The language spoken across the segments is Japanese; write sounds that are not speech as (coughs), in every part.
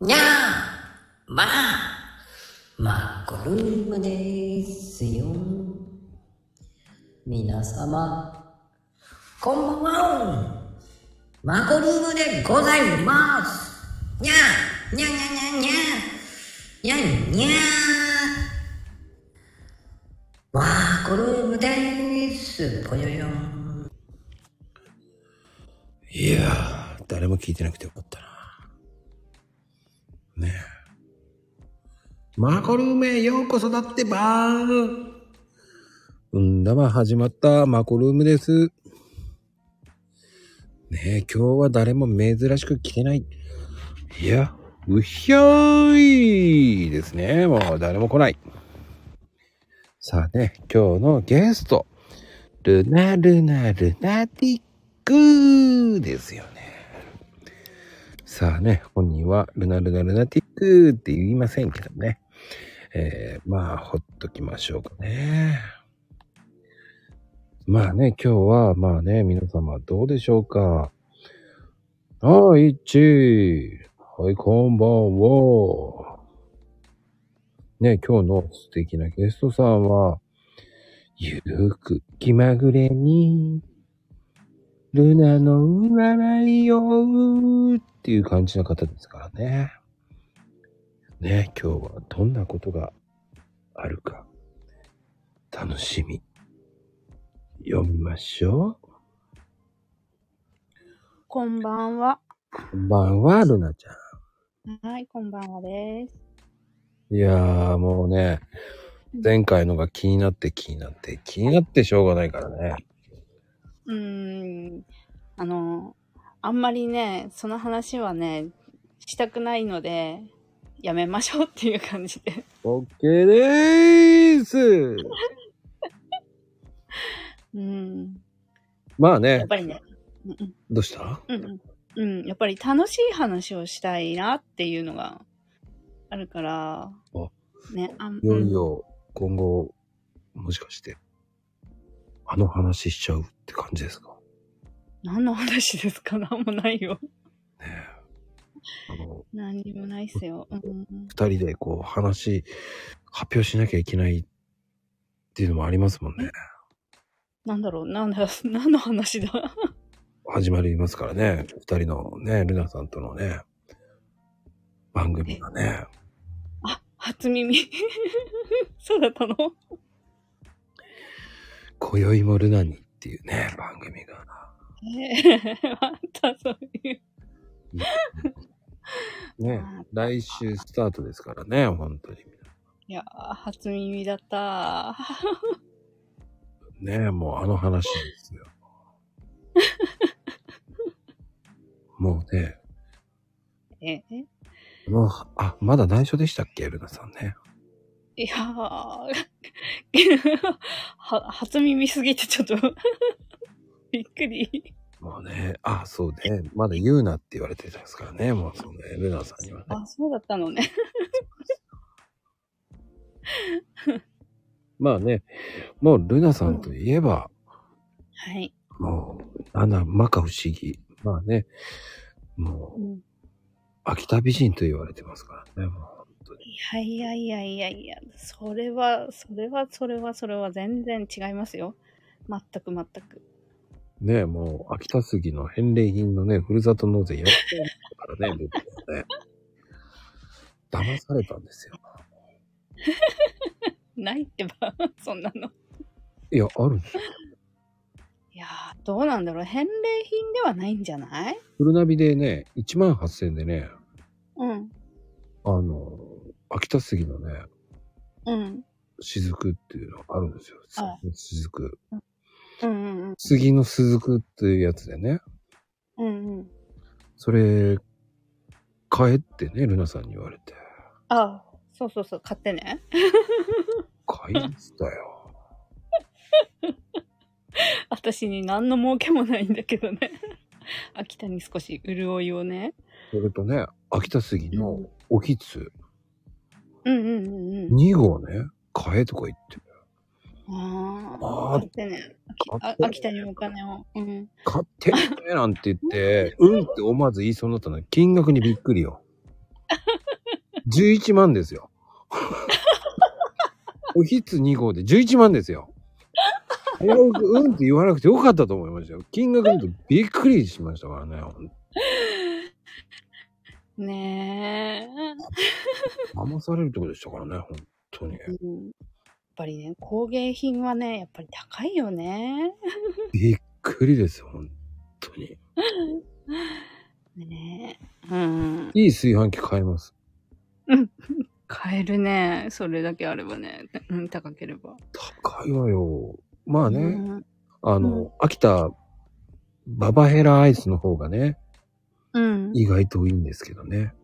にゃーまあマッコルームですよ。皆様、こんばんはマコルームでございますにゃーにゃーにゃーにゃーにゃーにゃーにゃーマコルームですぽよよんいやー、誰も聞いてなくてよかったな。ねえ。マコルームへようこそだってばーうんだま始まったマコルームです。ねえ、今日は誰も珍しく来てない。いや、うひゃーいですね。もう誰も来ない。さあね、今日のゲスト、ルナルナルナティックですよね。さあね、本人はルナルナルナティックって言いませんけどね。えー、まあ、ほっときましょうかね。まあね、今日は、まあね、皆様どうでしょうか。はい、一はい、こんばんは。ね、今日の素敵なゲストさんは、ゆるく気まぐれに、ルナの占いをっていう感じの方ですからね。ね、今日はどんなことがあるか、楽しみ。読みましょう。こんばんは。こんばんは、ルナちゃん。はい、こんばんはです。いやー、もうね、前回のが気になって気になって気になってしょうがないからね。うーん、あの、あんまりね、その話はね、したくないので、やめましょうっていう感じで。オッケーでーすうん、まあやねっ、ぱりね、うんどうしたうん、うんうん、うん、やっぱり楽しい話をしたいなっていうのがあるから、ね、あんいよいよ今後、もしかして、あの話しちゃうって感じですかうん何の話ですかなんもないよ。ねえあの、何にもないっすよ。うん、うん二人でこう話、発表しなきゃいけないっていうのもありますもんね。なんだろう、なんだ、何の話だ始まりますからね。二人のね、ルナさんとのね、番組がね。あ、初耳。 (laughs) そうだったの今宵もルナにっていうね、番組が。え (laughs) えまたそういう。ね、来週スタートですからね、本当に。いやー、初耳だった。ね、もうあの話ですよ。もうね、えもう、あ、まだ内緒でしたっけ、ルナさんね。いやー、 (laughs) は初耳すぎてちょっと、 (laughs) びっくり。もうね、あ、そうね、まだ言うなって言われてたんですからね、もうそうね、ルナさんにはね。あ、そうだったのね。まあね、もうルナさんといえば、はい。もう、あんな、摩訶不思議。まあね、もう、うん秋田美人と言われてますからね、もう本当に。いやいやいやいやいや、それは、それは、それは、それは全然違いますよ。全く全く。ねえもう、秋田杉の返礼品のね、ふるさと納税やってますからね、僕はね。騙されたんですよ。ないってば、 (laughs) そんなの。いや、あるんですよ。いやー、どうなんだろう。返礼品ではないんじゃないフルナビでね、1万8000円でね、うん。あの、秋田杉のね、うん。雫っていうのがあるんですよ。は雫。うんうん杉の雫っていうやつでね、うん。うんうん。それ、買えってね、ルナさんに言われて。あそうそうそう、買ってね。買いましたよ。 (laughs) 私に何の儲けもないんだけどね。 (laughs) 秋田に少し潤いをね。それとね、秋田杉のおひつうんうんうんうん。 2号ね、買えとか言って。ああーあ。買ってね。買あって秋田にお金を。うん。買ってねなんて言って、うんって思わず言いそうになったのに金額にびっくりよ。 11万ですよ。 (laughs) おひつ2号で11万ですよ。危うくうんって言わなくてよかったと思いましたよ。金額見るとびっくりしましたからね。ね騙されるってことでしたからね、本当に。え、うん。やっぱりね、工芸品はね、やっぱり高いよね。びっくりですよ、本当に。ねえ。うん。いい炊飯器買います。買えるね。それだけあればね。うん、高ければ。高いわよ。まあね、うんあの、秋田、ババヘラアイスの方がね、うん。意外といいんですけどね。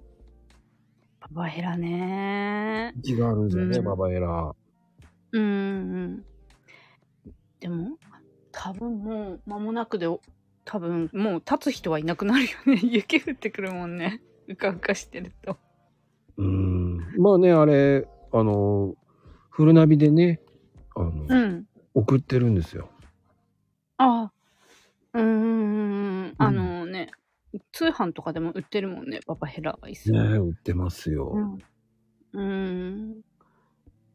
パパヘラね。気があるんですよね、うんババヘラ。うんうん。でも、多分もう間もなくで、多分もう立つ人はいなくなるよね。 (laughs) 雪降ってくるもんね。うかうかしてると。うーん。まあね、あれ、あの、フルナビでね、あの、うん。送ってるんですよ。ああ。うんうんうんうん。あのね、通販とかでも売ってるもんね。パパヘラアイス。ね売ってますよ。うん。うん。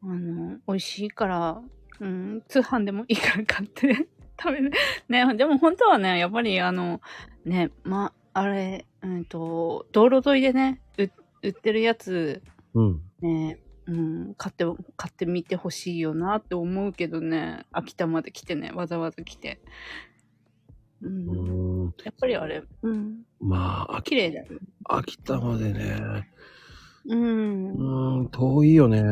あの、美味しいから、うん、通販でもいいから買って (laughs) 食べる。ね、でも本当はね、やっぱりあの、ね、ま、あれ、うんと、道路沿いでね、う売ってるやつ、うん。ね、うん、買って、買ってみてほしいよなって思うけどね、秋田まで来てね、わざわざ来て。う。うんーん。やっぱりあれ、うん、まあ、秋綺麗だよ。秋田までね、うんう。ーん、遠いよね。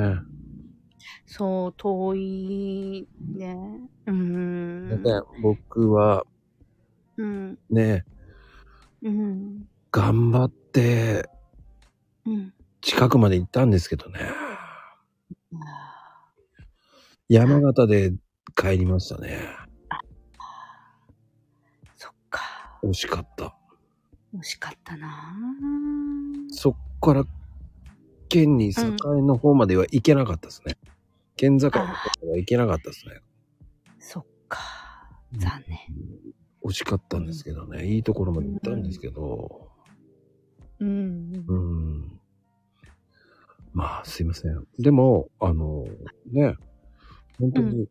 そう、遠いね。うーだっん。て僕はうん。ね、うん。頑張ってうん。近くまで行ったんですけどね。あ山形で帰りましたね。ーそっか。惜しかった。惜しかったな。そっから、県に境の方までは行けなかったですね。県境の方までは行けなかったですね。そっか。残念。惜しかったんですけどね。いいところまで行ったんですけど。うん。うん。まあ、すいません。でも、あの、ね、本当に、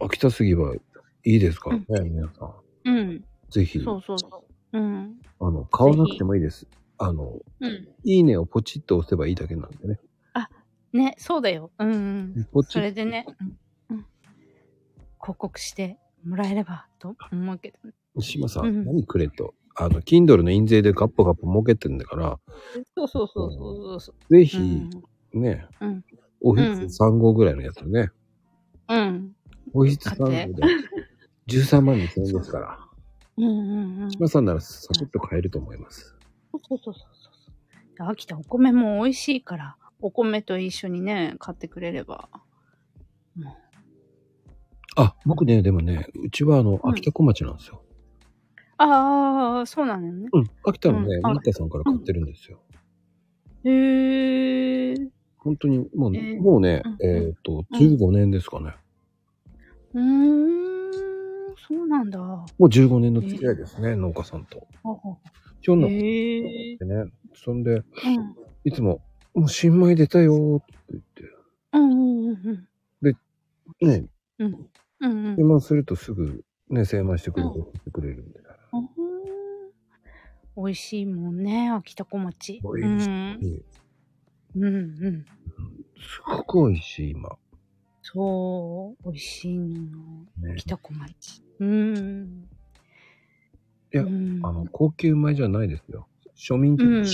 秋田杉はいいですからね、皆さん。うん。ぜひ、そうそうそう。うん。あの、買わなくてもいいです。あの、うん。いいねをポチッと押せばいいだけなんでね。ね、そうだよ。うんうん。ポチそッれでね、うんうん。広告してもらえればと思うけど。島さん、うん何くれと。あの、Kindle の印税でガッポガッポ儲けてるんだから、そうそうそうそうそう。ぜうひん、。ね、うんおひつ3号ぐらいのやつね。うん。おひつ3号で買っ13万2千円ですから。うんうんうん。島さんならサクッと買えると思います。そうそうそうそうそう。秋田お米も美味しいから、お米と一緒にね、買ってくれれば。あ、僕ね、でもね、うちはあの、うん秋田小町なんですよ。ああ、そうなのよね。うん。秋田のね、うんあ新田さんから買ってるんですよ。へえ。本当に、もう、えーもうね、うんえっと、15年ですかね。うーん、そうなんだ。ほもう15年の付き合いですね、農家さんと。うほひょんうなこへえ。とでね、そんで、うん。いつも、もう新米出たよーって言って、うんうんうんね、うん。うん。うんうん注文するとすぐ、ね、精米してくれる、送ってくれるんで。あー。美味しいもんね、秋田小町。美味しうんいうんうん。すごく美味しい、今。そう、美味しいのよ。ね、秋田小町。うん。いやうんあの、高級米じゃないですよ。庶民的うんな。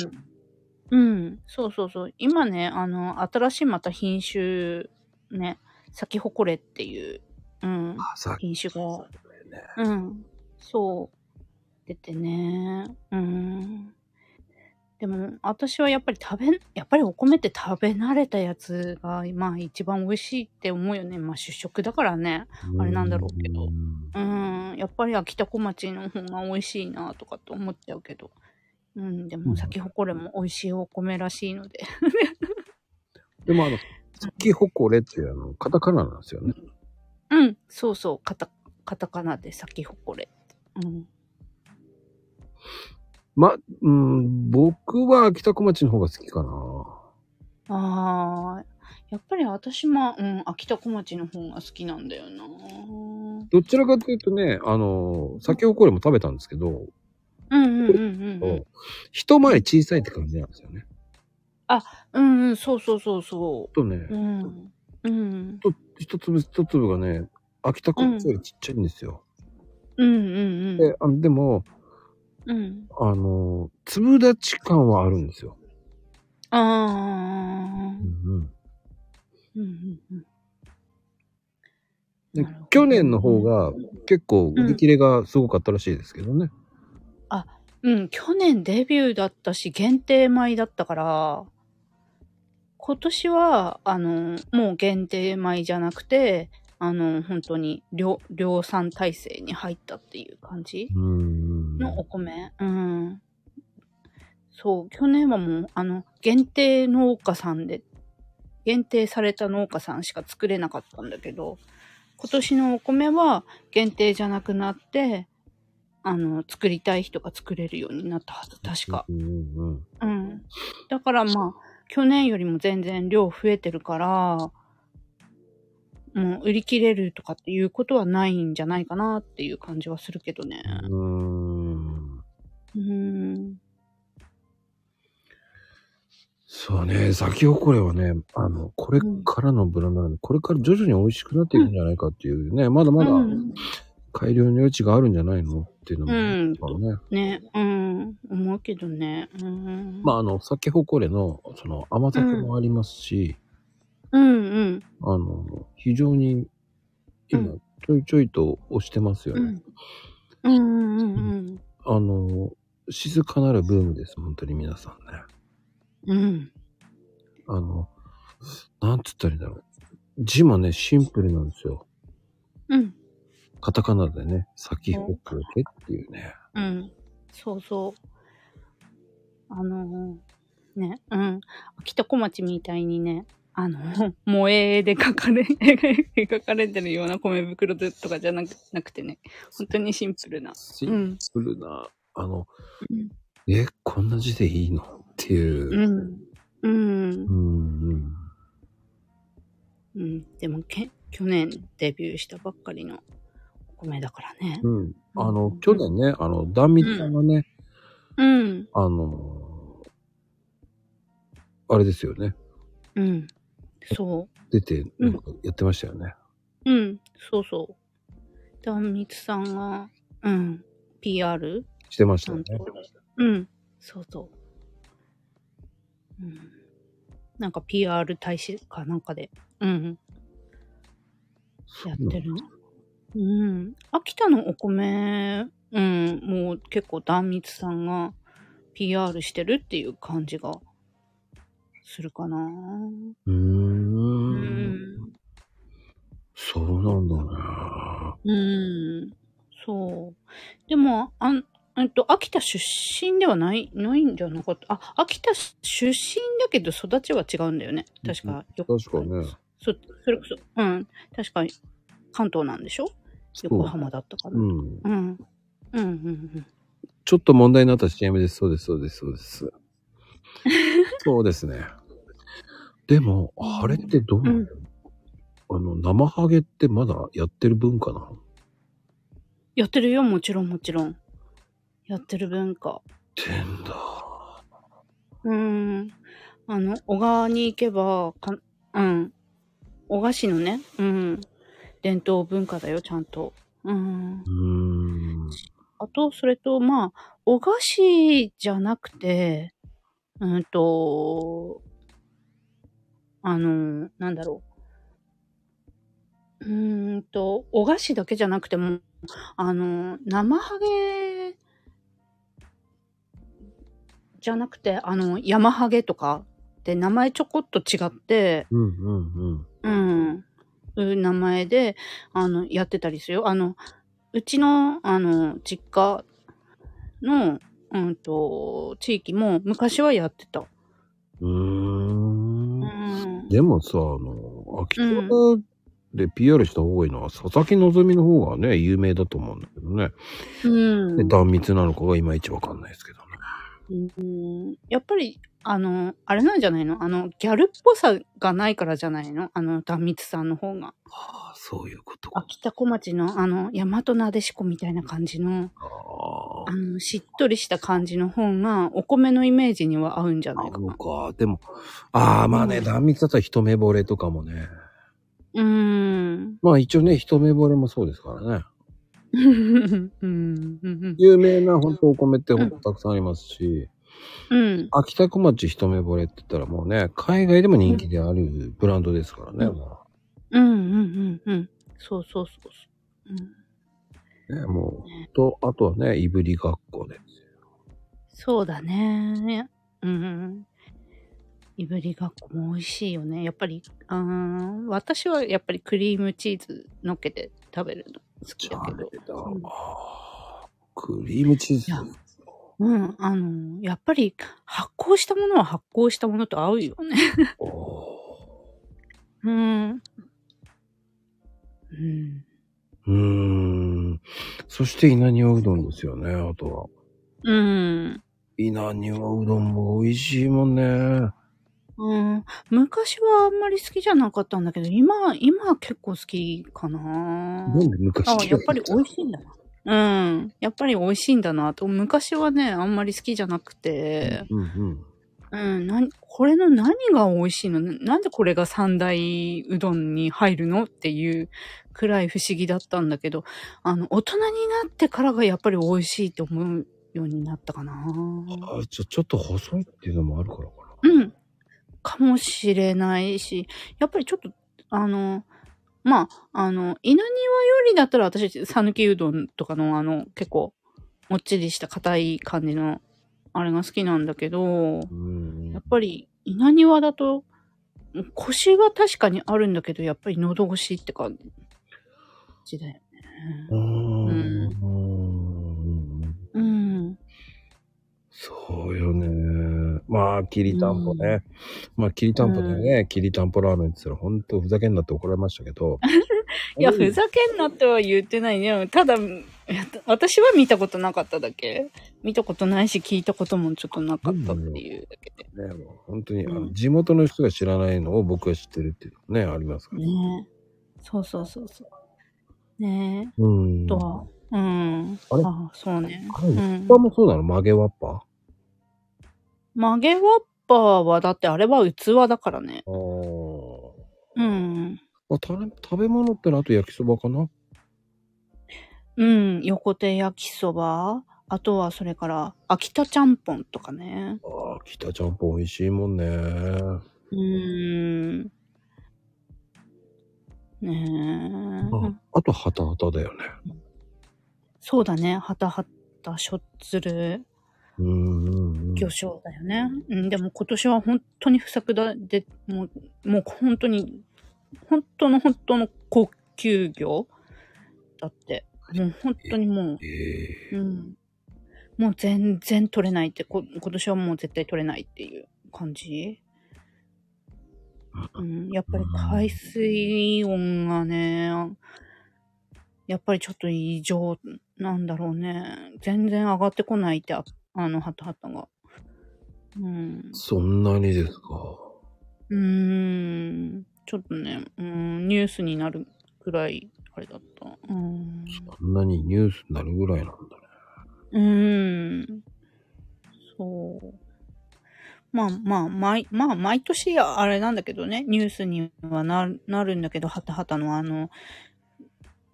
うん、そうそうそう。今ね、あの、新しいまた品種、ね、咲き誇れっていう、うん、あ、さっき品種が、ね。うん、そう、出てね、うん。でも、私はやっぱり食べ、やっぱりお米って食べ慣れたやつが、まあ一番美味しいって思うよね。まあ主食だからね。あれなんだろうけどうんうん、やっぱり秋田小町の方が美味しいなとかって思っちゃうけど。うん、でうんも、咲き誇れも美味しいお米らしいので。でもあの、さっきほこれっていうあの、カタカナなんですよね。うん、そうそう、カタカタカナで咲き誇れ。うん。ま、うん、僕は秋田小町の方が好きかな。ああ、やっぱり私も、うん、秋田小町の方が好きなんだよな。うんどちらかというとね、あの、先ほこれも食べたんですけど、うんうんうんうん。一回り小さいって感じなんですよね。うんうん、そうそうそうそとねう。う、ん。うん。一粒一粒がね、秋田小町よりちっちゃいんですよ。うんうんうん。であのでも、うん。あの、粒立ち感はあるんですよ。あう。あんうんうんうんうんでなるほど去年の方が結構売り切れがすごかったらしいですけどね。うん、去年デビューだったし、限定米だったから、今年は、あの、もう限定米じゃなくて、あの、本当に量、量産体制に入ったっていう感じうん。のお米。うん。そう、去年はもう、あの、限定農家さんで、限定された農家さんしか作れなかったんだけど、今年のお米は限定じゃなくなって、あの、作りたい人が作れるようになったはず、確か。うんうんうん。うん。だからまあ、去年よりも全然量増えてるから、もう売り切れるとかっていうことはないんじゃないかなっていう感じはするけどね。うーんうん。そうね、咲き誇れはね、あの、これからのブランドなんで、これから徐々に美味しくなっていくんじゃないかっていうね、まだまだうん改良の余地があるんじゃないのっていうのもうんね、ね、うん、思うけどね。うん。まあ、あの、咲き誇れの、その、甘酒もありますし、うんうん。あの、非常に今う、ちょいちょいと押してますようね。ん。うんうんうんあの、静かなるブームです、本当に皆さんね。うん。うん。あの、なんつったらいいんだろう。字もね、シンプルなんですよ。うん。カタカナでね、咲きほくれっていうね。うん。そうそう。あのー、ね、うん。秋田小町みたいにね、あの、萌えで描かれ、 (laughs) 描かれてるような米袋でとかじゃなくなくてね、本当にシンプルな。シうンん。プルな、あのうん、え、こんな字でいいのっていう。うん。うんう。ん、うん。うん。でもけ、去年デビューしたばっかりのお米だからね。うん。あうのん、去年ね、あの、ダンミさんがね、うん。あの、あれですよね。うん。そ出て、なんかやってましたよね。う。うん。そうそう。ダンミツさんが、うん。PR? してましたよ担ね。当。うん。そうそう。うん。なんか PR 大使かなんかで。うん。やってる。うん。秋田のお米、うん。もう結構ダンミツさんが PR してるっていう感じがするかな。うー。うんん。そうなんだね。うん、そう。でも、あん、えっと、秋田出身ではない、ないんじゃなかった。あ、秋田出身だけど育ちは違うんだよね。確か。よく確かね。そ、それこそ、うん。確か、関東なんでしょ横浜だったかうな。ん。うん。うん、うん、うん。ちょっと問題になった CM です。そうです、そうです、そう (laughs) です。そうですね。でも、あれってどうなの、うんあの、生ハゲってまだやってる文化なのやってるよ、もちろん、もちろん。やってる文化。てんだ。うん。あの、小川に行けば、かうん。小川市のね、うん。伝統文化だよ、ちゃんと。うんう。ーん。あと、それと、まあ、小川市じゃなくて、うんと、あの、なんだろう。うーんと、小菓子だけじゃなくても、あの、生ハゲじゃなくて、あの、山ハゲとかって名前ちょこっと違って、うんうんうん。うん。いう名前で、あの、やってたりするよ。あの、うちの、あの、実家の、うんと、地域も昔はやってた。うー。うんん。でもさ、あの、秋田で PR した方がいいのは、佐々木希の方がね、有名だと思うんだけどね。うんで、。断密なのかがいまいちわかんないですけどね。うん、やっぱり、あの、あれなんじゃないのあの、ギャルっぽさがないからじゃないのあの、壇蜜さんの方が。ああ、そういうことか。秋田小町の、あの、大和なでしこみたいな感じの、ああの、しっとりした感じの方が、お米のイメージには合うんじゃあ、ないかそうな。か。でも、ああ、まあね、断密だったら一目惚れとかもね。うーん。まあ一応ね、一目惚れもそうですからね。うん。うん。うん有名な本当お米って本当たくさんありますし、うん。秋田小町一目惚れって言ったらもうね、海外でも人気であるブランドですからね。うんもうん。うん。うん。そうそうそうそう。うんうねもうと、あとはね、いぶり学校で。そうだね。うん。いぶりがっこも美味しいよね。やっぱり、あー私はやっぱりクリームチーズ乗っけて食べるの好きだけど。だうんあークリームチーズいや。うん。あの、やっぱり発酵したものは発酵したものと合うよね。おうん。うん。ーうーん。そして稲庭うどんですよね、あとは。うん。稲庭うどんも美味しいもんね。うん、昔はあんまり好きじゃなかったんだけど、今、今は結構好きかな。なんで昔あ嫌いだたやっぱり美味しいんだな。うん。やっぱり美味しいんだなと。昔はね、あんまり好きじゃなくて、うんうん。うん、なこれの何が美味しいのななんでこれが三大うどんに入るのっていうくらい不思議だったんだけど、あの、大人になってからがやっぱり美味しいと思うようになったかな。あじゃあちょっと細いっていうのもあるからかうん。かもしれないし、やっぱりちょっと、あの、まあ、あの、稲庭よりだったら私、讃岐うどんとかのあの、結構、もっちりした硬い感じの、あれが好きなんだけど、な。うんやっぱり稲庭だと、腰は確かにあるんだけど、やっぱり喉越しって感じだよね。うーん。ううんうん。そうよね。まあ、きりたんぽね。まあ、きりたんぽでね、きりたんぽラーメンって言ったら、ほんとふざけんなって怒られましたけど。 (laughs) いや、ふざけんなとは言ってないね。ただ、いや私は見たことなかっただけ。見たことないし、聞いたこともちょっとなかったっていうだけで。けね、もう本当に、うんあの地元の人が知らないのを僕が知ってるっていうのね、ありますから。ねえ。そうそうそうそう。ねうえ。ん。とは。うん。あれあそうね。あれうんワッパ。もそうなの曲げワッパ曲げわっぱは、だってあれは器だからね。あーうん。まあ。た食べ物ってのはあと焼きそばかなうん。横手焼きそば。あとは、それから、秋田ちゃんぽんとかね。ああ、北ちゃんぽん美味しいもんね。うん。ねえあ。あと、ハタハタだよね。そうだね。はたはたしょっつるうんうんうん。魚醤だよね。うん、でも今年は本当に不作だで、もう、もう本当に、本当の本当の高級魚だって。もう本当にもえう、えうん。もう全然取れないって、こ今年はもう絶対取れないっていう感じ。うん、やっぱり海水温がね、やっぱりちょっと異常なんだろうね。全然上がってこないって、ああの、ハタハタが。うん。そんなにですか。うーん。ちょっとね、うん、ニュースになるくらい、あれだった。うん。そんなにニュースになるぐらいなんだね。うん。そう。まあまあ、毎、まあ毎年あれなんだけどね、ニュースにはなるなるんだけど、はたはたのあの、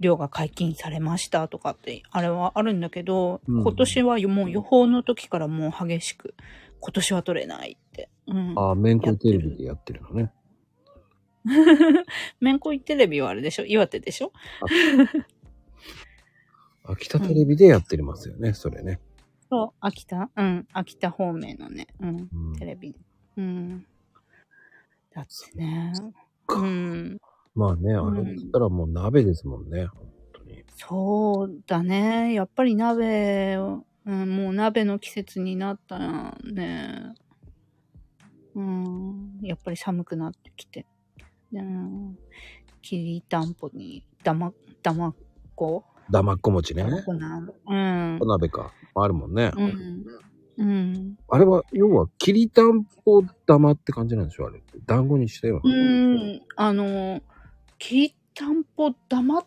量が解禁されましたとかって、あれはあるんだけど、うん今年はもう予報の時からもう激しく、今年は取れないって。うん。ああ、面子テレビでやってるのね。めんこいテレビはあれでしょ岩手でしょ秋田テレビでやってますよね、それね。そう、秋田うん、秋田方面のね、うん、うんテレビ。うん。だってね。かうん。まあね、あれだったらもう鍋ですもんね、本当に。そうだね。やっぱり鍋を、うん、もう鍋の季節になったね。うん。やっぱり寒くなってきて。うん。きりたんぽに、だま、だまっこだまっこ餅ねだ。まっこなうん。お鍋か。あるもんね。うん。うん。あれは、要は、きりたんぽ玉って感じなんでしょあれって。団子にしたよううな。ん。あの、きりたんぽ玉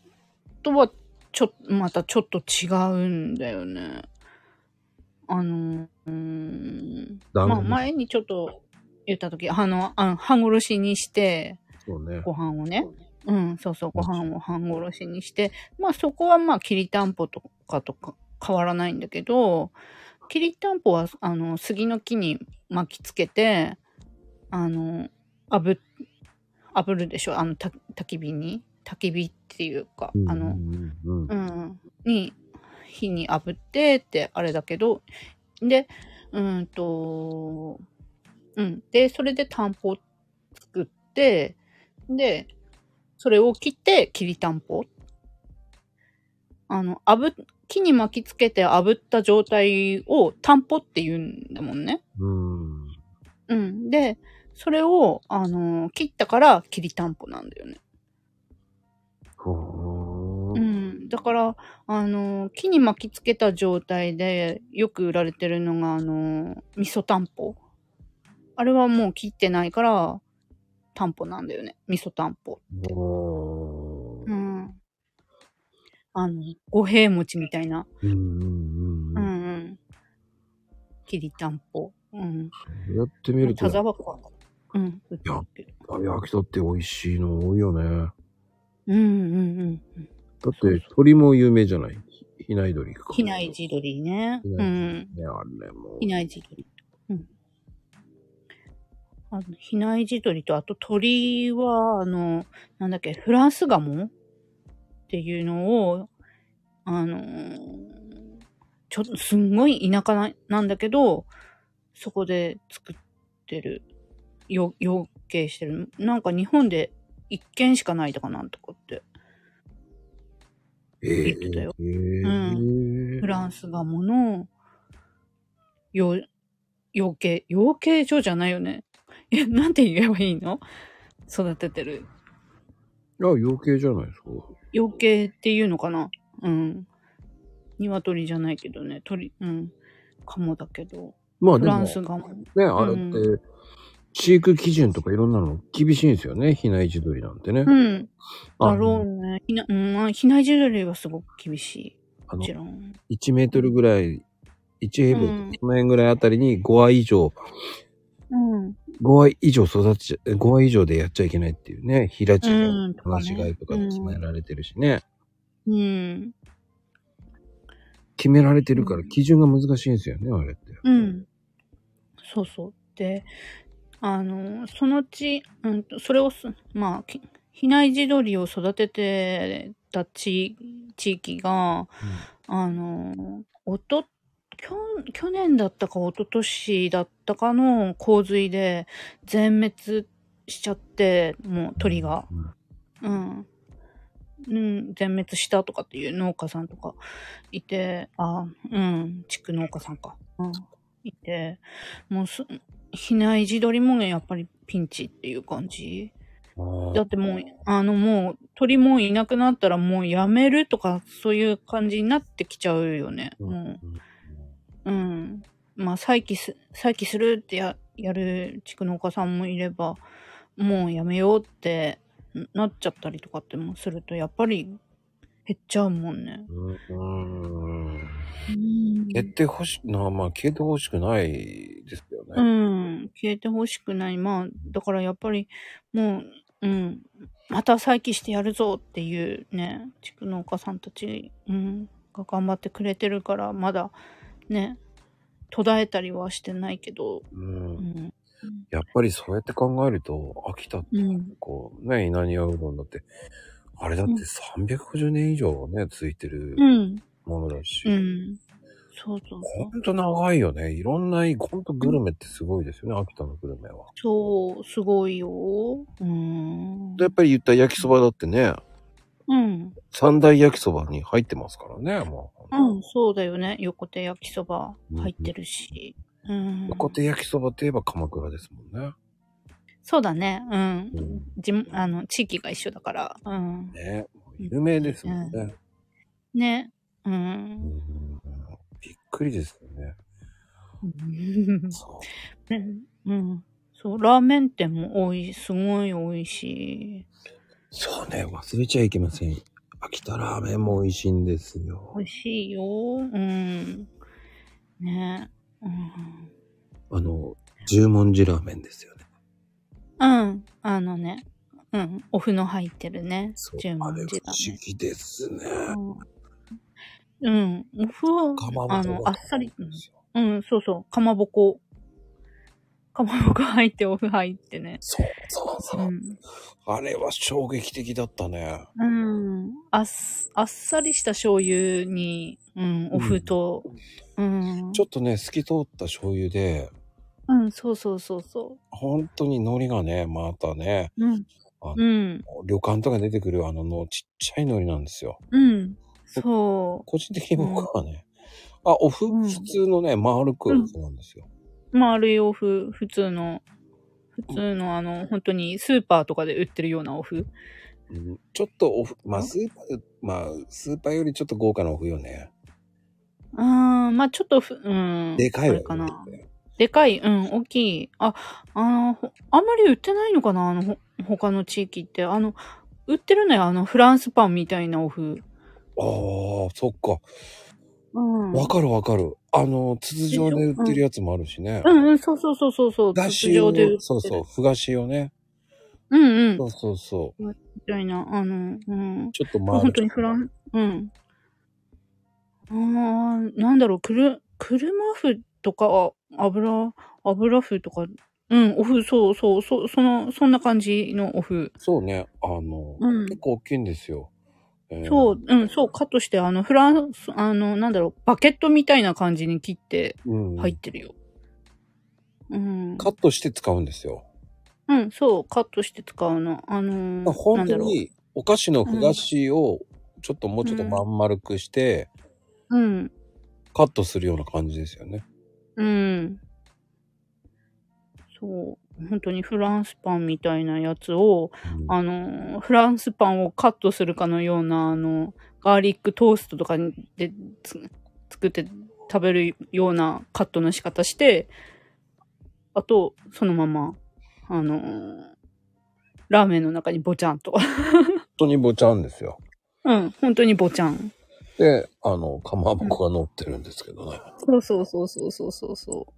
とは、ちょ、またちょっと違うんだよね。あの、うん。団ま子あ、に前にちょっと言ったとき、あの、あ半殺しにして、そうね。ご飯をね。うん、そうそう、ご飯を半殺しにして、まあそこはまあ、きりたんぽとかとか変わらないんだけど、きりたんぽは、あの、杉の木に巻きつけて、あの、炙、炙るでしょ、あの、た焚き火に。焚き火っていうか、あうの、んうんうんうん、に、火に炙ってって、あれだけど、で、うんと、うん。で、それで担保作って、で、それを切って、きりたんぽ。あの、炙っ、木に巻きつけて炙った状態を担保って言うんだもんね。うん。うん。うん。で、それを、あの、切ったから、きりたんぽなんだよね。ほうーん、だからあの木に巻きつけた状態でよく売られてるのがあの味噌たんぽあれはもう切ってないからたんぽなんだよね味噌たんぽ、ほうーん、あの五平餅みたいなうんうんううんうんんきりたんぽ、うん、やってみると田、沢湖はうん売ってるけどあ焼き鳥って美味しいの多いよね。うんうんうんだって、鳥も有名じゃない。比内鳥か。比内地鶏ね比内地うんね、あれも。比内地鶏。うん。あの、比内地鶏と、あと鳥は、あの、なんだっけ、フランスガモっていうのを、あのーちょっとすんごい田舎ななんだけど、そこで作ってる、よ養鶏してる。なんか日本で一軒しかないとかなんとかって。ええ言ってたよええフランスガモの、養、養鶏、養鶏所じゃないよね。 (laughs) え、なんて言えばいいの育ててる。あ、養鶏じゃないですか。養鶏っていうのかなうん。鶏じゃないけどね。鳥、うん。カモだけど。まあフでラも、ンねスガモ。、あれっうて、飼育基準とかいろんなの厳しいんですよね。比内地鶏なんてね。うん。あだろうね。ひな、うん、まあ比内地鶏はすごく厳しい。あものち、ろん。 1メートルぐらい、1平う米ん、 1万円ぐらいあたりに5羽以上、うん。 5羽以上育ちちゃ、5羽以上でやっちゃいけないっていうね。平地うのんとかね話し飼いとかで決められてるしね。うん。決められてるから基準が難しいんですよね、あれって。うん。そうそう。で、あの、そのうち、うんと、それをす、まあ、き比内地鶏を育ててた地地域が、あの、おと、去去年だったか一昨年だったかの洪水で全滅しちゃって、もう鳥が。うんうん。うん、全滅したとかっていう農家さんとかいて、あ、うん、地区農家さんか。うん、いて、もうす、比内地鶏もやっぱりピンチっていう感じ。あだあってもう、あのもう、鳥もいなくなったらもうやめるとか、そういう感じになってきちゃうよね。うんもううん。まあ、再起す、再起するってや、やる地区のお母さんもいれば、もうやめようってなっちゃったりとかってもすると、やっぱり減っちゃうもんね。うんうんうん減ってほしくな、まあ消えてほしくないですよね。うん。消えてほしくない。まあ、だからやっぱり、もう、うん。また再起してやるぞっていうね、地区のお母さんたち、うん、が頑張ってくれてるから、まだ、ね、途絶えたりはしてないけど、うんうん。やっぱりそうやって考えると、秋田ってうん。こう、ね、稲庭うどんだって、あれだって350年以上ね、ついてるうん。ものだし、うん。そうそうそうほ。んと長いよね。いろんな、ほんとグルメってすごいですよね、秋田のグルメは。そう、すごいよ。うーん。でやっぱり言った焼きそばだってね、うん。三大焼きそばに入ってますからね、もう。うん、そうだよね。横手焼きそば入ってるし。うん。横手焼きそばといえば鎌倉ですもんね。そうだね。う。うんん、じんあの、地域が一緒だから。うん。ね有名ですもんね。ね。ううんん。 (laughs) びっくりですよね。うんそうんうんそう、ラーメン店も多い、すごい多いし、うそうね、忘れちゃいけません。秋田ラーメンも美味しいんですよ。美味しいよ。うん。ねうん。あの、十文字ラーメンですよね。うん。あのね、うん。お麩の入ってるね。そう、十あ文れ不字だ思ね。議ですね。うん。うん。お麩をかまぼこあがの、あっさり。うん、うんそうそう。かまぼこ。かまぼこ入って、お麩入ってね。そうそうそうう。ん。あれは衝撃的だったね。うん。あっす、あっさりした醤油に、うん、お麩と、うん。ちょっとね、透き通った醤油で、うん、そうそうそうそ本当に海苔がね、またね、う。うんあ。うん。旅館とか出てくるあのの、ちっちゃい海苔なんですよ。うん。そ個人的に僕はね、あ、おふ、うん普通のね、丸くお麩なんですよ。う。丸いお麩、普通の、普通のあの、本当にスーパーとかで売ってるようなお麩。うんちょっとおふ、まあ、スーパー、まあ、スーパーよりちょっと豪華なおふよね。あー、まあちょっとふ、うん。でかいあわれよかねな。でかい、うん、大きい。あ、あの、ほあんまり売ってないのかなあの、ほ他の地域って。あの、売ってるのよ、あの、フランスパンみたいなお麩。ああ、そっか。うん。わかるわかる。あの、筒状で売ってるやつもあるしねう。んうん、そうそうそうそうそう。だ筒しを状で売って、るそうそう、。ふがしをね。うんうんそ。うそうそう。みたいな、あの、うん。ちょっとまあ丸。本当にフラン、うん。ああ、なんだろう、くる、車麩とか、油、油麩とか、うん、お麩、そうそう、そ、その、そんな感じのお麩。そうね、あの、うん結構大きいんですよ。えーそう、うん、そう、カットして、あの、フランス、あの、なんだろう、バケットみたいな感じに切ってうん、入ってるよ。うん。カットして使うんですよ。うん、そう、カットして使うの。あのーな本ん当だろう。にお菓子のふがしをちょっともうちょっとまん丸くしてうん、カットするような感じですよね。うん。そう、本当にフランスパンみたいなやつを、うんあのー、フランスパンをカットするかのような、あの、ガーリックトーストとかにでつ作って食べるようなカットの仕方して、あと、そのまま、あのー、ラーメンの中にぼちゃんと。本当にぼちゃんですよ。うん、本当にぼちゃん。で、あの、かまぼこが乗ってるんですけどね。そうそうそうそうそうそうそう。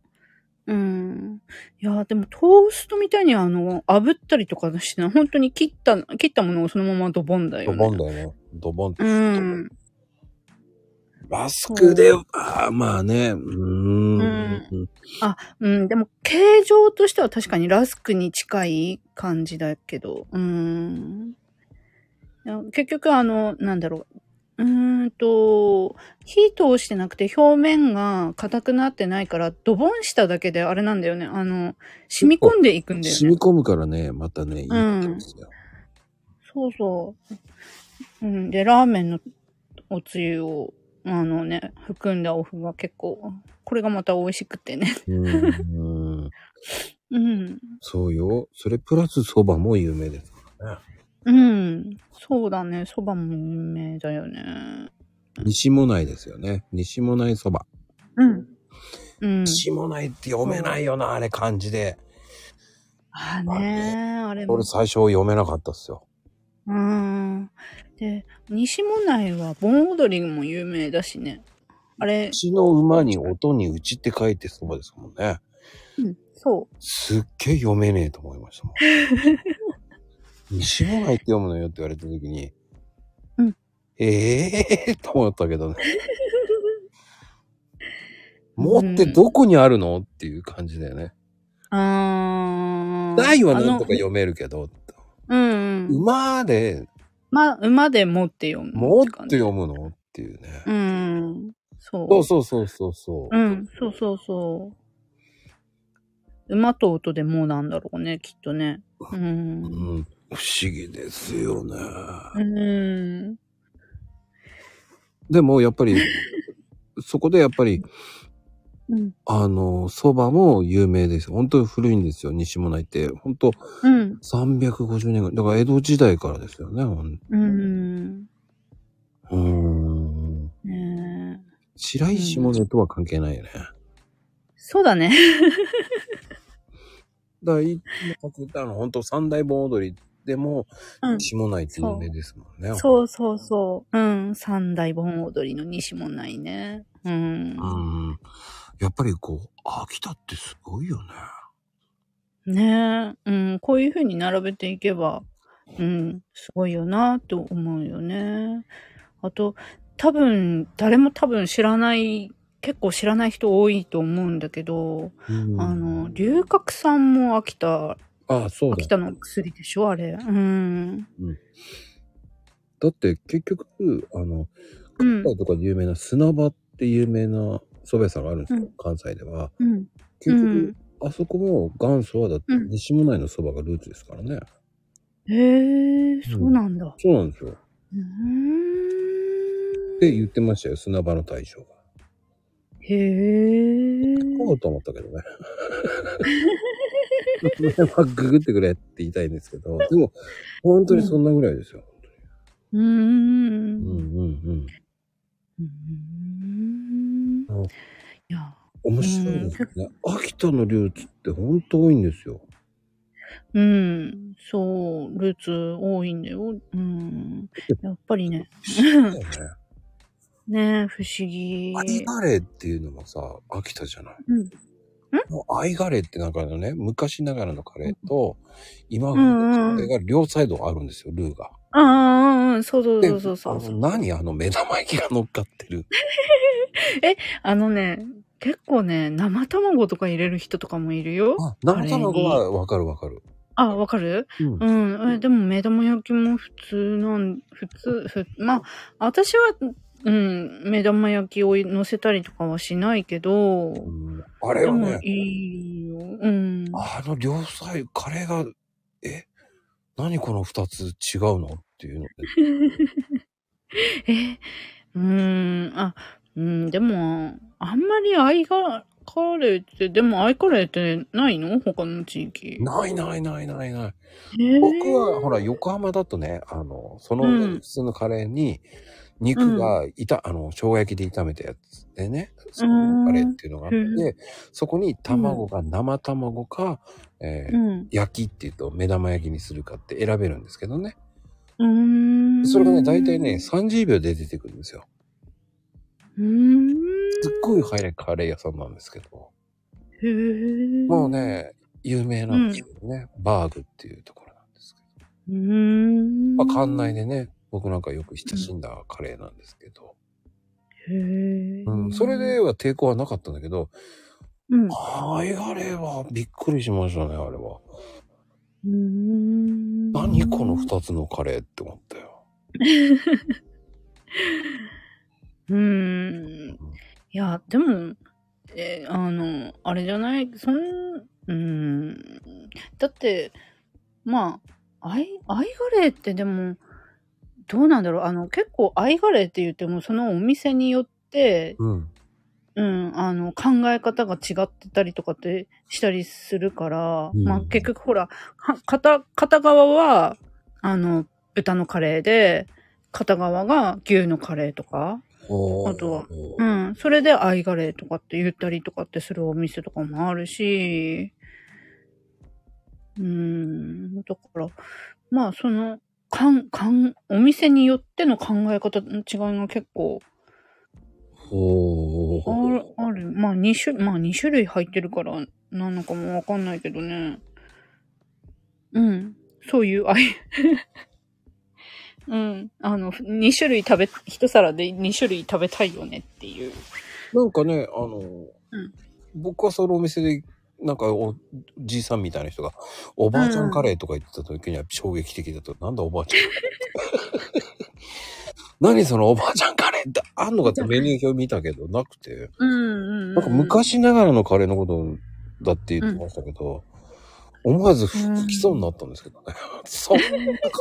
うん。いやー、でもトーストみたいにあの、炙ったりとかしてない。本当に切った、切ったものをそのままドボンだよドね。ボンだよね。ドボン。うん。マスクで、あーまあね、うーん。うんうん、でも形状としては確かにラスクに近い感じだけど。うん。いや結局あの、なんだろう。うーんと、火通してなくて表面が硬くなってないから、ドボンしただけであれなんだよね。あの、染み込んでいくんだよね。染み込むからね、またね、いいうんんですよ。そうそう。うん。で、ラーメンのおつゆを、あのね、含んだお麩が結構、これがまた美味しくてね。うん。うんうん。そうよ。それプラス蕎麦も有名です。うん。そうだね。そばも有名だよね。西もないですよね。西もない蕎麦。うん。うん。西もないって読めないよな、あれ漢字で。あーねーあれも俺。最初読めなかったっすよ。うん。で、西もないは盆踊りも有名だしね。あれ、血の馬に音に打ちって書いてそばですもんね。うん、そう。すっげえ読めねえと思いま (laughs) したもん。西もないって読むのよって言われた時に、うんええー、と思ったけどね。もってどこにあるのっていう感じだよね。あーないはなんとあか読めるけど、のうん、うん。馬で、ま、馬でもって読む。もって読むのっていうね。うん。そう。そうそうそうそうそう。うん、そうそうそう。馬と音でもうなんだろうね、きっとね。うん。うん、不思議ですよね。うん。でもやっぱり、そこでやっぱり、うん。あの、蕎麦も有名です。本当に古いんですよ、西もないって。本当うん。 350年ぐらい。だから江戸時代からですよね。ほんうん。うーん。ねえ白石もねとは関係ないよね。そうだね。だから、いさっき言ったの、本当三大盆踊りでも、うん。下内って有名ですもんね。 (laughs) そうそうそう。うん。三大盆踊りの西もないね。うん。うん。やっぱりこう、秋田ってすごいよね。ねえ。うん。こういう風に並べていけば、うん。すごいよなと思うよね。あと、多分、誰も多分知らない、結構知らない人多いと思うんだけど、うんあの、龍角散も秋田、ああ、そうだ秋。田の薬でしょあれ。うん。だって結局、あの、うん関。西とかで有名な砂場って有名な蕎麦屋さんがあるんですよ、うん関西では。うん。結局、うんあそこも元祖はだってうん西村内の蕎麦がルーツですからね。へえ、そうなんだ。そうなんですよ。うーん。って言ってましたよ、砂場の大将が。へえ。こうと思ったけどね。 (laughs) それはググってくれって言いたいんですけど、でも、本当にそんなぐらいですよ。うー。うんうんんうーんうん。いや、面白いですね。秋田のルーツって本当多いんですよ。うん。そう、ルーツ多いんだよ。うん。やっぱりね。だよねねえ、不思議。アイガレーっていうのもさ、秋田じゃない。うんもうアイガレーってなんかあのね、昔ながらのカレーと、今うんうんうん風のカレーが両サイドあるんですよ、ルーが。ああ、うん、そうそうそうそうそあうの。何あの目玉焼きが乗っかってる。あのね、結構ね、生卵とか入れる人とかもいるよ。あ、生卵はわかるわかる。あ、わかるうんう。ん。え、でも目玉焼きも普通なん、普通、ふまあ、私は、うん、目玉焼きを乗せたりとかはしないけど、うんあれではもね、いいよ。うん。あの両サイド、カレーが、え何この二つ違うのっていうの (laughs) で。え、うん、あ、うん、でも、あんまりアイが、カレーって、でもアイカレーってないの他の地域。ないないないないない。僕僕はほら横浜だとねあのそのうん普通のカレーに肉がいた、あの生姜焼きで炒めたやつでねそのカレーっていうのがあって、うそこに卵が生卵か、えーうん。焼きっていうと目玉焼きにするかって選べるんですけどねうん。それがね大体ね、30秒で出てくるんですようん。すっごい早いカレー屋さんなんですけどへーもう。ね有名なんですけどね、バーグっていうところなんですけうーん。ど、まあ、館内でね僕なんかよく親しんだカレーなんですけど、へー。うん、それでは抵抗はなかったんだけど、うん。うあれあれはびっくりしましたね、あれは。ーん。何この二つのカレーって思ったよ。うーん。いや、でも、えーあの、あれじゃない、そん、うーん。だって、まあ、アイ、アイガレーってでも、どうなんだろう。あの、結構アイガレーって言っても、そのお店によって、うん。うん、あの、考え方が違ってたりとかってしたりするから、うんまあ結局ほら、か片、片側は、あの、豚のカレーで、片側が牛のカレーとか、おーあとはうん、それでアイガレーとかって言ったりとかってするお店とかもあるし、うん、だから、まあその、かん、かん、お店によっての考え方の違いが結構おあーる、ある。まあ、2種、まあ、2種類入ってるから、なのかもわかんないけどね。うん。そういう、あい、 (laughs) うん。あの、2種類食べ、一皿で2種類食べたいよねっていう。なんかね、あの、ん僕はそのお店で、なんかおじいさんみたいな人が、おばあちゃんカレーとか言ってた時には衝撃的だと、なんだおばあち (laughs) ゃん何そのおばあちゃんカレーってあんのかってメニュー表見たけど、なくて。うんうん、うん。なんか昔ながらのカレーのことだって言ってましたけど、思わず吹きそうになったんですけどね。 (laughs) そんな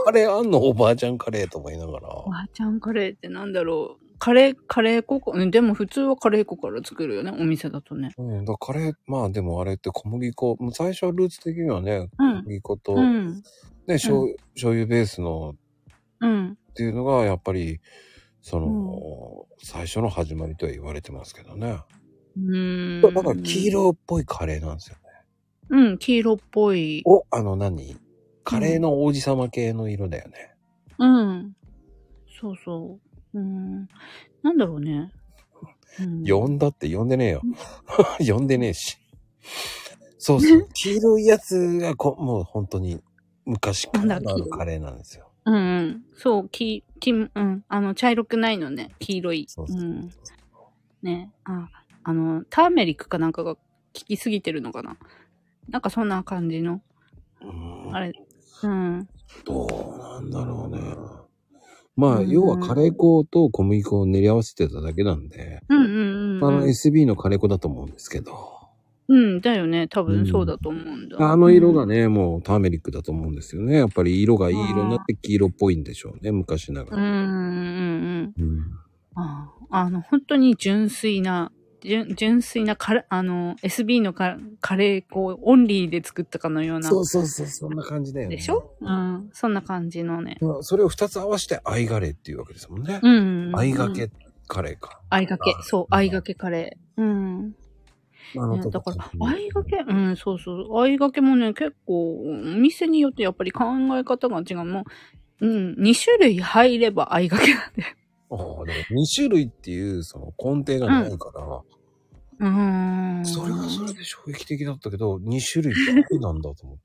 カレーあんのおばあちゃんカレーと思いながら。おばあちゃんカレーってなんだろう。カレー、カレー粉か、うんでも普通はカレー粉から作るよね、お店だとね。うん、だからカレー、まあでもあれって小麦粉、もう最初はルーツ的にはね、う小ん。麦粉と、うね、ん。醤う醤油ベースのうん。っていうのが、やっぱり、その、最初の始まりとは言われてますけどね。ううん。なんか黄色っぽいカレーなんですよね。うん、黄色っぽい。お、あの何カレーの王子様系の色だよね。うん。そうそう。うん。なんだろうね。うん、呼んだって呼んでねえよ。 (laughs) 呼んでねえし。そうそう。黄色いやつがこ、もう本当に昔からのあのカレーなんですよ。うんうん。そう、き、き、うん。あの、茶色くないのね。黄色い。。そうそうそううんね。あ、あの、ターメリックかなんかが効きすぎてるのかな。なんかそんな感じの。うんあれ。うん。どうなんだろうね。まあ、うん要はカレー粉と小麦粉を練り合わせてただけなんで、うんうんうん、あのうん。 SB のカレー粉だと思うんですけど、うん、だよね。多分そうだと思うんだ。あの色がね、もうターメリックだと思うんですよね。やっぱり色がいい色になって黄色っぽいんでしょうね、昔ながうん。うら。んうんうん。うんあああの、本当に純粋な、純純粋なカレ、あの、SB のカカレー粉オンリーで作ったかのような。そうそうそう、そんな感じだよね。でしょうん。そんな感じのね。まあそれを2つ合わせてアイガレーっていうわけですもんね。うんうんうん。アイガケカレーか。あいがけあ。そう、あいがけカレー。うん。あのねだから、あいがけけ、うん、そうそう。あいがけもね、結構、お店によってやっぱり考え方が違う。もう、うん、2種類入ればあいがけなんで。ああ、でも2種類っていうその根底がないから、うーん。それはそれで衝撃的だったけど、2種類ってありなんだと思って。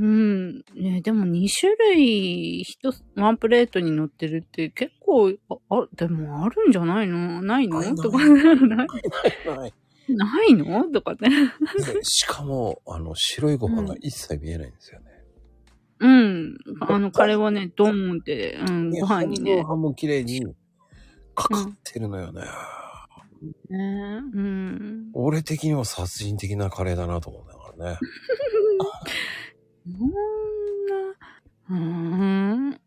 うん。ね、でも2種類、一つ、ワンプレートに乗ってるって結構、あ、あでもあるんじゃないのないのないないとか、 (laughs) ない (laughs) はいないのとかね。でしかも、あの、白いご飯が一切見えないんですよね。うん。あの、カレーはね、ドーンって、うん、ねご飯に半分ね。半分綺麗にかかってるのよね。ねうん。俺的には殺人的なカレーだなと思うんだからね。そんな、うーん。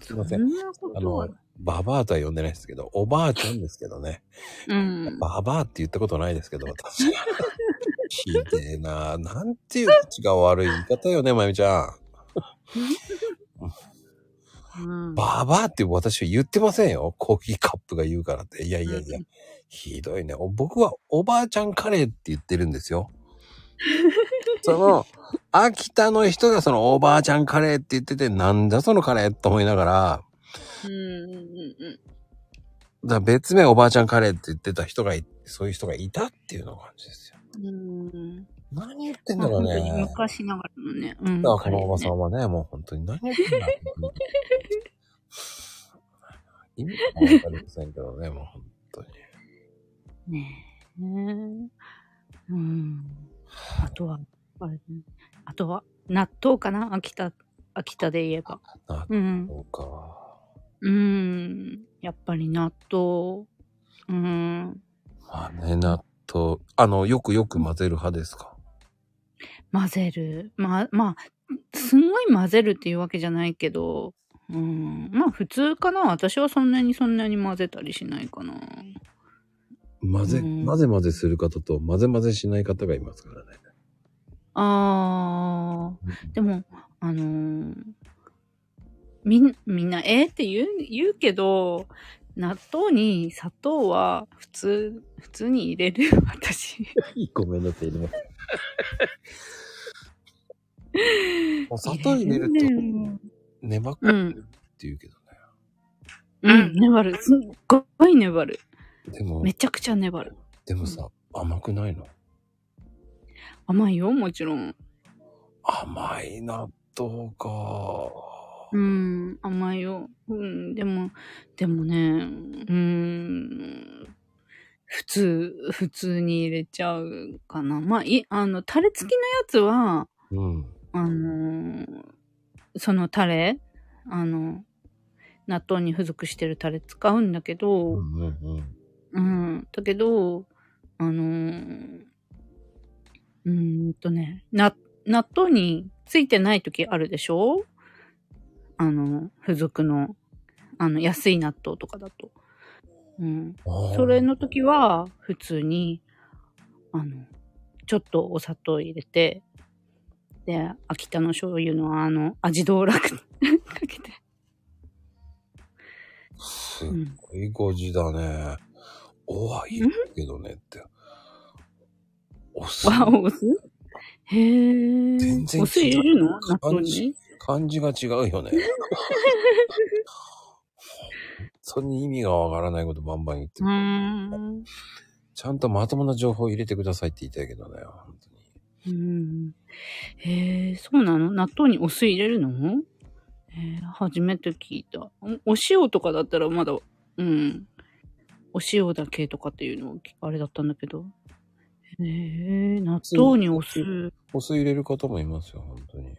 すいませんそんなことはあの。ババアとは呼んでないですけど、おばあちゃんですけどね。うん。ババアって言ったことないですけど、私。ひでえな。なんていう口が悪い言い方よね、まゆみちゃん。うんババアって私は言ってませんよ。コーヒーカップが言うからって。いやいやいやうん。ひどいね。お僕はおばあちゃんカレーって言ってるんですよ。その、秋田の人がそのおばあちゃんカレーって言ってて、なんだそのカレーと思いながら、うんうんうん。だから別名おばあちゃんカレーって言ってた人がい、そういう人がいたっていうのが感じですよ。うん。何言ってんだまあろう本当ね。に昔ながらのね。うん。だからこのおばさカんはね、もう本当に (laughs) 何言ってんだろう。意味がわかりませんけどね、もう本当に。レーね。ねえ。うん。あとは、あれねあとは、納豆かな秋田、秋田で言えば。納うん。そうか。うん。やっぱり納豆。うん。まあね、納豆。あの、よくよく混ぜる派ですか。混ぜる。まあ、まあ、すんごい混ぜるっていうわけじゃないけど、うん。まあ、普通かな私はそんなにそんなに混ぜたりしないかな。混ぜ、うん混ぜ混ぜする方と混ぜ混ぜしない方がいますからね。あー。でも、あのーみん、みんな、えーって言う、言うけど、納豆に砂糖は普通、普通に入れる (laughs) よ、私。ごめんなさいね。 (laughs) お砂糖入れるねと、粘っこいって言うけどね。うん、粘る。すっごい粘る。でも、めちゃくちゃ粘る。でもさ、甘くないの甘いよ、もちろん。甘い納豆か。うん、甘いよ。うん、でも、でもね、うん、普通、普通に入れちゃうかな。まあ、い、あの、タレ付きのやつは、うん。あのーそのタレ、あの、納豆に付属してるタレ使うんだけうんうど、んうん。うん、だけど、あのーうーんとね、な、納豆についてない時あるでしょあの、付属の、あの、安い納豆とかだと。うん。あーそれの時は、普通に、あの、ちょっとお砂糖入れて、で、秋田の醤油のあの、味道楽 (laughs) かけて。すうん。ごいご字だね。おはいるけどねって。お酢。わお、お酢へえ。全然違うお酢入れるの納豆感じに漢字が違うよね。それに意味がわからないことバンバン言ってうーん。ちゃんとまともな情報を入れてくださいって言いたいけどね、本当に。うん。へえ、そうなの納豆にお酢入れるのえー、初めて聞いた。おお塩とかだったらまだ、うん。お塩だけとかっていうのを聞あれだったんだけど。へえ、納豆にお酢。お酢入れる方もいますよ、本当に。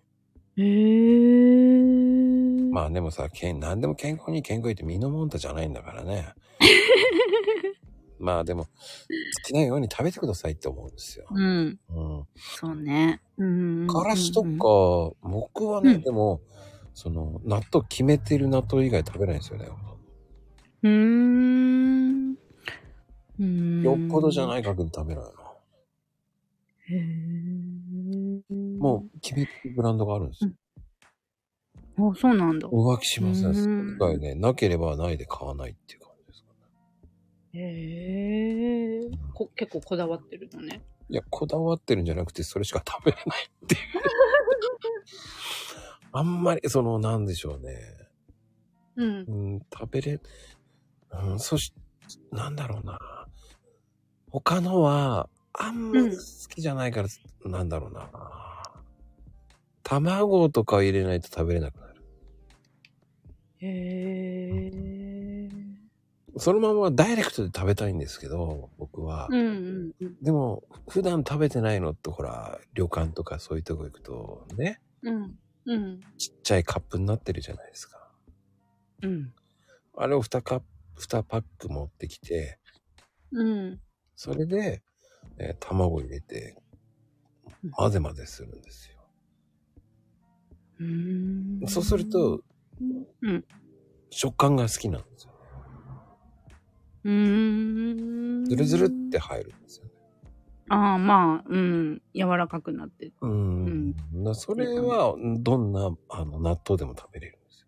へえ。まあでもさ、けん何でも健康に健康にって身のもんたじゃないんだから (laughs) ね。まあでも、好きなように食べてくださいって思うんですよ。うん。うん。そうね。うん。からしとか、僕はうね、んでも、その、納豆決めてる納豆以外食べないんですよね。うーん。うん。よっぽどじゃないい限り食べないな。へーもう決めてるブランドがあるんですよ。う。あ、そうなんだ。浮気しませ。うんんそれ以外ね、なければないで買わないっていう感じですかね。へえ。こ結構こだわってるのね。いや、こだわってるんじゃなくて、それしか食べれない (laughs) っていう。あんまり、その、なんでしょうね。うん。うん、食べれ、うん、そし、なんだろうな。他のは、あんまうん好きじゃないから、なんだろうな。卵とか入れないと食べれなくなる。へえ。そのままダイレクトで食べたいんですけど、僕は。うんうんうん。でも、普段食べてないのって、ほら、旅館とかそういうとこ行くと、ね、うん。うん。ちっちゃいカップになってるじゃないですか。うん。あれを2カップ、2パック持ってきて、うん。それで、えー卵入れてうん、混ぜ混ぜするんですよ。うんそうする、と、うん食感が好きなんですよ。うーん。ズルズルって。入るんですよね。ああ、まあ、うん。柔らかくなってる。うん。なそれは、どんなあの納豆でも食べれるんです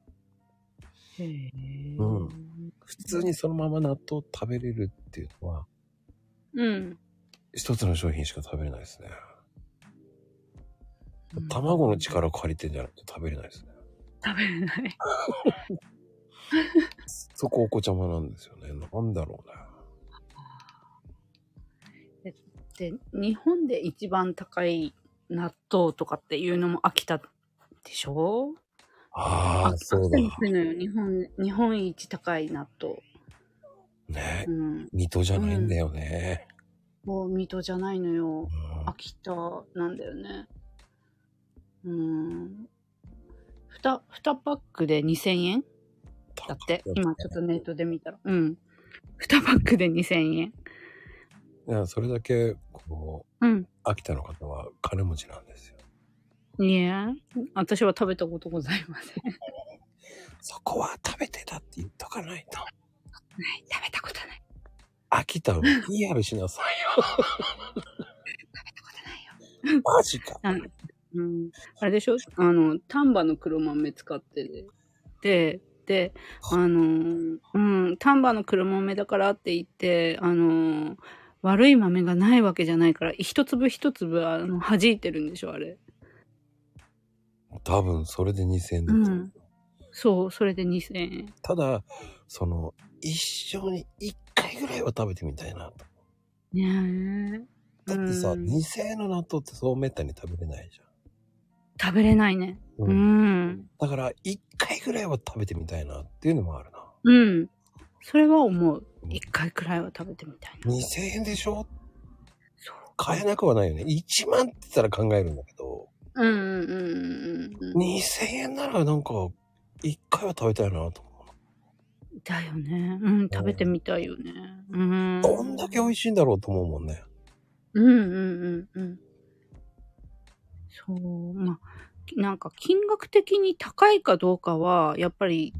よ。へえ。うん普通にそのまま納豆食べれるっていうのは、うん。一つの商品しか食べれないですね。卵の力を借りてんじゃなくて食べれないですね。食べれない。そこお子ちゃまなんですよね。なんだろうね。で、日本で一番高い納豆とかっていうのも秋田でしょああ、そうだ。秋田に行くのよ。日本、日本一高い納豆。ねう。ん。水戸じゃないんだよね。もう水戸じゃないのよ。うん秋田なんだよね。うん。ふた、2パックで2000円だって。今ちょっとネットで見たら。うん。2パックで2000円。いやそれだけ、こう、うん。秋田の方は金持ちなんですよ。いや、私は食べたことございません。はい、そこは食べてたって言っとかないと。食べたことない。秋田を PR しなさいよ。食べたことないよ。マジか。あのうん、あれでしょあの、丹波の黒豆使ってて、で、で、あのー、うん、丹波の黒豆だからって言って、あのー、悪い豆がないわけじゃないから、一粒一粒、あの、弾いてるんでしょあれ。多分それで2000円だと思ううんそう、それで2000円。ただ、その、一生に1回ぐらいは食べてみたいなと。ねえ。だってさ、うん2000円の納豆ってそうめったに食べれないじ食べれないね。ゃん。う。ん。だから、1回ぐらいは食べてみたいなっていうのもあるな。うん。それは思う。一回くらいは食べてみたいな。 2000円でしょそう。買えなくはないよね。1万って言ったら考えるんだけど、うんうんうんうんうん。 2000円ならなんか、1回は食べたいなと思だよね。うん、食べてみたいよね。うん。う。どんだけ美味しいんだろうと思うもんね。うんうんうんうん。そう、まあ、きなんか金額的に高いかどうかは、やっぱり、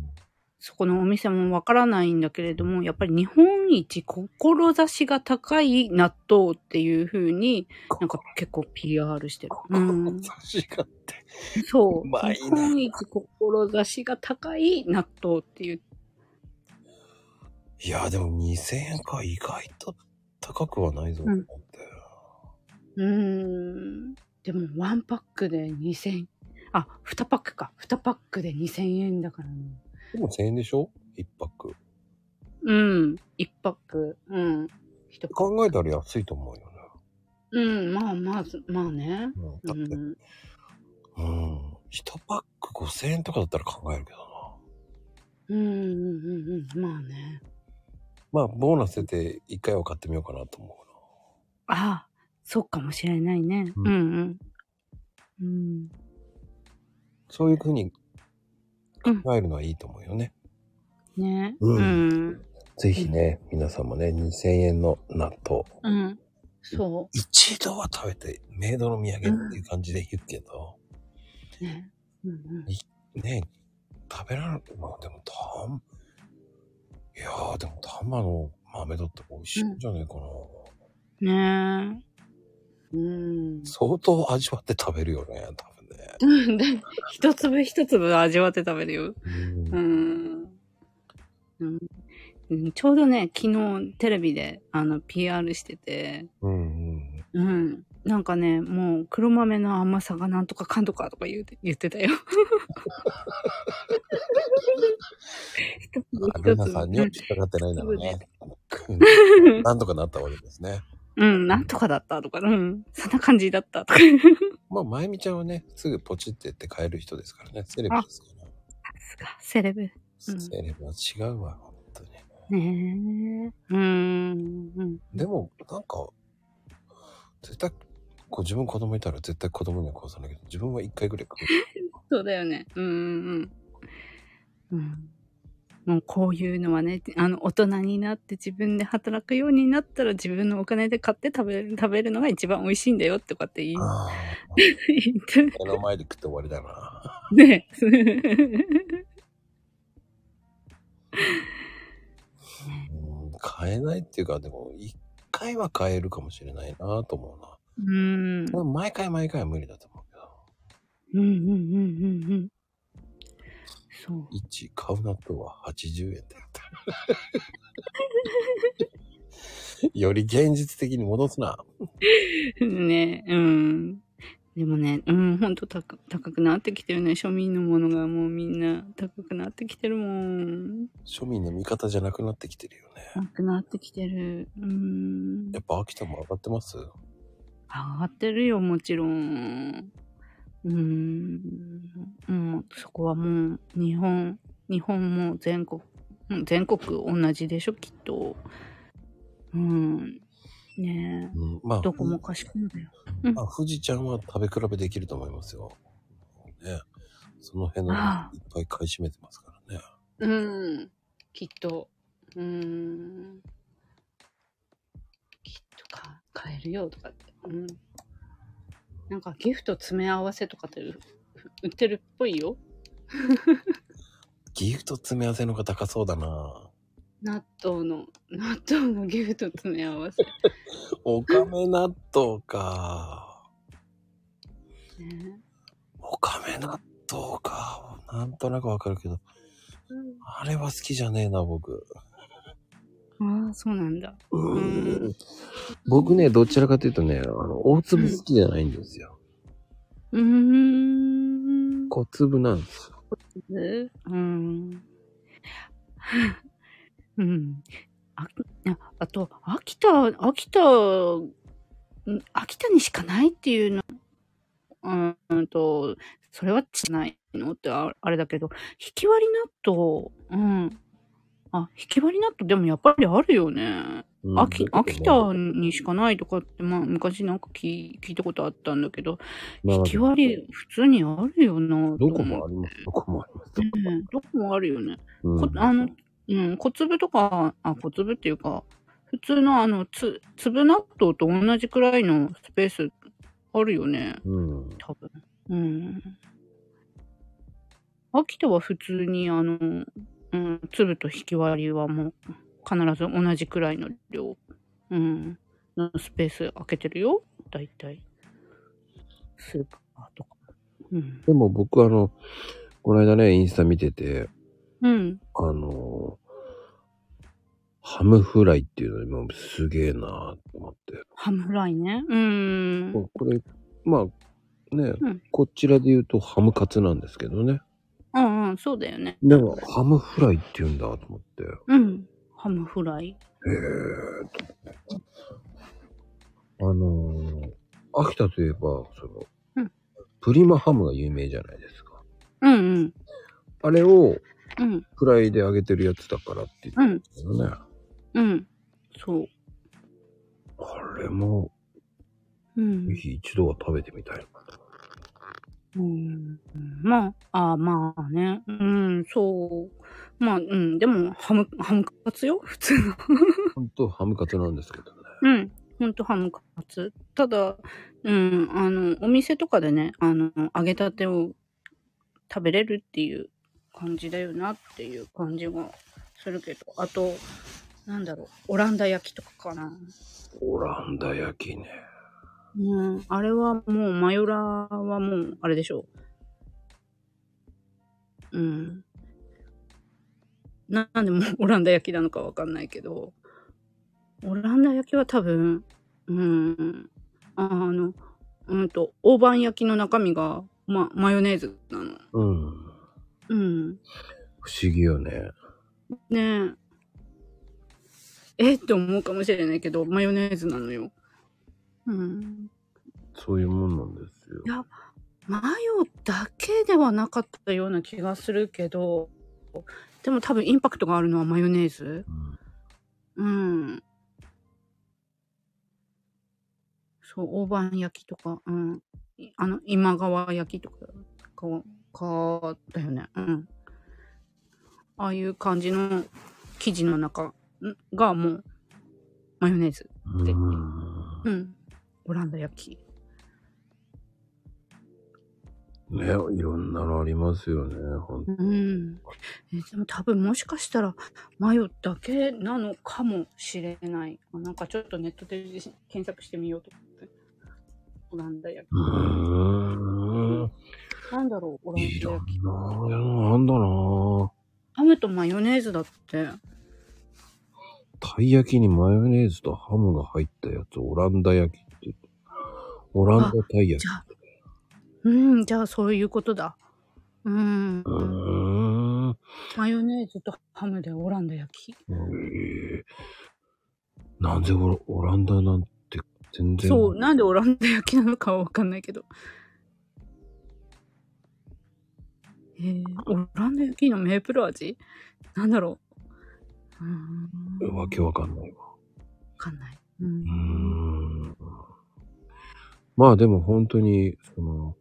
そこのお店もわからないんだけれども、やっぱり日本一志が高い納豆っていう風に、なんか結構 PR してる。 (laughs) うん。確かって。そうまう。いな日本一志が高い納豆っていう。いや、でも2000円か意外と高くはないぞと思って。うーん。でも、ワンパックで2000、あ、2パックか。2パックで2000円だからね。でも1000円でしょ ?1 泊。うん。1パック。うん。一パック。考えたら安いと思うよね。うん。まあまあ、まあね。うん、だうって、ん。うん。1パック5000円とかだったら考えるけどな。うんうんうんうん。まあね。まあ、ボーナスで1回は買ってみようかなと思うな。ああ、そうかもしれないね。ううんんうん。うん。そういうふうに考えるのはいいと思うよね。ね。ううんん。ぜひね、皆さんもね、2000円の納豆。うん。そ一度は食べて、メイドの土産っていう感じで言うけど、う。ね。うんうんね、食べられる、まあでもたん、いやーでも玉の豆だって美味しいんじゃないかな。ねえ。うん。相当味わって食べるよね、多分ね。 (laughs) で一粒一粒味わって食べるよ。ううんん。うんうんちょうどね、昨日テレビであの PR してて、うんうん。なんかね、もう黒豆の甘さがなんとかかんとかとか言うて言って (laughs) たよ。一粒あルナ一粒さんには引っかかってないんだろう (laughs) ね。なんとかなったわけですね。うん、なんとかだったとか、うん、そんな感じだったとか。まあ、まゆみちゃんはね、すぐポチってって買える人ですからね。セレブですから。セレブ。うんセレブは違うわ、本当に。ねえ。うーん。うんでも、なんか、絶対、こう自分子供いたら絶対子供にはこうさないけど、自分は一回ぐらい買そうだよね。うんうんうん。うん。もうこういうのはね、あの、大人になって自分で働くようになったら自分のお金で買って食べる、食べるのが一番美味しいんだよとかって言う。うああ、言って。目の前で食って終わりだな。ねえ。うん、買えないっていうか、でも、一回は買えるかもしれないなと思うな。うん。うんでも毎回毎回は無理だと思うけど。うんうんうんうん。そう。 1、買う納豆は80円だよ。 (laughs) より現実的に戻すな。ねうん。でもね、うん、ほんと高高くなってきてるね。庶民のものがもうみんな高くなってきてるもん。庶民の味方じゃなくなってきてるよね。高くなってきてる。うん。やっぱ秋田も上がってます上がってるよ、もちろん。うん。うん、そこはもう、日本、日本も全国、うん全国同じでしょ、きっと。うん。ねえ。うん、まあ、どこもかしこもだよ。まあ、富士ちゃんは食べ比べできると思いますよ。ね。その辺のいっああぱい買い占めてますからね。うん。きっと。うん。きっとか買えるよとかって。うん。なんかギフト詰め合わせとかってう売ってるっぽいよ。ギフト詰め合わせの方が高そうだな。納豆の、納豆のギフト詰め合わせ。おかめ納豆か。ね、おかめ納豆か。なんとなくわかるけど、うんあれは好きじゃねえな、僕。ああ、そうなんだ。うん僕ね、どちらかというとね、あの、大粒好きじゃないんですよ。うーん。小粒なんですよ。うん。うん。あ、ああと、秋田、秋田、ん秋田にしかないっていうの、うんうんと、それは違ないのってああれだけど、ひき割り納豆、うん。あ、ひき割り納豆でもやっぱりあるよね。うん秋、秋田にしかないとかって、まあ昔なんか聞い聞いたことあったんだけど、まあひき割り普通にあるよな。どこもあります。どこもあります。どこもありねどこもあるよね。ますこあの、うん、小粒とか、あ、小粒っていうか、普通のあの、つ、粒納豆と同じくらいのスペースあるよね、うん。うん多分。うん。秋田は普通にあの、うん、粒と引き割りはもう、必ず同じくらいの量、うん、のスペース空けてるよ、大体。スーパーとか。うん。でも僕あの、この間ね、インスタ見てて、うん。あの、ハムフライっていうのもすげえなと思って。ハムフライね。うーん。ここれ、まあ、ね、うんこちらで言うとハムカツなんですけどね。うんうん、そうだよね。でも、ハムフライって言うんだと思って。へうん。ハムフライ。え。あのー秋田といえば、その、うんプリマハムが有名じゃないですか。うんうん。あれをうんフライで揚げてるやつだからって言ってうんたよね。うん。そう。あれも、うんぜ。ひ一度は食べてみたいな。うん、まあ、あーまあね。うん、そう。まあ、うん、でも、ハム、ハムカツよ普通の。ほんとハムカツなんですけどね。うん、ほんとハムカツ。ただ、うん、あの、お店とかでね、あの、揚げたてを食べれるっていう感じだよなっていう感じがするけど、あと、なんだろう、オランダ焼きとかかな。オランダ焼きね。うん、あれはもう、マヨラーはもう、あれでしょう。うん。ななんでもうオランダ焼きなのかわかんないけど、オランダ焼きは多分、うん、あの、うんと、大判焼きの中身が、ま、マヨネーズなの。うん。うん。不思議よね。ねえ。えって思うかもしれないけど、マヨネーズなのよ。うん。そういうもんなんですよい。や、マヨだけではなかったような気がするけど、でも多分インパクトがあるのはマヨネーズうんうん。そう、大判焼きとか、うん。いあの、今川焼きとか、か、か、だよね。うん。ああいう感じの生地の中んがもう、マヨネーズ。うでん。うん。オランダ焼き。ね、いろんなのありますよね。ほんとうん。えでも多分もしかしたらマヨだけなのかもしれない。あなんかちょっとネットで検索してみようと思って。オランダ焼うーん。き。なんだろう、オランいダろ焼き。んなのあんだなハムとマヨネーズだって。たい焼きにマヨネーズとハムが入ったやつ、オランダ焼きって。オランダたい焼きじゃ。あ、うん、じゃあそういうことだ。ううん。ーん。マヨネーズとハムでオランダ焼き。えーなんでオラオランダなんて全然。そう、なんでオランダ焼きなのかはわかんないけど。えー、オランダ焼きのメープル味なんだろううーん。わわけわかんないわ。かんない。ううーん。ん。まあでも本当に、その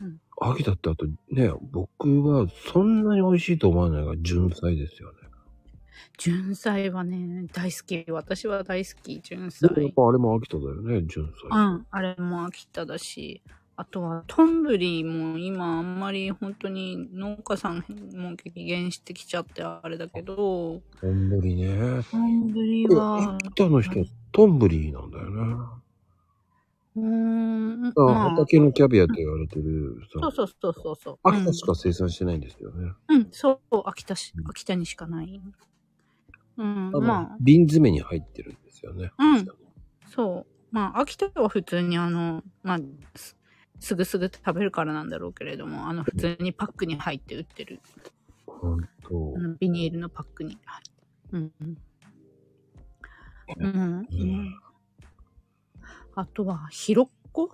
うん、秋田ってあとね、僕はそんなに美味しいと思わないが、純菜ですよね。純菜はね、大好き。私は大好き、純で菜。もやっぱあれも秋田だよね、純う菜。ん、あれも秋田だし。あとは、トンブリも今あんまり本当に農家さんも激減してきちゃってあれだけど、丼ぶりね。トンブリいはや、秋田の人はトンブリなんだよね。うーん、あまあ畑のキャビアと言われてる、そそうのそうそうそうそう。秋田しか生産してないんですよね。うん、うん、そう、秋田し、秋田にしかない。うん、あのま瓶詰めに入ってるんですよね。うんあ、そう。まあ、秋田は普通にあの、まあ、すすぐすぐ食べるからなんだろうけれども、あの、普通にパックに入って売ってる。本当あ。のビニールのパックに入って。うんうん。うん、うん。あとは、ひろっこ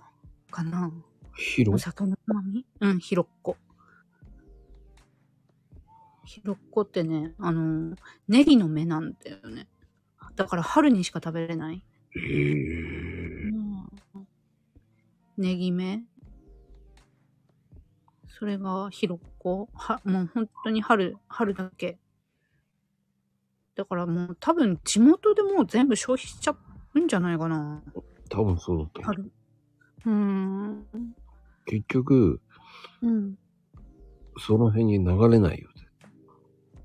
かなお広酒のつまみうん、ひろっこ。ひろっこってね、あのー、ネギの芽なんだよね。だから春にしか食べれない。い。へえネギ芽。それがひろっこ。は、もう本当に春、春だけ。だからもう多分地元でもう全部消費しちゃうんじゃないかな。多分そうだと思う。春。うーん。結局、うん。その辺に流れないよ。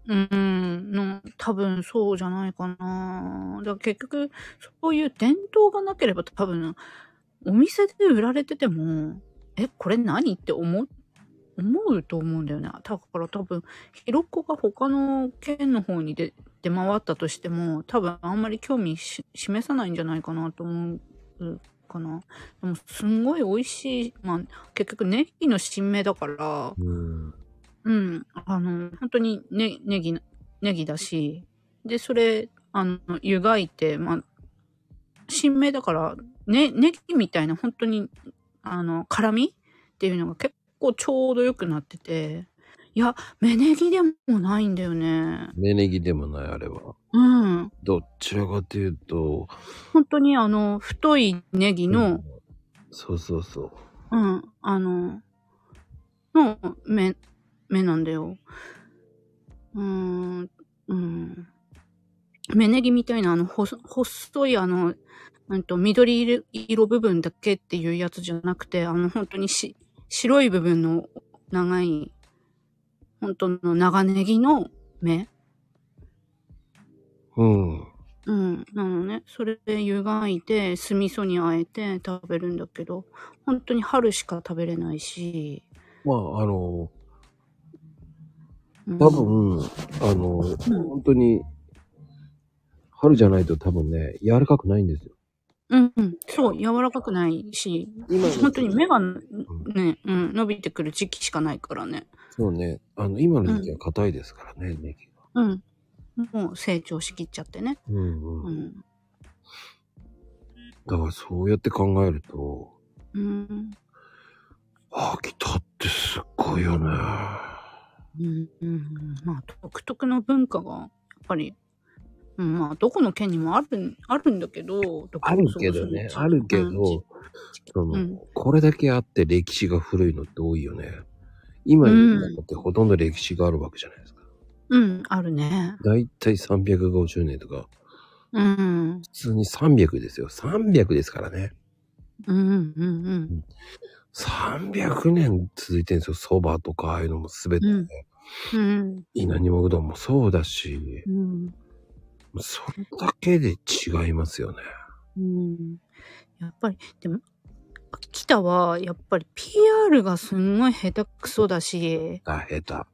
うん、の多分そうじゃないかな。だから結局、そういう伝統がなければ多分、お店で売られてても、え、これ何って思っ思うと思うんだよね。だから多分、ひろっこが他の県の方に出出回ったとしても、多分あんまり興味し示さないんじゃないかなと思うかな。でも、すんごい美味しい。まあ、結局ネギの新芽だから、うん。うん、あの、本当にね、ネギ、ネギだし、で、それ、あの、湯がいて、まあ、新芽だから、ね、ネギみたいな、本当に、あの、辛みっていうのが結構ちょうど良くなってて、いや、芽ネギでもないんだよね。芽ネギでもない、あれは。うん。どちらかというと、本当にあの、太いネギの、そうそうそう。うん、あの、の目、目なんだよ。うーん、うん。目ネギみたいな、あの、ほ細い、あの、うんと、緑色色部分だけっていうやつじゃなくて、あの、本当にし、白い部分の長い、本当の長ネギの目。うん。うん。なのね、それで湯がいて、酢味噌にあえて食べるんだけど、本当に春しか食べれないし、まあ、あの、うん多分、あの、本当に、春じゃないと多分ね、柔らかくないんですよ。うん、うん、そう、柔らかくないし、今の本当に目がね、うん、伸びてくる時期しかないからね。そうね、あの、今の時期は硬いですからね、ネギが。うん。もう成長しきっちゃってね。うんう。うんん。だからそうやって考えると、うん。秋田ってすっごいよね。うん。うん、まあ、独特の文化が、やっぱり、うん、まあ、どこの県にもある、あるんだけど、どこあるけどね、あるけど、その、うんこれだけあって歴史が古いのって多いよね。今になってほとんど歴史があるわけじゃないですか。うん、うんあるね。だいたい350年とか、うん。普通に300ですよ。300ですからね。うん、うん、うん。 300年続いてるんですよ。蕎麦とかああいうのもすべて、うんうん。稲庭うどんもそうだし、うんそれだけで違いますよね。うんやっぱり、でも、秋田は、やっぱり PR がすんごい下手くそだし、あ、下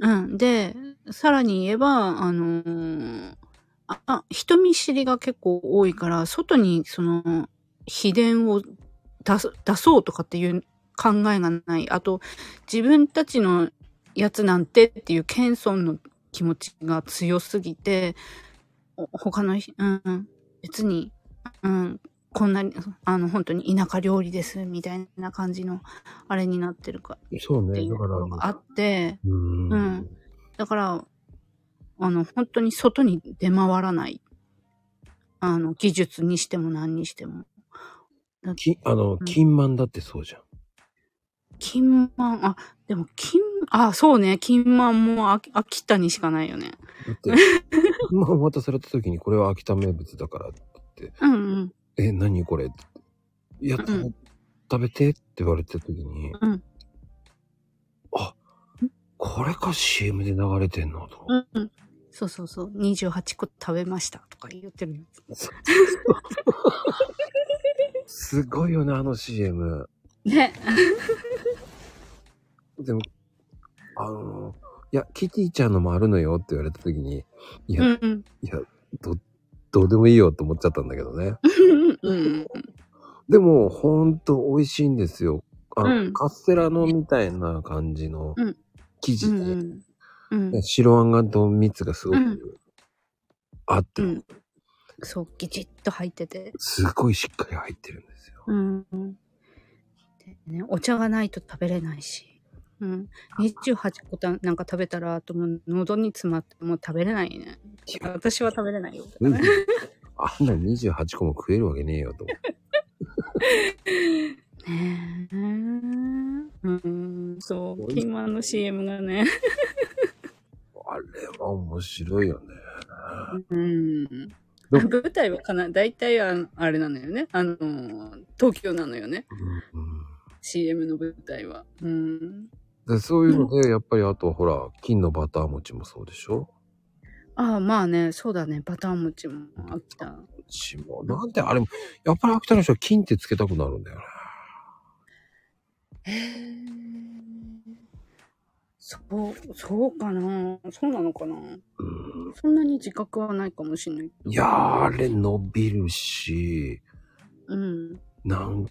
うん。で、さらに言えば、あのーああ、人見知りが結構多いから、外にその、秘伝を出す、出そうとかっていう考えがない。あと、自分たちのやつなんてっていう謙遜の気持ちが強すぎて、お他のひ、うんうん、別に、うん、こんなに、あの、本当に田舎料理です、みたいな感じの、あれになってるか、手。そうってね。いうだとかころらがあ、って、うーうんん。だから、あの、本当に外に出回らない。あの、技術にしても何にしても。きあの、金満だってそうじゃん。金満、あ、でも金、あ、そうね、金満も秋秋田にしかないよね。だ (laughs) って、金満渡された時にこれは秋田名物だから、うんうん、え、何これいや、うん食べてって言われた時に、うんあ、これか CM で流れてんのと思って。うんうん。そうそうそう、28個食べましたとか言ってるやつ。すごいよね、あの CM。ね。でも、あの、いや、キティちゃんのもあるのよって言われた時に、いや、うんうん。いや、ど、どうでもいいよって思っちゃったんだけどね。 (laughs) うんうん。でも、ほんと美味しいんですよ。あの、うんカステラのみたいな感じのうん生地うで、んうん。うんで白あんがと蜜がすごうんくあって、うんそう、ギチッと入ってて。すごいしっかり入ってるん (laughs) ですよ。うん。でね、お茶がないと食べれないし。うん。28個たなんか食べたら、あともう喉に詰まってもう食べれないね。私は食べれないよ。うんあんな28個も食えるわけねえよと思って。ねえ。うん、そう。キンマンの CM がね。あれは面白いよね。うん。ど舞台はかな、大体ああれなのよね。あの、東京なのよね。うん CM の舞台は。うん。でそういうので、やっぱりあとほら、金のバター餅もそうでしょああ、まあね、そうだね。バター餅も飽きた。うちも。なんであれも、やっぱり秋田の人は金ってつけたくなるんだよね。へーそう、そうかなそうなのかなそんなに自覚はないかもしれない。いやー、あれ伸びるし、うん。なん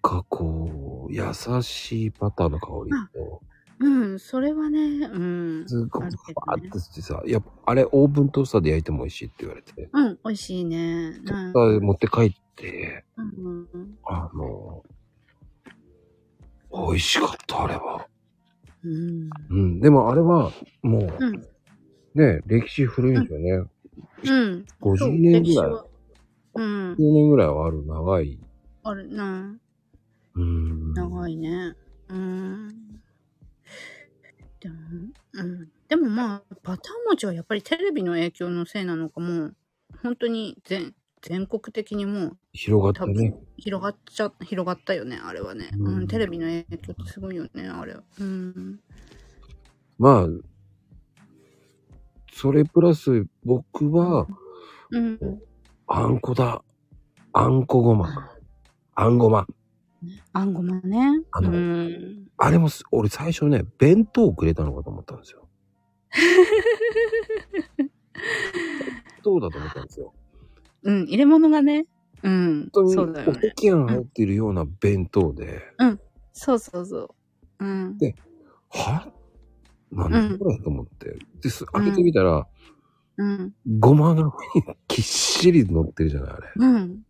かこう、優しいバターの香りと、うん、それはね、うん。すごいあるけバどーねってしてさ、やっぱあれオーブントースターで焼いても美味しいって言われて、うん、美味しいね。トうースんタ。ー持って帰って、うんうんあの、美味しかった、あれは。うん。うん、でもあれは、もう、うん。ね、歴史古いんですよね。うん。そ50う年ぐらい、歴史はうん。 50年ぐらいはある長い。あるな。うん。長い。いね。うん。でも、うん。でもまあ、バター餅はやっぱりテレビの影響のせいなのかもう、本当に全、全国的にもう広が多って分ね。広がっちゃ、広がったよね、あれはね。ううんん、テレビの影響ってすごいよね、あれは。うん。まあ、それプラス僕は、うん。あんこだ。あんこごま。あんごま。あんごまね。あのうん。あれもす、俺最初ね、弁当をくれたのかと思ったんです (laughs) よ。どうだと思ったんですよ。うん、入れ物がね。うん。本そ当うだに、よおね。きやん入ってるような弁当で、そうそうそう。うん。はう何んこれ、と思って。で、す開けてみたら、うん。ごまが (laughs) ぎっしり乗ってるじゃない、あれ。うん。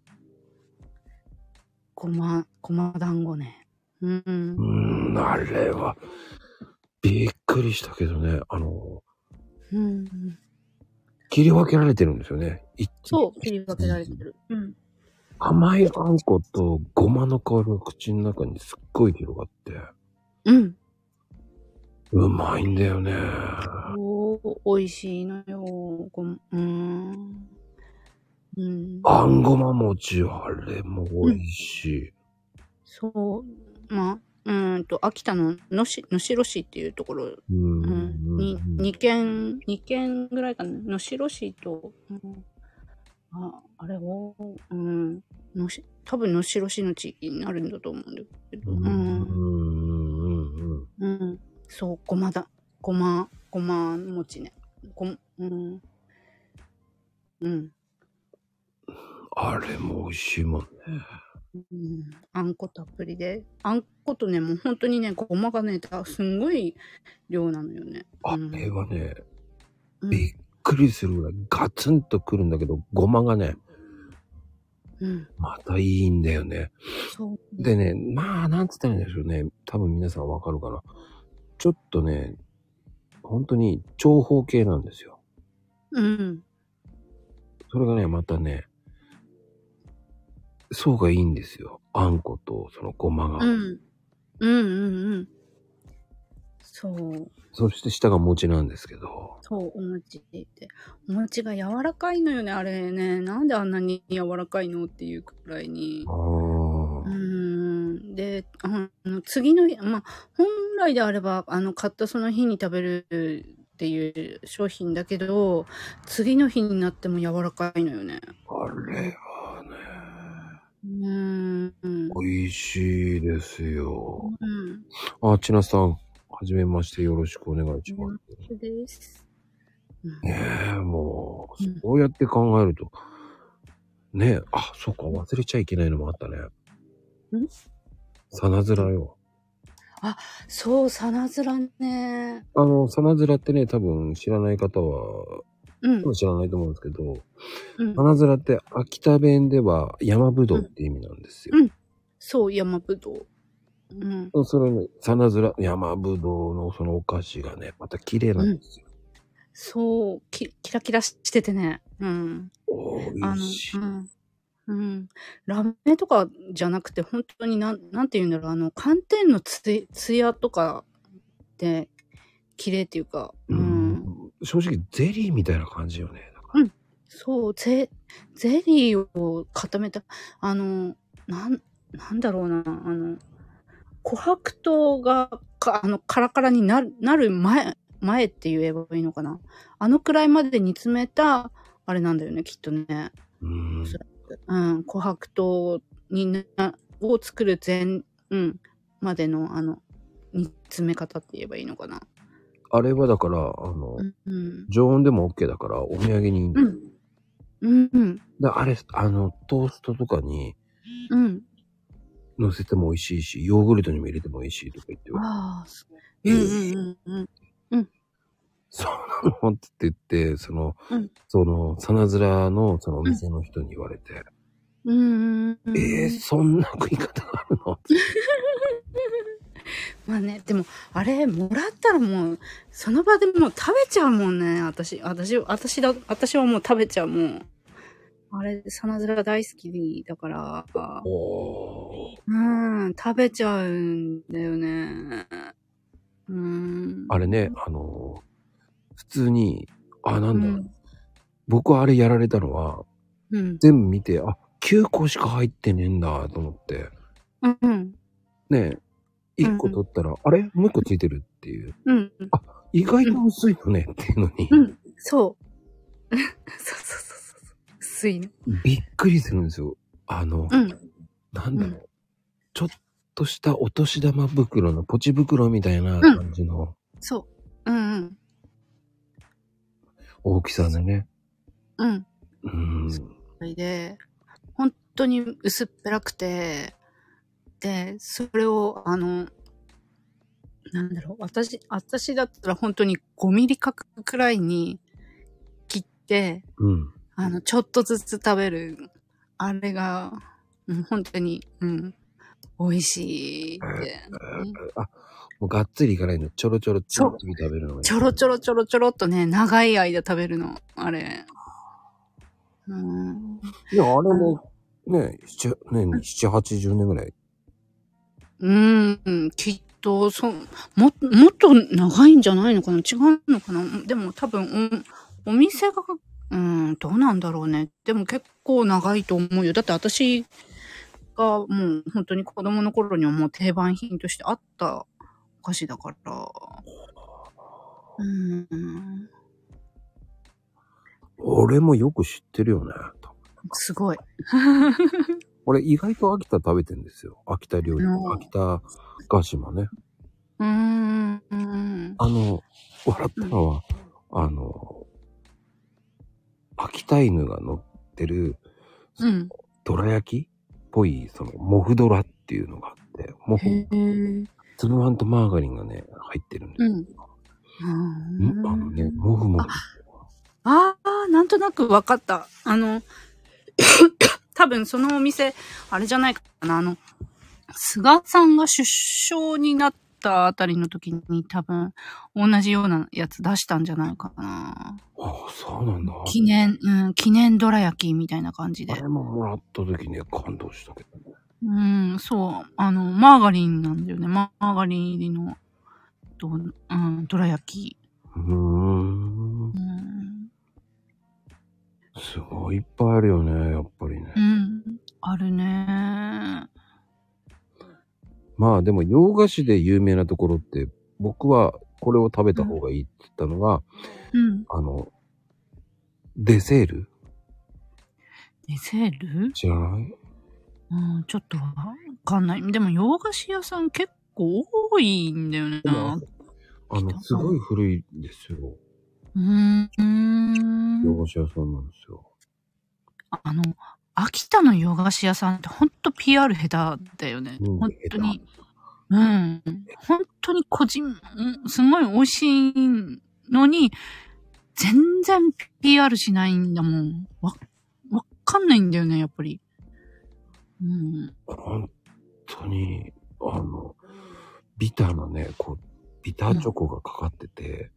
ごま、ごま団子ね。うん。うーん、あれは、びっくりしたけどね、あの、うん。切り分けられてるんですよね。いそう、切り分けられてる。うん。甘いあんことごまの香りが口の中にすっごい広がって、うん。うまいんだよね。お、美味しいのよ。ごま、うん。うん。あんごま餅、あれも美味しい。そう、まあ、うーんと、秋田の能し能代市っていうところ、ううんん、に、2軒、二軒ぐらいかな。能代市と、うん、あ、あれを、うん、能代多分能代市の地域になるんだと思うんだけど、ううんん、うんうんうん、そう、ごまだ、ごま、ごま餅ね。ご、うん、うん、あれも美味しいもんね。うんあんこたっぷりで。あんことね、もう本当にね、ごまがね、たすんごい量なのよね。あうんれはね、うびっん。くりするぐらいガツンとくるんだけど、ごまがね、うん、またいいんだよね。そう。でね、まあ、なんつったらいいんでしょうね。多分皆さんわかるかな。ちょっとね、本当に長方形なんですよ。うん。それがね、またね、層がいいんですよ。あんこと、そのごまが。うん。うんうんうん。そう。そして下が餅なんですけど。そう、お餅って。お餅が柔らかいのよね、あれね。なんであんなに柔らかいのっていうくらいにあ。うーん。で、あの、次の日、まあ、本来であれば、あの、買ったその日に食べるっていう商品だけど、次の日になっても柔らかいのよね。あれはうん。うんね、。美味しいですよ。うん。あ、ちなさん、はじめましてよろしくお願いします。そうです。うんねえ、もうんう、そうやって考えると、ねえ、あ、そうか、忘れちゃいけないのもあったね。んさなずらよ。そう、さなずらね。あの、さなずらってね、多分知らない方は、うん多。分知らないと思うんですけど、うんさ、なずらって秋田弁では山ぶどうって意味なんですよ。そう、山ぶどう。うん。それね、さなずら、山ぶどうのそのお菓子がね、また綺麗なんですよ。そう、きキラキラしててね。うん。おーあ美味しい。の、うん。うん。ラメとかじゃなくて、本当になん、なんて言うんだろう、あの、寒天のついつやとかって、綺麗っていうか、う。うんん、正直ゼリーみたいな感じよね。そう、ゼ、ゼリーを固めた、あの、なん、なんだろうな、あの、琥珀糖が、か、あの、カラカラになる、なる前、前って言えばいいのかな。あのくらいまで煮詰めた、あれなんだよね、きっとね。うんうん、琥珀糖にな、を作る前、うん、までの、あの、煮詰め方って言えばいいのかな。あれはだから、あの、うん。常温でも OK だから、お土産にいいんだうよ。ん。うん。うん。であれ、あの、トーストとかにうん。乗せても美味しいし、ヨーグルトにも入れても美味しいとか言って、 (laughs) ああ。うんうんうんうん。そうなのって言って、その、うんその、さなずらの、そのお店の人に言われて、うんうんうん。えー、そんな食い方があるのってまあね、でも、あれ、もらったらもう、その場でもう食べちゃうもんね。私、私、私だ、私はもう食べちゃうもん。あれ、サナズラ大好きだから、おーうん、食べちゃうんだよね。うん。あれね、あの、普通に、あ、なうんだ、ん。僕はあれやられたのは、うん。全部見て、あ、9個しか入ってねえんだと思って、うん。ねえ、うん1個取ったら、あれもう1個ついてるっていう。うん。意外と薄いのねっていうのに、うん。そう。 (laughs) そうそうそうそう。薄いね。びっくりするんですよ。あの、うん。なんだろう、うちょっとしたお年玉袋のポチ袋みたいな感じのそう。うんうん。大きさでね。うん。うん。それで、本当に薄っぺらくて、で、それを、あの、なんだろう、私、私だったら本当に5ミリ角くらいに切って、うん。あの、ちょっとずつ食べる、あれが、うん、本当に、うん、美味しいって。あ、もうがっつりいかないの。ちょろちょろちょろちょろ食べるのがいいちょろちょろちょろちょろっとね、長い間食べるの、あれ。うん、いや、あれも、ね、七、ね、七、八十年ぐらい。うーん、きっと、そう、も、もっと長いんじゃないのかな違うのかなでも多分、お、お店が、うーん、どうなんだろうね。でも結構長いと思うよ。だって私がもう本当に子供の頃にはもう定番品としてあったお菓子だから。うーん、俺もよく知ってるよね。すごい。俺意外と秋田食べてんですよ。秋田料理うん。秋田菓子もね。うーん、うんあの、笑ったのは、あの、秋田犬が乗ってる、うん。どら焼きっぽい、その、モフドラっていうのがあって、モへフ、ー粒あんとマーガリンがね、入ってるんですうよ。ん。んあのね、モフモフ。ああ、なんとなくわかった。あの、 (coughs) 多分そのお店、あれじゃないかな、あの、菅さんが出生になったあたりの時に多分同じようなやつ出したんじゃないかな。ああ、そうなんだ。記念、うん、記念どら焼きみたいな感じあでれ。ももらった時ね、感動したけどね。うん、そう。あの、マーガリンなんだよね。マーガリン入りの、どううん、どら焼き。うーん。うんすごいいっぱいあるよね、やっぱりね。うん、あるね。まあでも洋菓子で有名なところって僕はこれを食べた方がいいって言ったのが、うん。あのデセールデセール知らないうん、ちょっとわかんない。でも洋菓子屋さん結構多いんだよね。でもあ知らなのいすごい古いんですようーん。洋菓子屋さんなんですよ、あの、秋田の洋菓子屋さんってほんと PR 下手だよね。うん本当に。うん。本当に個人、うんすごい美味しいのに、全然 PR しないんだもん。わ、わかんないんだよね、やっぱり。うん。本当にあのビターなねこうビターチョコがかかってて、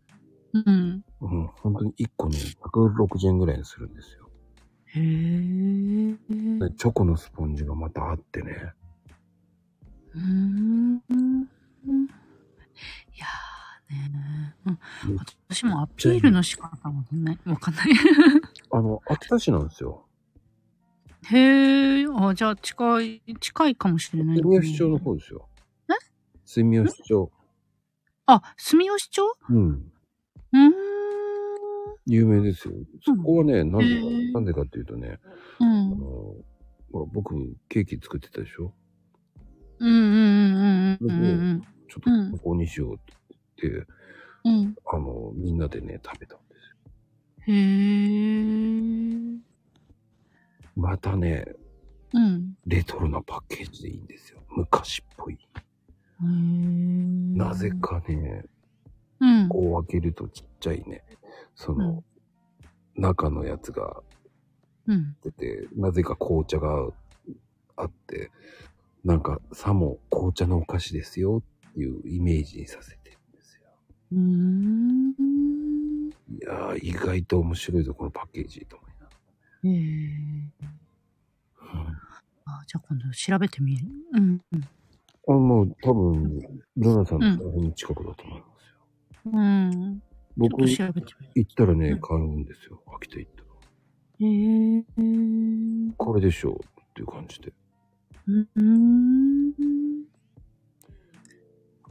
うん。うん本当に1個ね160円ぐらいにするんですよへー。でチョコのスポンジがまたあってねうーんいやーねうんうん私もアピールの仕方わかんない。わかんない。あの秋田市なんですよへえ、あ、じゃあ近い、近いかもしれない、住吉町の方ですよ。え住吉町。あ、住吉町うん。うーん。有名ですよ。そこはね、なんでかへー、なんでかっていうとね、うあの、ん。ほら、僕、ケーキ作ってたでしょうんうんうんうんうんうんちょっとここにしようって言って、うんうん。あの、みんなでね、食べたんですよ。へー。またね、うん。レトロなパッケージでいいんですよ。昔っぽい。へーなぜ。かね、うん。こう開けるとちっちゃいね、その、中のやつがうん。出て、なぜか紅茶があって、なんかさも紅茶のお菓子ですよっていうイメージにさせてるんですよ。うーん。いやー、意外と面白いぞ、このパッケージと思いなへー。がら。あ、じゃあ今度調べてみる。うん。あもう多分、ルナさんの多分近くだと思いますよ。うん。ちょっ僕と行調べてみる。ったらね、うん買うんですよ。秋田行ったら。へー。うこれでしょうっていう感じで。ーん。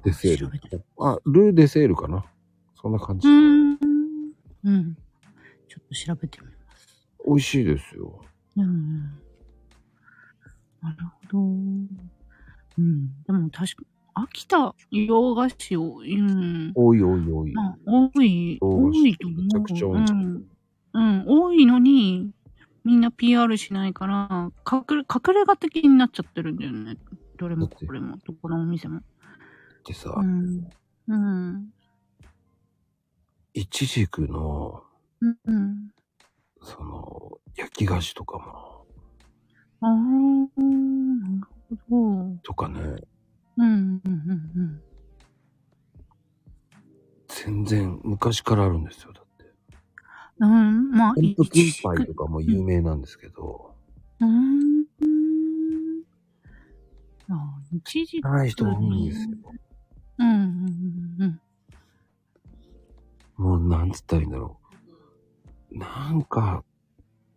デセー調べル。あ、ルーデセールかな。そんな感じ。うん。うん。ちょっと調べてみる。美味しいですよ。うん。なるほど。うん。でも確か、秋田洋菓子を、うん。多い多い多い。まあ、多い、多いと思う。めちゃくちゃ多ういん。うん、多いのに、みんな PR しないから、隠れ、隠れ家的になっちゃってるんだよね。どれもこれも、どこのお店も。でさ、うん。うん。イチジクの、うん。その、焼き菓子とかも、ああ、なるほど。とかね、うん、うん、うん、全然昔からあるんですよ。だって。うん。うん、まあ、ポンプキン一パイとかも有名なんですけど、うん。ああ、一時ない人多いんですよ。うん、うん、うん。もうなんつったらいいんだろう。なんか、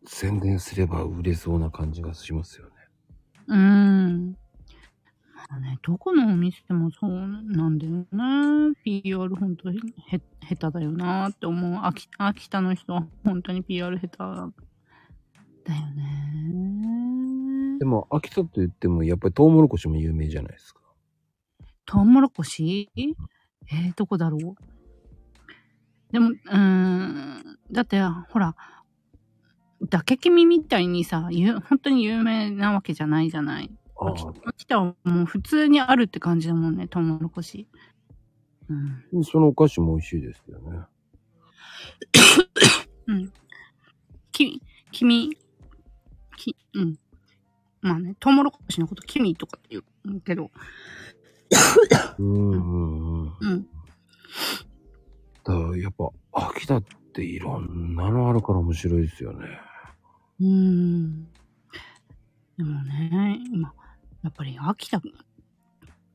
宣伝すれば売れそうな感じがしますよね。うーん。まあね、どこのお店もそうなんだよね。PR 本当にへ下手だよなって思う。秋秋田の人は本当に PR 下手だよねで。も、秋田と言っても、やっぱりトウモロコシも有名じゃないですか。トウモロコシえー、どこだろうでも、うーん。だって、ほら、だけ君みたいにさ、ゆ本当に有名なわけじゃないじゃない。ああ、秋田はもう普通にあるって感じだもんね、トウモロコシ。うん。そのお菓子も美味しいですよね。き、君、き、うん。まあね、トウモロコシのこと、君とかって言うけど、うんうんうん。うん。だからやっぱ、秋田っていろんなのあるから面白いですよね。うーん。でもね、今、やっぱり秋田、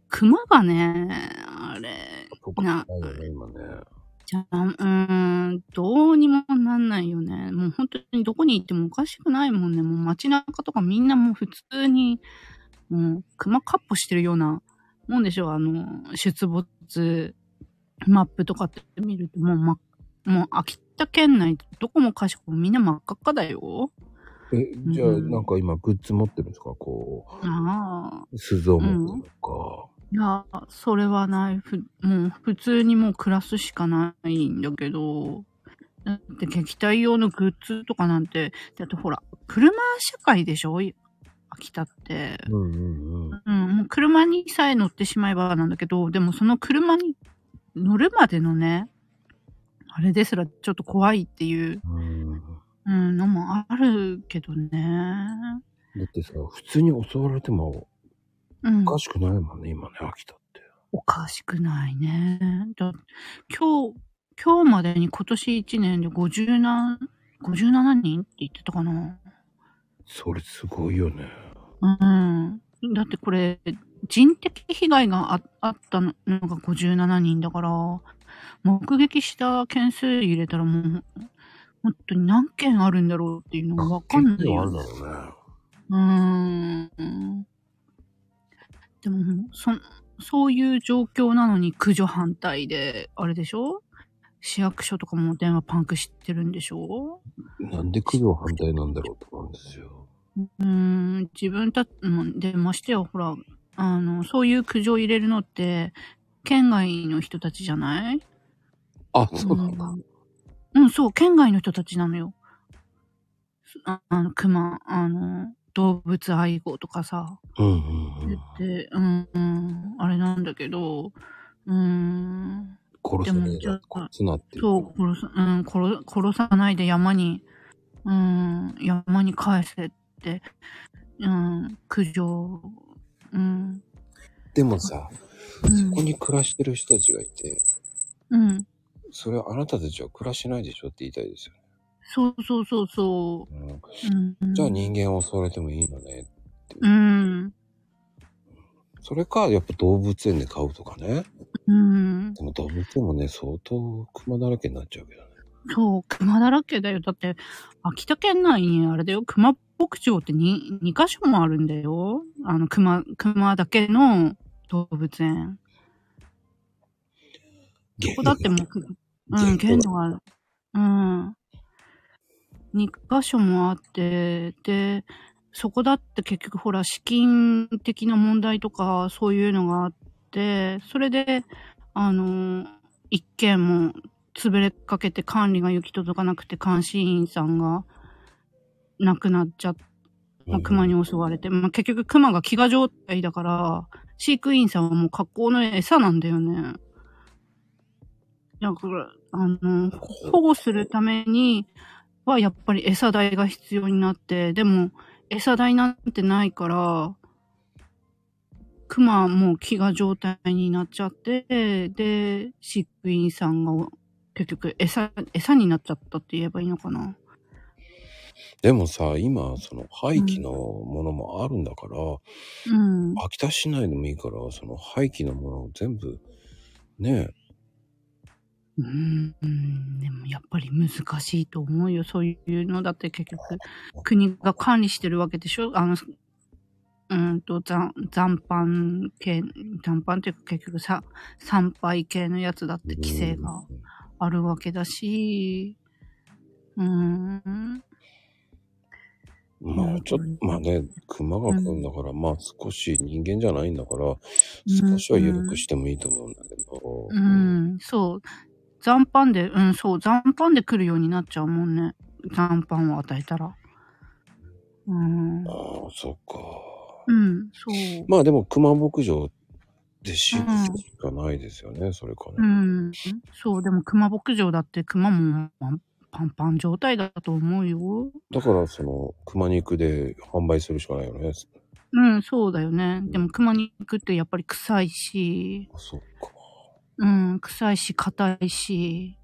熊がね、あれ、とかなないよね、今ね。じゃあ、うーん、どうにもなんないよね。もう本当にどこに行ってもおかしくないもんね。もう街中とかみんなもう普通に、もう熊かっ歩してるようなもんでしょ。あの、出没マップとかって見ると、もうま、もう秋田県内どこもかしこもみんな真っ赤っかだよ。え、じゃあ、うんなんか今、グッズ持ってるんですかこああ。う、鈴を持ってるとか。いや、それはない。ふもう普通にもう暮らすしかないんだけど、だって撃退用のグッズとかなんて、だってほら、車社会でしょい秋田って。うんうんうん。うん、もう車にさえ乗ってしまえばなんだけど、でもその車に乗るまでのね、あれですらちょっと怖いっていう、うんうん、のもあるけどね。だってさ、普通に襲われてもうんお。かしくないもんね、今ね、秋田って。おかしくないね。だ今日、今日までに今年1年で50何、57人って言ってたかな。それすごいよね。うん。だってこれ、人的被害がああったのが57人だから、目撃した件数入れたらもう、本当に何件あるんだろうっていうのがわかんない結構あよるねだろうーん。でももう、そ、そういう状況なのに駆除反対で、あれでしょ市役所とかも電話パンクしてるんでしょうね。なんで駆除反対なんだろうと思うんですよ。うーん、自分た、うんで、ましてや、ほら、あの、そういう苦情入れるのって、県外の人たちじゃないあ、そうなんだ。うん、うんそう、県外の人たちなのよ。ああの、熊、あの、動物愛護とかさ。うんうんうん。で、うん、うん、あれなんだけど、うーん、殺でせもねえじゃだあ。殺すなっていう。そう、殺さ、うん、殺殺さないで山に、うん、山に返せって、うん、苦情、うん、でもさ、うそんこに暮らしてる人たちがいて、うん、それはあなたたちは暮らしないでしょって言いたいですよそうそうそうそね。う、うん、じゃあ人間を襲われてもいいのね。うん、それか、やっぱ動物園で飼うとかね。うん、でも動物園もね、相当熊だらけになっちゃうけどね。そう、熊だらけだよ。だって、秋田県内にあれだよ、熊牧場ってに 2, 2箇所もあるんだよ。あの、熊、熊だけの動物園。ここだってもう、うん、限度がある。うん。2箇所もあって、で、そこだって結局ほら、資金的な問題とか、そういうのがあって、それで、あの、一軒も潰れかけて管理が行き届かなくて、監視員さんが亡くなっちゃっまあ、熊に襲われて、まあ、結局熊が飢餓状態だから、飼育員さんはもう格好の餌なんだよね。だから、あの、保護するためにはやっぱり餌代が必要になって、でも餌代なんてないから、熊はもう飢餓状態になっちゃって、で、飼育員さんが結局餌、餌になっちゃったって言えばいいのかな。でもさ、今、その廃棄のものもあるんだから、うん。秋田市内でもいいから、その廃棄のものを全部、ねうーん、でもやっぱり難しいと思うよ。そういうのだって結局、国が管理してるわけでしょあの、うーんと、残、残飯系、残飯っていうか結局さ、参拝系のやつだっえ。て規制うがん。あるわけだし、うーん、まあ、ちょっと、まあね、熊が来るんだから、まあ少し人間じゃないんだから、ん少しは緩くしてもいいと思うんだけど。う。ん、そう。残飯で、うん、そう、残飯で来るようになっちゃうもんね。残飯を与えたら。うーんあ、あ、そっか。うん、そう。まあでも、熊牧場で飼育するしかないですよね、それかうね。ん、そう、でも熊牧場だって熊もパンパンパン状態だと思うよ。だから、その、熊肉で販売するしかないよね。うん、そうだよね。でも熊肉ってやっぱり臭いし、あそっか。うん、臭いし、硬いし。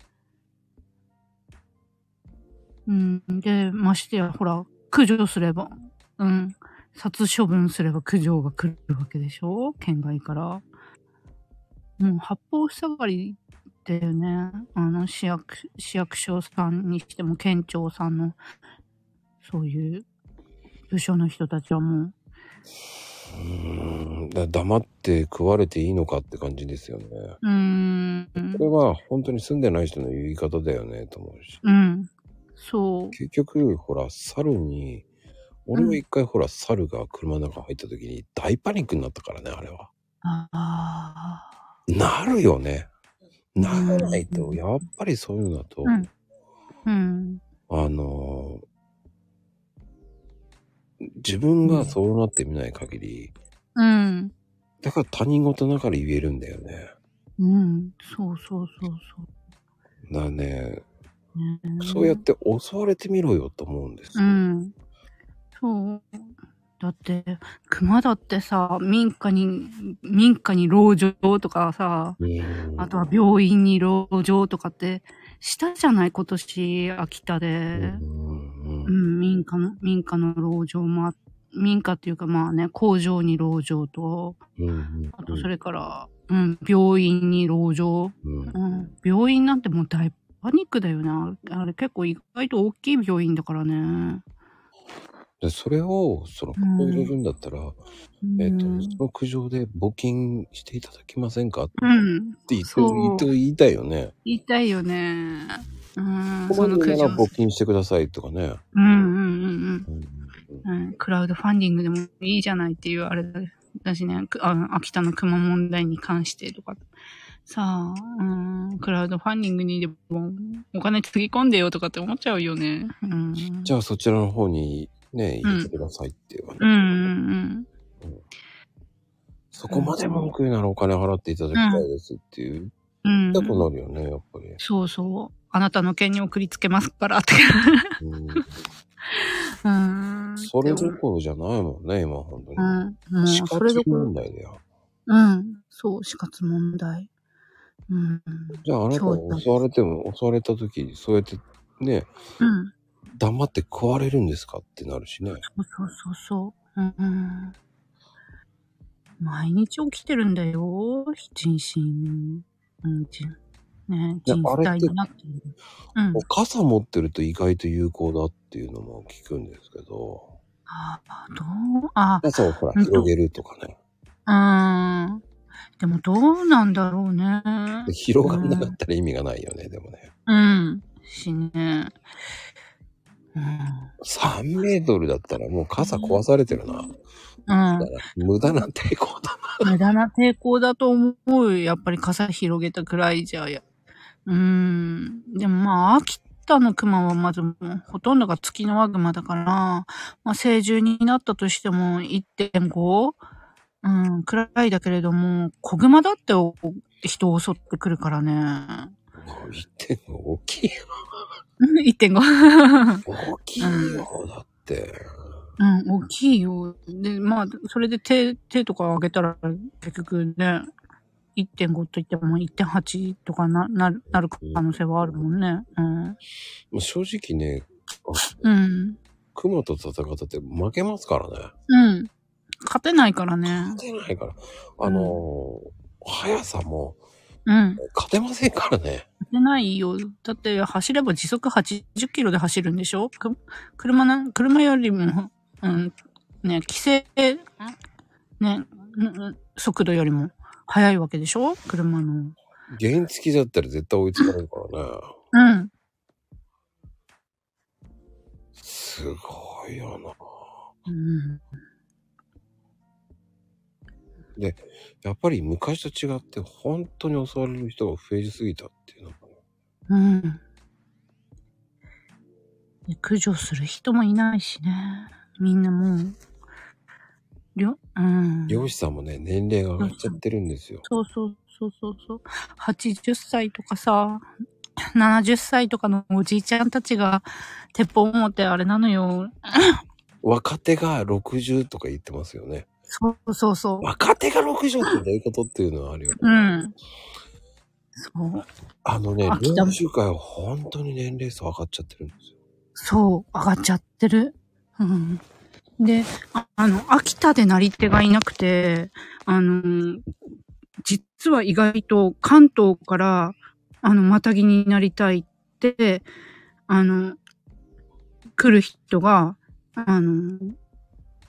うん、で、ましてや、ほら、駆除すれば、うん、殺処分すれば駆除が来るわけでしょ県外から。もう八方塞がりだよね。あの、市役、市役所さんにしても、県庁さんの、そういう部署の人たちはもう、うーん。だ黙って食われていいのかって感じですよね。うーん、これは本当に住んでない人の言い方だよね、と思うし。うん、そう。結局、ほら、猿に、俺も一回ほら、猿が車の中入った時に大パニックになったからね、あれは。ああなるよね。ならないと、やっぱりそういうのだと、うんー、うん。あのー自分がそうなってみない限り、うん。だから他人事ながら言えるんだよね。うん。そうそうそうそだからね、う、ね。そうやって襲われてみろよと思うんですうよ。ん。そう。だって、熊だってさ、民家に、民家に牢城とかさ、うんあとは病院に牢城とかって、したじゃない今年、秋田で。うんううんん、民家の、民家の牢城もあ、民家っていうかまあね、工場に牢城と、うんあとそれから、うん、病院に牢城。うんうん、病院なんてもう大パニックだよね。あれあれ結構意外と大きい病院だからね。でそれをそのうんこう入れるんだったら、えっ、うんとその苦情で募金していただけませんかってうん。言って,、そう言って言いたいよね。言いたいよね。うん。ここそまので苦な情。ら募金してくださいとかね。うんうんうんうんうんうん。クラウドファンディングでもいいじゃないっていうあれだだしね。くあ秋田の熊問題に関してとか、さあ、うん、クラウドファンディングにでも、お金つぎ込んでよとかって思っちゃうよね。うん。じゃあそちらの方にね、入れてくださいっていう話、うんうんそこまで文句言うならお金払っていただきたいですっていう。うん。う痛くん。なるよね、やっぱり。そうそう。あなたの件に送りつけますからって。うん、うん。それどころじゃないもんね、今、本当にう。ん。もう、死それ活どころ問。題だよ。うん。そう、死活問題。うん。じゃあ、あなたそうだが襲われても、襲われた時、そうやってね、うん。黙って食われるんですかってなるしね。そうそうそうそう。うんうん。毎日起きてるんだよ。人身。うん、人ね、いや人あれ体ってになっている。うんお。傘持ってると意外と有効だっていうのも聞くんですけど、ああ、どう、あ傘をほら、うん広げるとかね。あ、うん。でもどうなんだろうね。で広がんなかったら意味がないよね、でもね。うん。しね。うん。 3メートルだったらもう傘壊されてるな。うんだか。ら無駄な抵抗だな。無駄な抵抗だと思う。やっぱり傘広げたくらいじゃ。やうーん。でもまあ、秋田の熊はまずもうほとんどが月のワグマだから、まあ成獣になったとしても 1.5? うん、くらいだけれども、子熊だってお人を襲ってくるからね。 (laughs) もう言ってんの大きいよ。うん1.5。大きいよ、だって。うん、大きいよ。で、まあ、それで手、手とか上げたら、結局ね、1.5と言っても1.8とかな、なる、なる可能性はあるもんね。うん。もう正直ね、うん。熊と戦ったって負けますからね。うん。勝てないからね。勝てないから。あのー速さもうん。勝てませんからね。勝てないよ。だって、走れば時速80キロで走るんでしょく車な、車よりも、うん、ね、規制、ね、うんうん速度よりも速いわけでしょ車の。原付きだったら絶対追いつかないからね。うん。すごいよな。うん。やっぱり昔と違って本当に襲われる人が増えすぎたっていうのかな。うん。で駆除する人もいないしね。みんなもう、りょ、うん。漁師さんもね、年齢が上がっちゃってるんですよ。そうそうそうそうそう。80歳とかさ、70歳とかのおじいちゃんたちが鉄砲を持ってあれなのよ。若手が60とか言ってますよね。そうそうそう。若手が60ってどういうことっていうのはあるよね。うん。そう。あのね、秋田練習会は本当に年齢差分かっちゃってるんですよ。そう、上がっちゃってる。うん。で、ああの、秋田でなり手がいなくて、あの、実は意外と関東から、あの、またぎになりたいって、あの、来る人が、あの、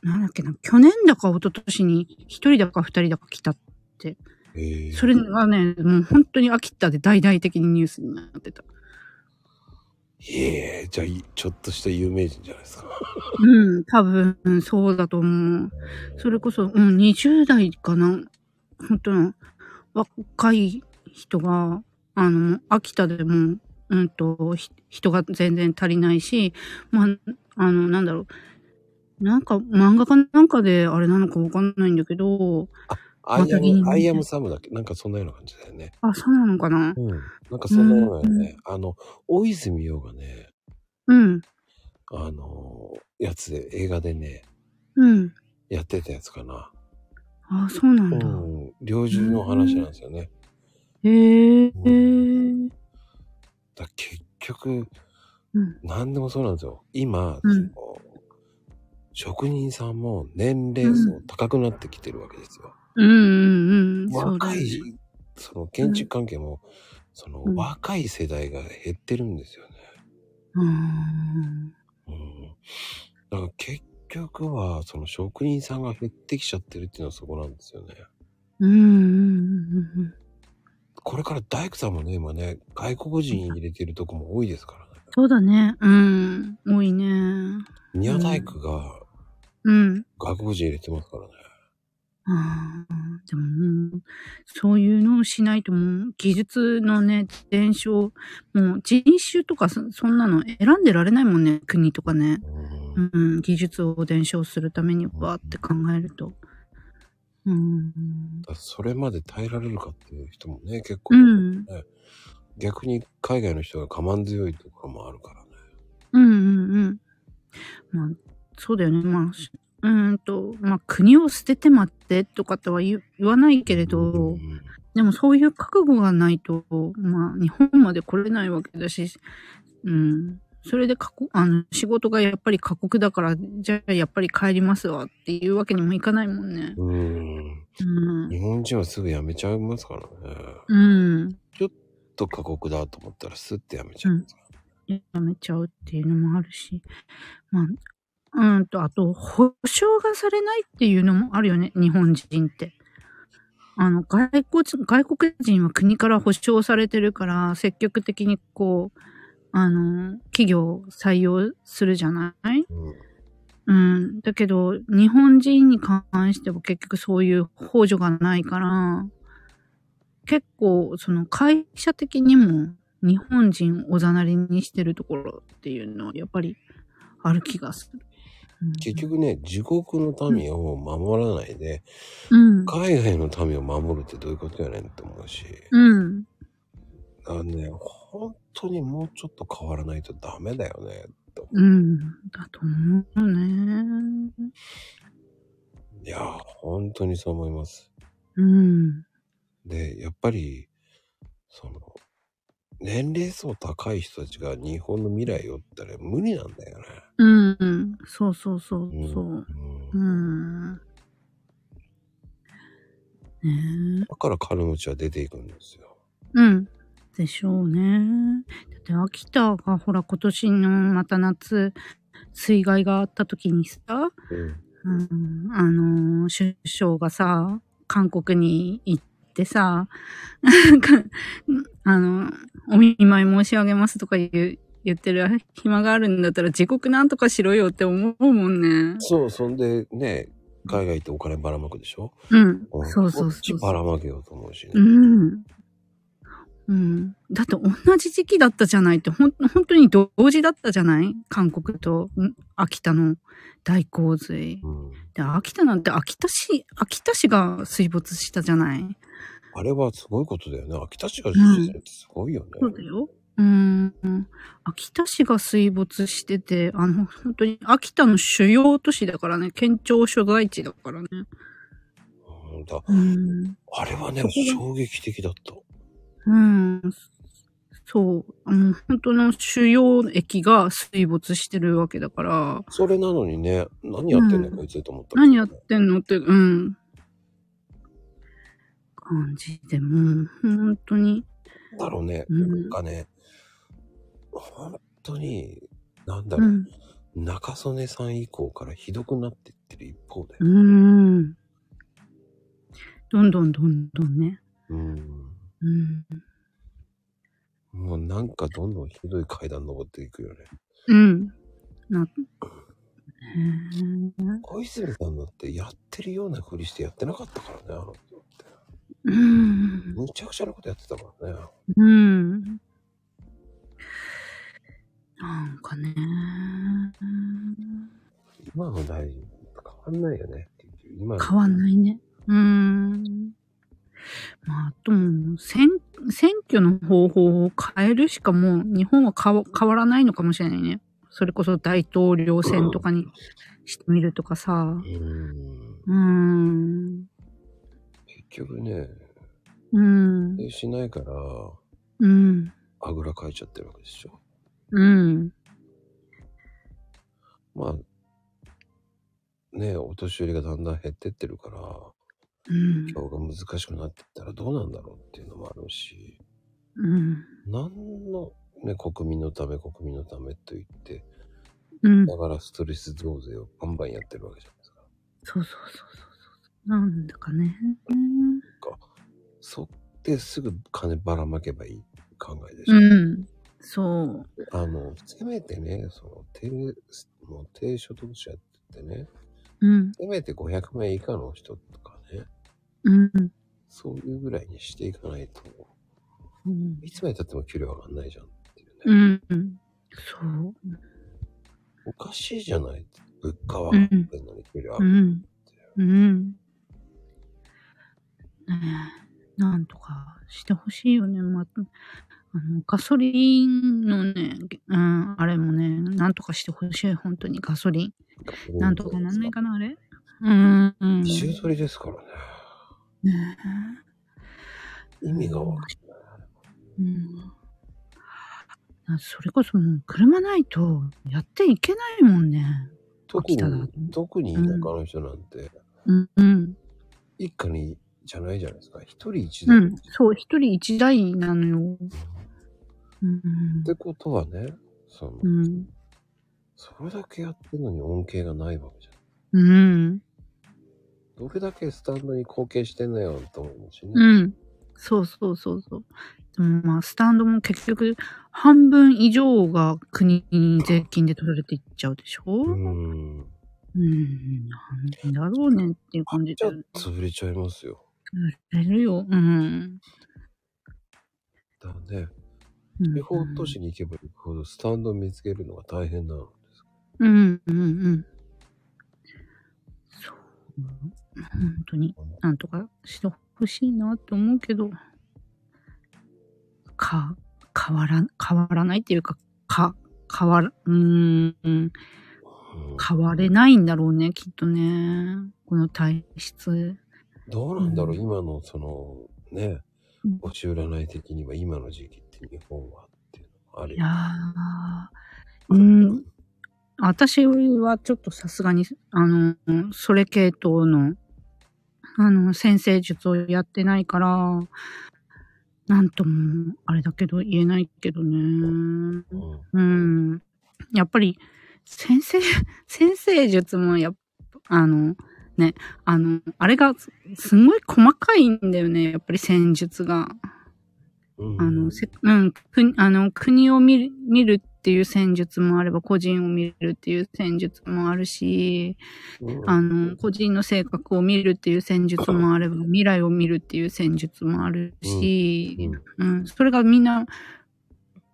なんだっけな、去年だか一昨年に一人だか二人だか来た。ええそれがね、もう本当に秋田で大々的にニュースになってた。ええじゃあ、いちょっとした有名人じゃないですか。うん、多分、そうだと思う。それこそ、うん、20代かな。本当の、若い人が、あの、秋田でも、うんと、ひ人が全然足りないし、まあ、あの、なんだろう。なんか、漫画かなんかで、あれなのかわかんないんだけど、アイア若気にム、なアりイアムサムだっけなんかそんなような感じだよね。あ、そうなのかなうん。なんかそんなようなね、あの、大泉洋がね、うん、あのーやつで、映画でね、うん。やってたやつかな。あ、そうなうんだ。ん。猟銃の話なんですよね。へえ。うだから結局、うん何でもそうなんですよ。今、うんその職人さんも年齢層高くなってきてるわけですよ。うんうんうん。そうだ若ねい、その建築関係も、そのうん若い世代が減ってるんですよね。うん。うん。だから結局は、その職人さんが減ってきちゃってるっていうのはそこなんですよね。うんうんうんうん。これから大工さんもね、今ね、外国人入れてるとこも多いですからね。そうだね。うん。多いね。宮大工がうん。外国人入れてますからね。あーでももう、そういうのをしないともう、技術のね、伝承、もう人種とかそそんなの選んでられないもんね、国とかね。うんうん、技術を伝承するためにわーって考えると。うん。だそれまで耐えられるかっていう人もね、結構、うん。逆に海外の人が我慢強いところもあるからね。うんうんうん。まあ、そうだよね。まあ、しうーんと、まあ、国を捨てて待ってとかとは言う言わないけれうど、んでもそういう覚悟がないと、まあ、日本まで来れないわけだし、うん。それで過酷、あの、仕事がやっぱり過酷だから、じゃあやっぱり帰りますわっていうわけにもいかないもんね。うん。うん。日本人はすぐ辞めちゃいますからね。うん。と過酷だと思ったらスッて辞めちゃう。やめちゃうっていうのもあるし、まあ、うんと、あと、保証がされないっていうのもあるよね、日本人って。あの、外国人、外国人は国から保証されてるから、積極的にこう、あの、企業を採用するじゃないうんうん。だけど、日本人に関しては結局そういう補助がないから、結構、その会社的にも日本人をおざなりにしてるところっていうのはやっぱりある気がする。うん結、局ね、自国の民を守らないで、うん。海外の民を守るってどういうことやねんって思うし、うん。あのね、本当にもうちょっと変わらないとダメだよね。うん。だと思うね。いやー、本当にそう思います。うん。で、やっぱり、その、年齢層高い人たちが日本の未来をって言ったら無理なんだよね。うん。そうそうそうそう。うんうん。ねえ。だから金持ちは出ていくんですよ。うん。でしょうね。だって秋田がほら今年のまた夏水害があった時にさ、うんうん、あのー首相がさ、韓国に行ってさ、 (laughs) かあの、お見舞い申し上げますとか言う言ってる暇があるんだったら自国なんとかしろよって思うもんね。そう、そんでね、海外行ってお金ばらまくでしょ、うん。んそうそこうっちそうばらまけようと思うしね。うん。うん。だって同じ時期だったじゃないって、ほん、本当に同時だったじゃない韓国とん秋田の大洪水。うんで、秋田なんて秋田市、秋田市が水没したじゃないあれはすごいことだよね。秋田市が実施するってすごいよね。そうだよ。うん。秋田市が水没してて、あの、本当に秋田の主要都市だからね、県庁所在地だからね。うんだうん。あれはねそ、こが衝撃的だった。うん。そう。あの、本当の主要駅が水没してるわけだから、それなのにね、何やってんだうんこいつと思った、何やってんのって、うん。感じで、もう、本当に。だろうね。うんなんかね、本当に、なんだうろう、ん。中曽根さん以降からひどくなっていってる一方で。うん。どんどんどんどんね。うん。うん。もうなんかどんどんひどい階段登っていくよね。うん。な、へー小泉さんだってやってるようなふりしてやってなかったからね、あの人って。うん。むちゃくちゃなことやってたからね。うん。なんかね。今の大臣と変わんないよね。今の変わんないね。うーん。まあ、あともう、選、選挙の方法を変えるしかもう、日本は変わ変わらないのかもしれないね。それこそ大統領選とかにしてみるとかさ。うん。うーん。結局ね、うん。でしないから、うん。あぐらかいちゃってるわけでしょ。うん。まあ、ねお年寄りがだんだん減ってってるから、うん。今日が難しくなってったらどうなんだろうっていうのもあるし、うん。なんの、ね、国民のため、国民のためと言って、うん。だからストレス増税をバンバンやってるわけじゃないですか。そうそうそうそうそう。なんだかね。そってすぐ金ばらまけばいい考えでしょ。うん。そう。あの、せめてね、その、低、もう低所得者って言ってね、うん。せめて500名以下の人とかね、うん。そういうぐらいにしていかないと、うん。いつまで経っても給料上がんないじゃんっていうね。うん。そう。おかしいじゃない物価はう上んがってんのに給料上うがる。ん。うん。ねえ、なんとかしてほしいよね。まあの、ガソリンのね、うん、あれもね、なんとかしてほしい、本当にガソリン。なんとかなんないかな、あれ。うん、うん。中取りですからね。ね意味がわかんない。えうん。あそれこそもう車ないとやっていけないもんね。特秋田だに、特に田舎の人なんて、うん、うん。一家にじゃないじゃないですか。一人一う台。ん、そう、一人一台なのよ。うん、ってことはね、その、うん、それだけやってるのに恩恵がないわけじゃん。うん、どれだけスタンドに貢献してんのよと思うしね。うん。そうそうそうそう。でもまあ、スタンドも結局、半分以上が国に税金で取られていっちゃうでしょううん、ん。なんだろうねっていう感じじゃであ。、潰れちゃいますよ。売れるよ。うん。だからね、うん地方都市に行けば行くほどスタンドを見つけるのが大変なのです。うん、うん、うん。そう。本当に、なんとかしてほしいなって思うけど、か、変わら、変わらないっていうか、か、変わら、うーん、うん変われないんだろうね、きっとね。この体質。どうなんだろう、う今のそのねうん、星占い的には今の時期って日本はっていうのもあるいよやー、うん、私はちょっとさすがに、あの、それ系統の、あの、先生術をやってないから、なんとも、あれだけど言えないけどね。うんうん。やっぱり、先生、 (laughs) 先生術もやっぱ、あの、ね、あの、あれがす、すごい細かいんだよね、やっぱり戦術が。うんあの、せうん、くあの国を見る見るっていう戦術もあれば、個人を見るっていう戦術もあるし、うんあの、個人の性格を見るっていう戦術もあれば、未来を見るっていう戦術もあるうし、んうん、それがみんな、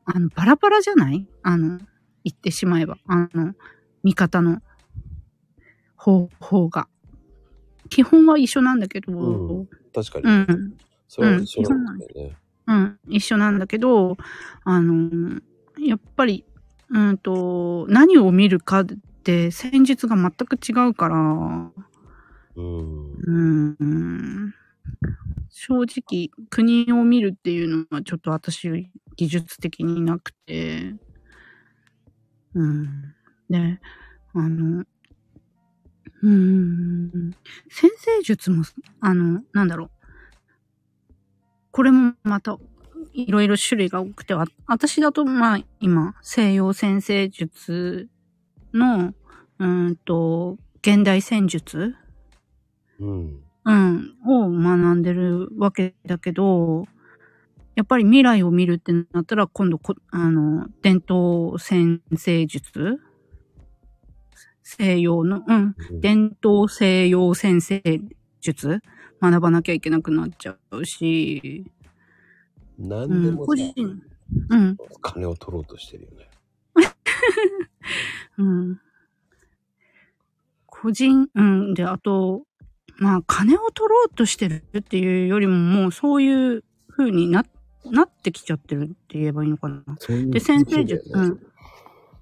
あの、バラバラじゃないあの、言ってしまえば、あの、見方の方法が。基本は一緒なんだけど、う確かうに、ん、それは一緒なんですよね。うん、一緒なんだけど、あの、やっぱり、うんと、何を見るかって戦術が全く違うから、うん。うん、正直、国を見るっていうのはちょっと私、技術的になくて、うん。で、あの、うん、先生術も、あの、なんだろう。これもまた、いろいろ種類が多くて、わ私だと、まあ、今、西洋先生術の、うんと、現代戦術うん。うん、を学んでるわけだけど、やっぱり未来を見るってなったら、今度こ、あの、伝統先生術西洋の、うん、伝統西洋先生術学ばなきゃいけなくなっちゃうし、何うでん、も個さ人、うん、金を取ろうとしてるよね。うん。個人、うん、で、あと、まあ、金を取ろうとしてるっていうよりも、もうそういう風にな、なってきちゃってるって言えばいいのかな。そういうで、先生術、うん。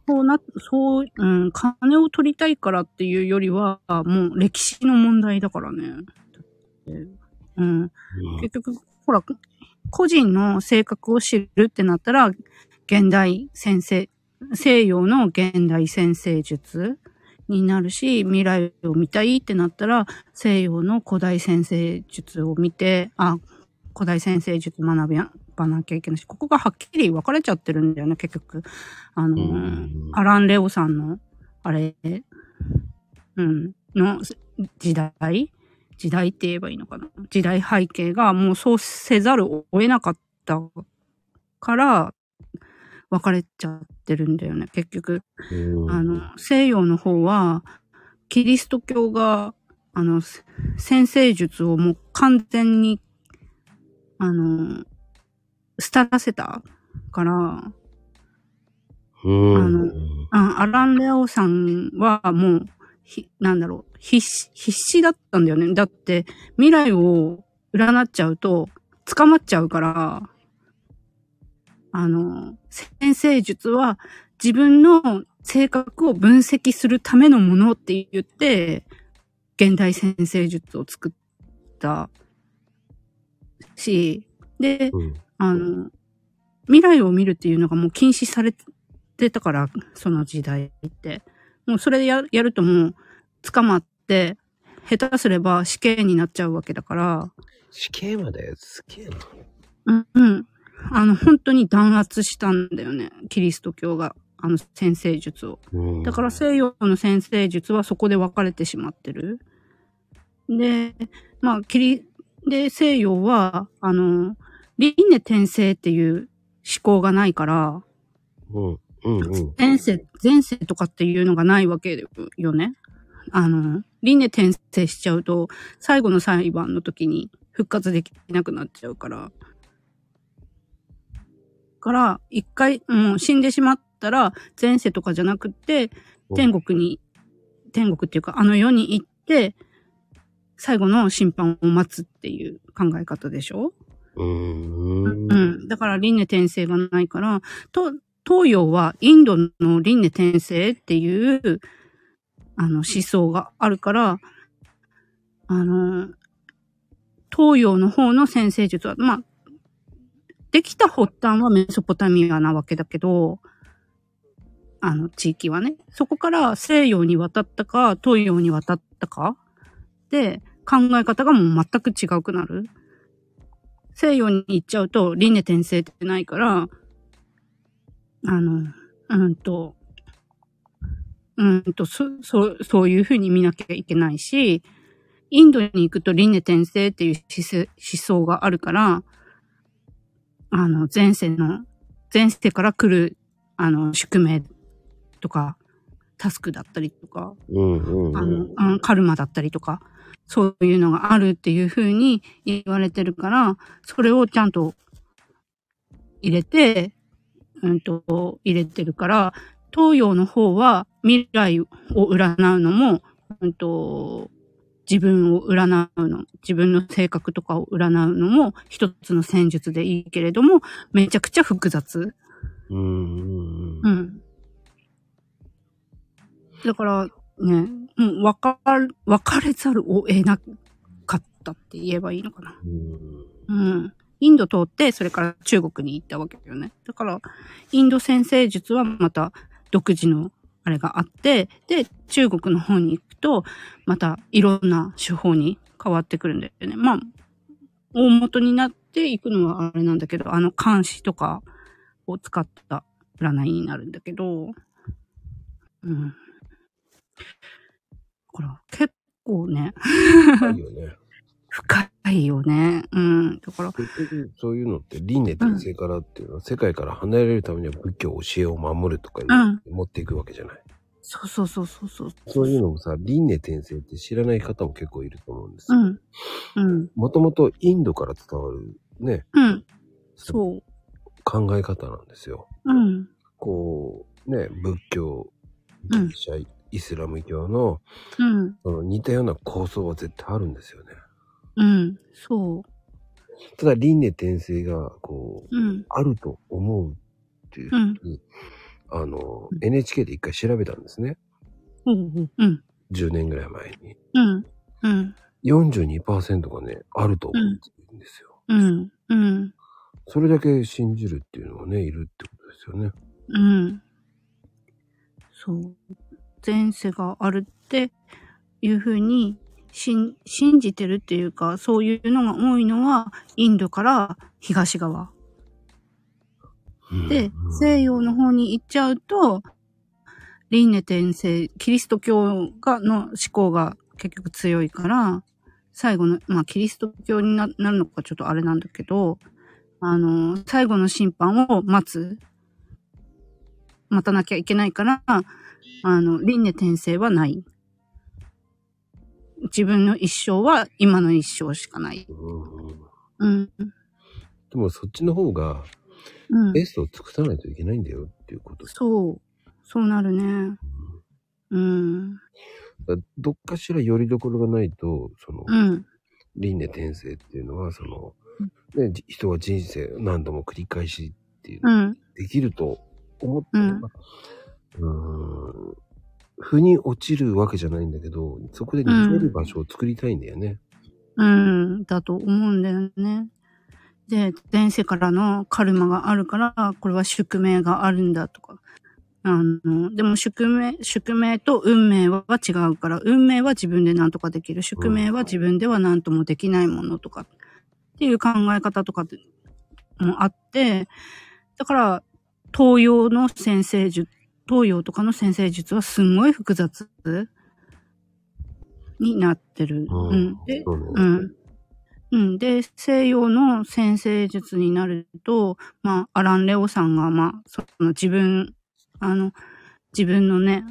そうな、そう、うん、金を取りたいからっていうよりは、もう歴史の問題だからね。うん。結局、ほら、個人の性格を知るってなったら、現代先生、西洋の現代先生術になるし、未来を見たいってなったら、西洋の古代先生術を見て、あ、古代先生術学びばなきゃいけないし、ここがはっきり分かれちゃってるんだよね、結局。あのー、うんアラン・レオさんの、あれ、うん、の時代時代って言えばいいのかな時代背景がもうそうせざるを得なかったから別れちゃってるんだよね結局うんあの、西洋の方は、キリスト教があの、せ先生術をもう完全に、あの、廃らせたから、うん。あのあアラン・レオさんはもう、ひ、なんだろう、必死、必死だったんだよね。だって、未来を占っちゃうと、捕まっちゃうから、あの、先生術は自分の性格を分析するためのものって言って、現代先生術を作ったし、で、うんあの、未来を見るっていうのがもう禁止されてたから、その時代って。もうそれでややるともう捕まって、下手すれば死刑になっちゃうわけだから、死刑まですげえな。うん、うん。あの、本当に弾圧したんだよね。キリスト教が、あの、先生術を。うんだから西洋の先生術はそこで分かれてしまってる。で、まあ、キリ、で、西洋は、あの、輪廻転生っていう思考がないから、うん。うんうん。前世、前世とかっていうのがないわけよね。あの、輪廻転生しちゃうと、最後の裁判の時に復活できなくなっちゃうから。から、一回、もう死んでしまったら、前世とかじゃなくて、天国に、天国っていうか、あの世に行って、最後の審判を待つっていう考え方でしょうん。うん。うん。だから輪廻転生がないから、と、東洋はインドの輪廻転生っていう、あの、思想があるから、あの、東洋の方の先生術は、まあ、できた発端はメソポタミアなわけだけど、あの、地域はね。そこから西洋に渡ったか、東洋に渡ったか、で、考え方がもう全く違くなる。西洋に行っちゃうと、輪廻転生ってないから、あの、うんと、うんと、そ、そう、そういうふうに見なきゃいけないし、インドに行くと輪廻転生っていう思想思想があるから、あの、前世の、前世から来る、あの、宿命とか、タスクだったりとか、うんうんあうのん。、うんカルマだったりとか、そういうのがあるっていうふうに言われてるから、それをちゃんと入れて、うんと、入れてるから、東洋の方は未来を占うのも、うんと、自分を占うの、自分の性格とかを占うのも一つの戦術でいいけれども、めちゃくちゃ複雑。うんうんう。ん。だからね、もう分かる、分かれざるを得なかったって言えばいいのかな。うんうん。インド通って、それから中国に行ったわけだよね。だから、インド先生術はまた独自のあれがあって、で、中国の方に行くと、またいろんな手法に変わってくるんだよね。まあ、大元になっていくのはあれなんだけど、あの監視とかを使った占いになるんだけど、うん。だから、結構ね、あるよね。深いよね。うん。だから、結局そういうのって輪廻転生からっていうのは世界から離れるためには仏教教えを守るとかに持っていくわけじゃない、そうそうそうそうそう。そういうのもさ輪廻転生って知らない方も結構いると思うんですうよん。うん。もともとインドから伝わるねうん。そう。考え方なんですようん。こうね仏教うギんリシャ、イスラム教のうん。その似たような構想は絶対あるんですよねうん。そただ輪廻転生がこうう。うん。あると思うっていう、うん。あの NHK で一回調べたんですねうん。うん。 10年ぐらい前にうん。うん。 42%がねあると思うんですよ、うん。うん。それだけ信じるっていうのはねいるってことですよねうん。そう。前世があるっていうふうに信信じてるっていうか、そういうのが多いのは、インドから東側。うんで、西洋の方に行っちゃうと、輪廻転生、キリスト教が、の思考が結局強いから、最後の、まあ、キリスト教にななるのかちょっとあれなんだけど、あの、最後の審判を待つ。待たなきゃいけないから、あの、輪廻転生はない。自分の一生は今の一生しかない。うんうん。うん。でもそっちの方がうんベ。ストを尽くさないといけないんだよっていうこと。そう。そうなるね。うん。だどっかしら拠り所がないと、その、うん。輪廻転生っていうのは、その、ね、じ人は人生を何度も繰り返しっていう、うん。できると思ったのが、うーん、腑に落ちるわけじゃないんだけど、そこで逃げる場所を作りたいんだよね。うん。だと思うんだよね。で、前世からのカルマがあるから、これは宿命があるんだとか。あの、でも宿命、宿命と運命は違うから、運命は自分で何とかできる。宿命は自分では何ともできないものとか、っていう考え方とかでもあって、だから、東洋の先生術、東洋とかの先生術はすんごい複雑になってる。うん。で、そうねうん。うん、で、西洋の先生術になると、まあ、アラン・レオさんが、まあ、その自分、あの、自分のね、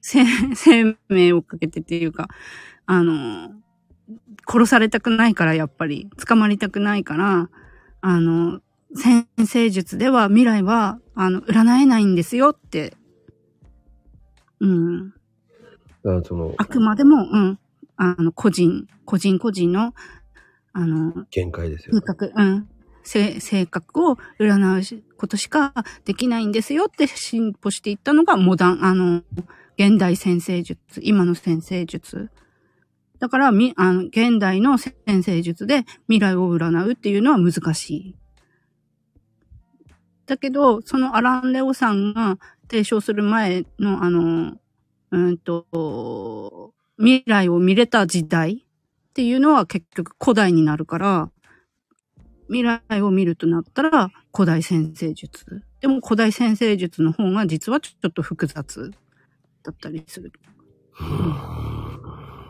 生 (laughs) 生命をかけてっていうか、あの、殺されたくないから、やっぱり、捕まりたくないから、あの、先生術では未来は、あの、占えないんですよって、うん、だからその、あくまでも、うん、あの、個人、個人個人の、あの、限界ですよ性。格、うん、せ性格を占うしことしかできないんですよって進歩していったのがモダン、あの、現代先生術、今の先生術。だから、み、あの、現代の先生術で未来を占うっていうのは難しい。だけど、そのアラン・レオさんが提唱する前の、あの、うんと、未来を見れた時代っていうのは結局古代になるから、未来を見るとなったら古代先生術。でも古代先生術の方が実はちょっと複雑だったりする。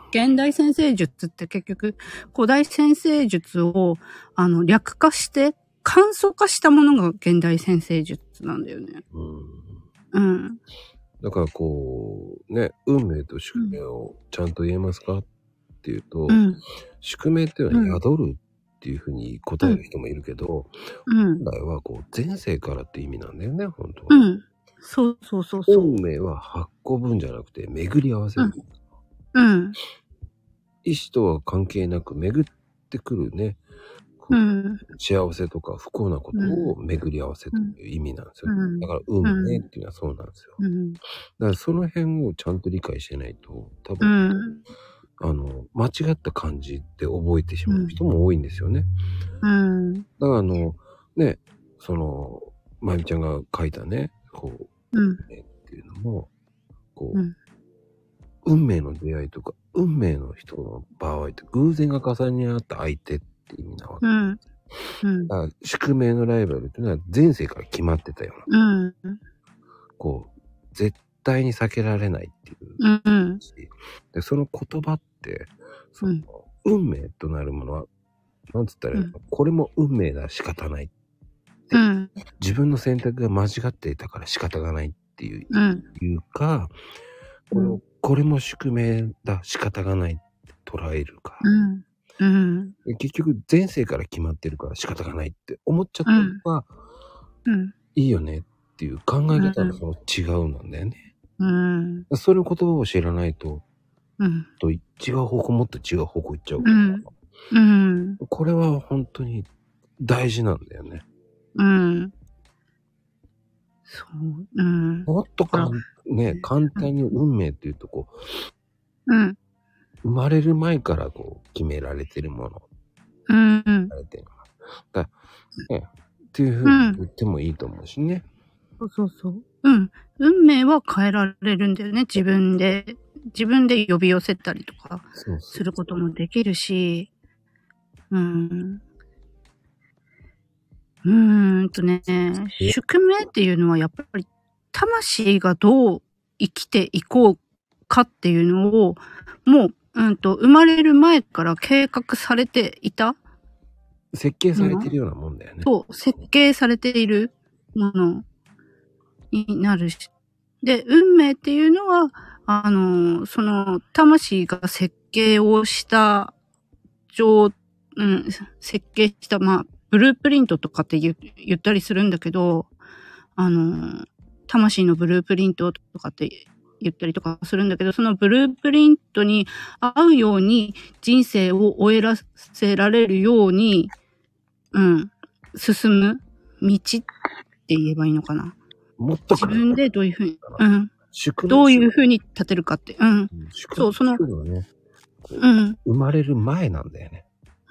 現代先生術って結局古代先生術をあの略化して簡素化したものが現代先生術なんだよね。うんうん。だからこう、ね、運命と宿命をちゃんと言えますかっていうと、うん。宿命っていうのは宿るっていうふうに答える人もいるけど、う本ん。来はこう、前世からって意味なんだよね、本当は。うん。そうそうそうそう。運命は発行分じゃなくて、巡り合わせる。うんうん。意思とは関係なく巡ってくるね、こううん。幸せとか不幸なことを巡り合わせという意味なんですよ。うんだから運命っていうのはそうなんですよ。うん。だからその辺をちゃんと理解してないと、多う分、ん。あの、間違った漢字って覚えてしまう人も多いんですよね。うん。だからあの、ね、その、まゆみちゃんが書いたね、こう、うん。運命っていうのも、こう、うん運命の出会いとか、運命の人の場合って偶然が重ね合った相手って意味なわけ。うん。うん。だから宿命のライバルっていうのは前世から決まってたような、うん。こう、絶対に避けられないっていううん。し、でその言葉って、その、うん運命となるものは、なんつったらいいのか、これも運命だ、仕方ない。うん。自分の選択が間違っていたから仕方がないっていううん。いうか、これをこれも宿命だ、仕方がないって捉えるか。うん。うん。結局、前世から決まってるから仕方がないって思っちゃったのが、うん。いいよねっていう考え方うんのその違うなんだよね。うん。それの言葉を知らないと、うん。と違う方向、もっと違う方向行っちゃうから。うんうん。これは本当に大事なんだよね。うん。そう。うん。もっとかあん、ね、簡単に運命っていうとこう、うん。生まれる前からこう、決められてるものうん。されてるから。だからね、っていうふうに言ってもいいと思うしね。そうそうそう。うん。運命は変えられるんだよね。自分で、自分で呼び寄せたりとかそうそすう。ることもできるし。うん。うーんとね、宿命っていうのはやっぱり魂がどう生きていこうかっていうのを、もう、うんと、生まれる前から計画されていた、設計されてるようなもんだよね。と設計されているものになるし。で、運命っていうのは、あの、その、魂が設計をした、上、うん、設計した、まあ、ブループリントとかって言う言ったりするんだけど、あの、魂のブループリントとかって言ったりとかするんだけど、そのブループリントに合うように人生を終えらせられるように、うん、進む道って言えばいいのかな。もっと自分でどういうふうに、うん、宿命どういうふうに立てるかって、うん、宿そうそのっていうのはね、うん、生まれる前なんだよね。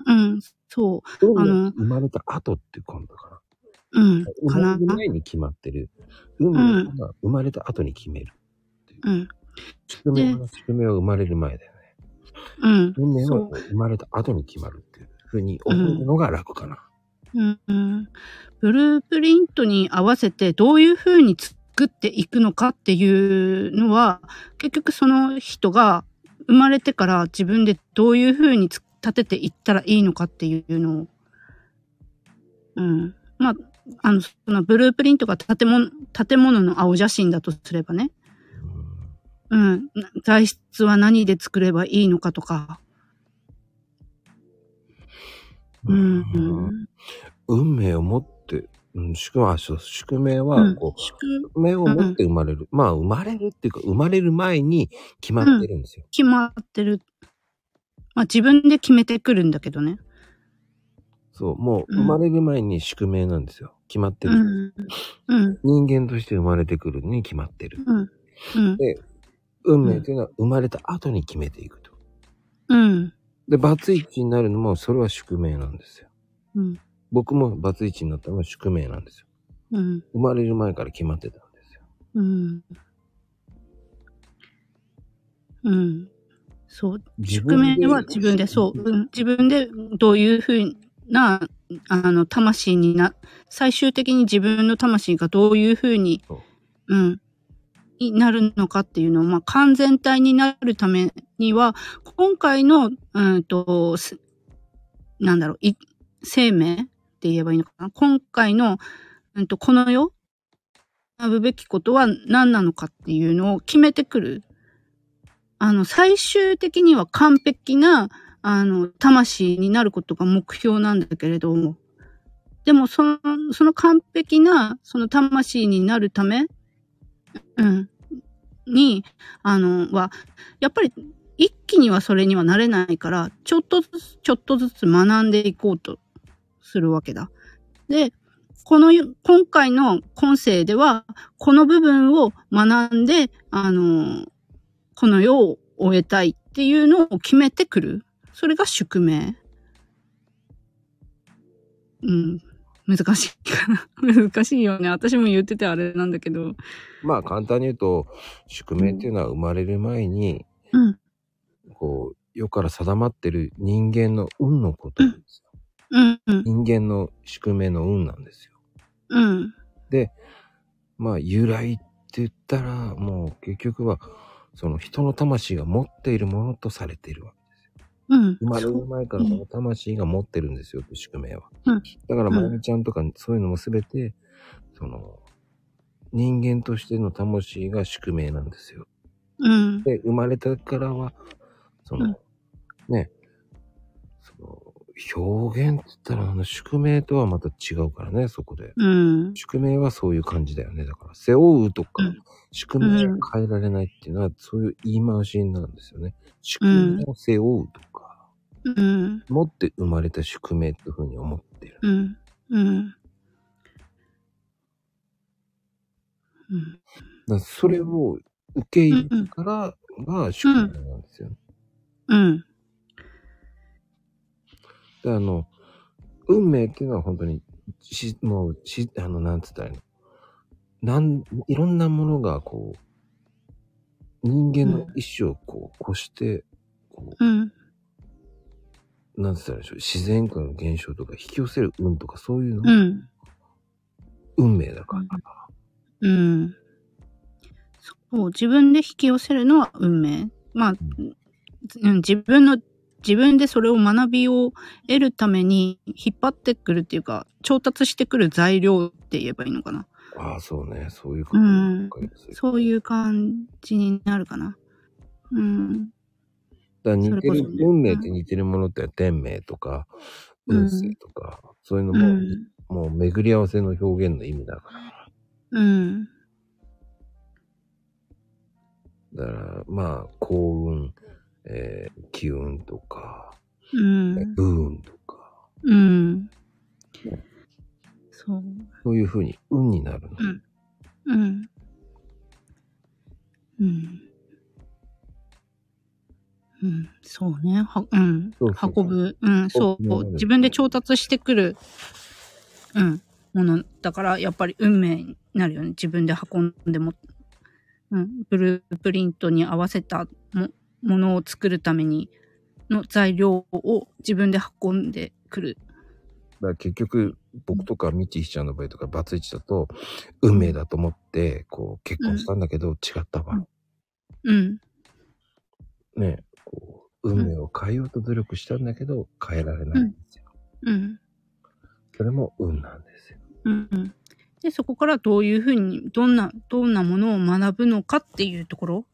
うん、そどうもの生まれた後って今度かう、うん、な。か生まなれる、前に決まってる。運命が生まれた後に決める。うん、宿命は宿命は生まれる前だよね。うん、運命そはう生まれた後に決まるっていうふうに思うのが楽かな。うん、うん。ブループリントに合わせてどういうふうに作っていくのかっていうのは、結局その人が生まれてから自分でどういうふうにつ立てていったらいいのかっていうのを、うん。まあ、あの、そのブループリントが建物、建物の青写真だとすればね、うん。な材質は何で作ればいいのかとか。ううんん。うん運命を持って、うん、宿命はそう宿命うはんこう、宿命宿命を持って生まれる。まあ、生まれるっていうか、生まれる前に決まってるんですよ。決まってる。まあ自分で決めてくるんだけどね。そう、もううん生まれる前に宿命なんですよ。決まってうる。ん。うん。人間として生まれてくるのに決まってる。うん。うん。運命というのは生まれた後に決めていくと。うん。で、バツイチになるのも、それは宿命なんですよ。うん。僕もバツイチになったのは宿命なんですよ。うん。生まれる前から決まってたんですよ。うん。うん。そう。自宿分で命は自分で、そう。うん、自分でどういうふうな、あの、魂にな、最終的に自分の魂がどういうふうにそう、うん、になるのかっていうのを、まあ、完全体になるためには、今回の、うんと、すなんだろう、い生命って言えばいいのかな。今回の、うんと、この世、学ぶべきことは何なのかっていうのを決めてくる。あの、最終的には完璧な、あの、魂になることが目標なんだけれども、でも、その、その完璧な、その魂になるため、うん、に、あの、は、やっぱり、一気にはそれにはなれないから、ちょっとずつ、ちょっとずつ学んでいこうとするわけだ。で、このよ、今回の今世では、この部分を学んで、あの、この世を終えたいっていうのを決めてくる。それが宿命。うん。難しいかな。 (laughs) 難しいよね。私も言っててあれなんだけど。まあ、簡単に言うと、宿命っていうのは生まれる前に、うん。こう、世から定まってる人間の運のことなんですよ。うん。う人ん。間の宿命の運なんですよ。うん。まあ、由来って言ったら、もう結局は、その人の魂が持っているものとされているわけ。うん。生まれる前からこの魂が持ってるんですよ、宿命は。うんだから、まゆみちゃんとかそういうのもすべて、その、人間としての魂が宿命なんですよ。うん。で、生まれたからは、その、ね、その、表現って言ったら、あの、宿命とはまた違うからね、そこで。うん。宿命はそういう感じだよね。だから、背負うとか、うん宿命を変えられないっていうのは、そういう言い回しになるんですよね。宿ん命を背負うとか、うん。持って生まれた宿命っていうふうに思ってる。うん。うん。うん。だからそれを受け入れてからが宿命なんですよね。うん。で、あの、運命っていうのは本当に、し、もう、し、あの、なんつったらいいのなん、いろんなものがこう、人間の意志をこう、越して、こう、うん。なんつったらいいでしょう、自然界の現象とか引き寄せる運とかそういうの、うん。運命だから。うん。そう、自分で引き寄せるのは運命。まあ、うん、自分の、自分でそれを学びを得るために引っ張ってくるっていうか、調達してくる材料って言えばいいのかな。ああ、そうね、そういううん感じでする。そういう感じになるかな。うん。だから似てるそれこそね運命って似てるものって天命とか運勢とか、そういうのうも、もん。う巡り合わせの表現の意味だから。うん。だからまあ幸運、えー、機運とか、うん。不運とか、うん。そう。そういうふうに運になるの。うんうん。うん。うん、そうね。は、うん。そうそう運ぶ。うん、そ運ぶものう。です自分で調達してくる、うん、ものだから、やっぱり運命になるよね。自分で運んでも、うん、ブループリントに合わせたもものを作るためにの材料を自分で運んでくる。だから結局僕とかミッチーひちゃんの場合とかバツイチだと運命だと思ってこう結婚したんだけど違ったわ、うん、ねこう運命を変えようと努力したんだけど変えられないんですよ、うん。それも運なんですようんうん、でそこからどういうふうにどんなどんなものを学ぶのかっていうところ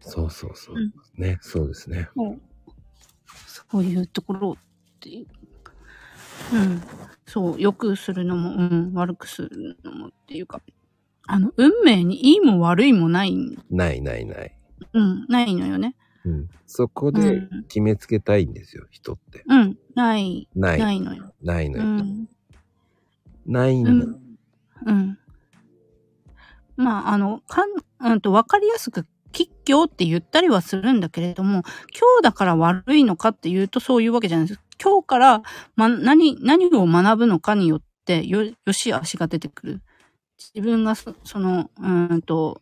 そうそうそう、うんねそうですねそういうところっていううんそう良くするのも、うん、悪くするのもっていうかあの運命にいいも悪いもない、ないないない、うん、ないのよね。うん、そこうでん、決めつけたいんですよ人ってうん、ないないなないいのよ。のうよ、んないんだ、うんうん。まあ、あの、かん、うんと、わかりやすく、吉凶って言ったりはするんだけれども、今日だから悪いのかっていうとそういうわけじゃないです。今日から、ま、何、何を学ぶのかによって、よ、よし悪しが出てくる。自分がそ、その、うーんと、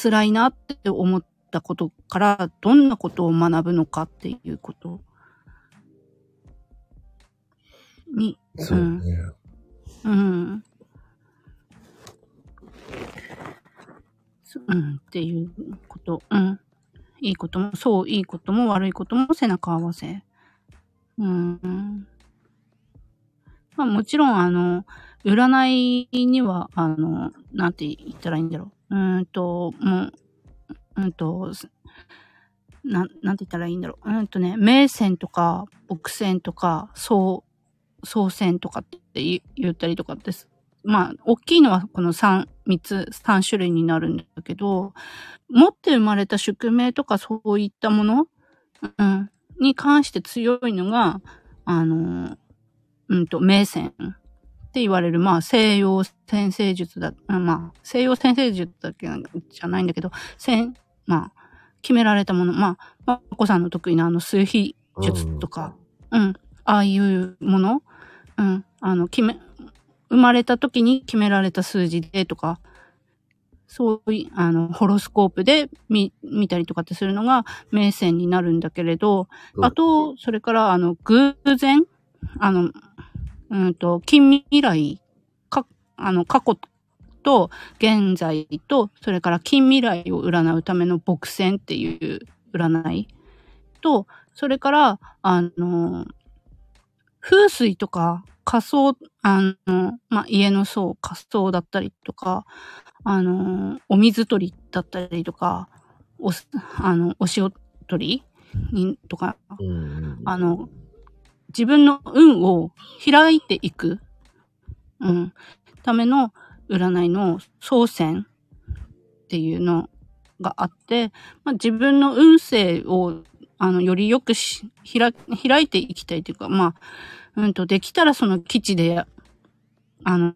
辛いなって思ったことから、どんなことを学ぶのかっていうことに、そうね、うん。そうん、っていうこと。うん。いいことも、そう、いいことも悪いことも背中合わせ。うん。まあもちろん、あの、占いには、あの、なんて言ったらいいんだろう。うーんと、もう、うーんと、すなん、なんて言ったらいいんだろう。うーんとね、名線とか、木線とか、そう、総選とかって言言ったりとかです。まあ、大きいのはこの3、三つ、三種類になるんだけど、持って生まれた宿命とかそういったもの、うん、に関して強いのが、あの、うんと、名戦って言われる、まあ、西洋先生術だ、うんまあ、西洋先生術だけじゃないんだけど、先、まあ、決められたもの、まあ、まこさんの得意なあの、数秘術とか、うん、ああいうもの、うん、あの、決め、生まれた時に決められた数字でとか、そういう、あの、ホロスコープで見、見たりとかってするのが名線になるんだけれど、うんあと、それから、あの、偶然、あの、うんと、近未来、か、あの、過去と現在と、それから近未来を占うための牧線っていう占いと、それから、あの、風水とか仮想、あの、まあ、家の層、仮想だったりとか、あの、お水取りだったりとか、おす、あの、お塩取りにとか、うんうんうんあの、自分の運を開いていく、うん、ための占いの総選っていうのがあって、まあ、自分の運勢をあのよりよくし開開いていきたいというか、まあ、うんと、できたらその基地で、あの、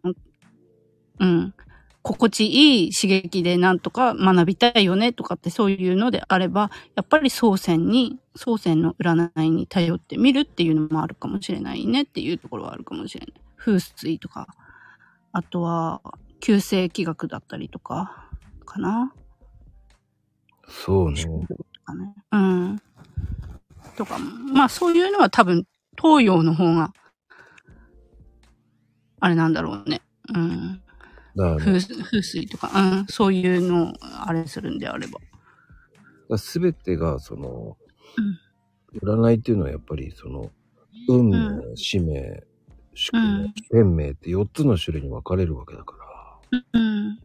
うん、心地いい刺激でなんとか学びたいよねとかってそういうのであれば、やっぱり総選に、総選の占いに頼ってみるっていうのもあるかもしれないねっていうところはあるかもしれない。風水とか、あとは、旧世紀学だったりとか、かなそうねとかね。うん。とかも、まあそういうのは多分、東洋の方が、あれなんだろうね。うん。だから風風水とか、うん。そういうのをあれするんであれば。すべてがその、占いっていうのはやっぱりその運命、う使命宿うん命天命って4つの種類に分かれるわけだからうん。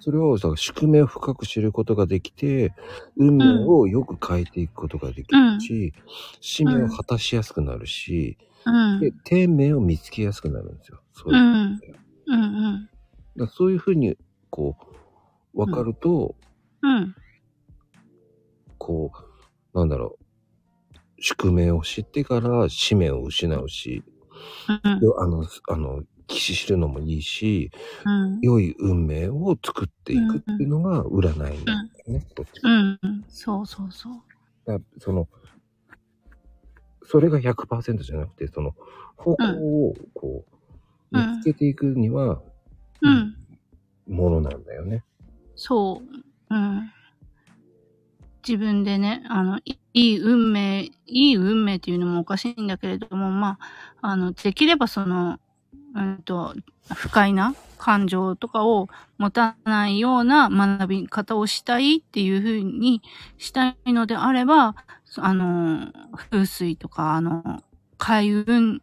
それをさ、宿命を深く知ることができて、運命をよく変えていくことができるし、使命を果たしやすくなるし、うん。で、天命を見つけやすくなるんですよ。そうういう。だかん。うん。らそういうふうに、こう、わかると、うん。こう、なんだろう、宿命を知ってから使命を失うし、うん。よあの、あの、騎士知るのもいいし、うん。良い運命を作っていくっていうのが占いなんだよね。どっちかうん。そうそうそう。だからその、それが100%じゃなくて、その、方向をこう、うん見つけていくには、うん。ものなんだよね。そう。うん。自分でね、あの、いいい運命、いい運命っていうのもおかしいんだけれども、まあ、あの、できればその、うんと、不快な感情とかを持たないような学び方をしたいっていうふうにしたいのであれば、そあの、風水とか、あの、開運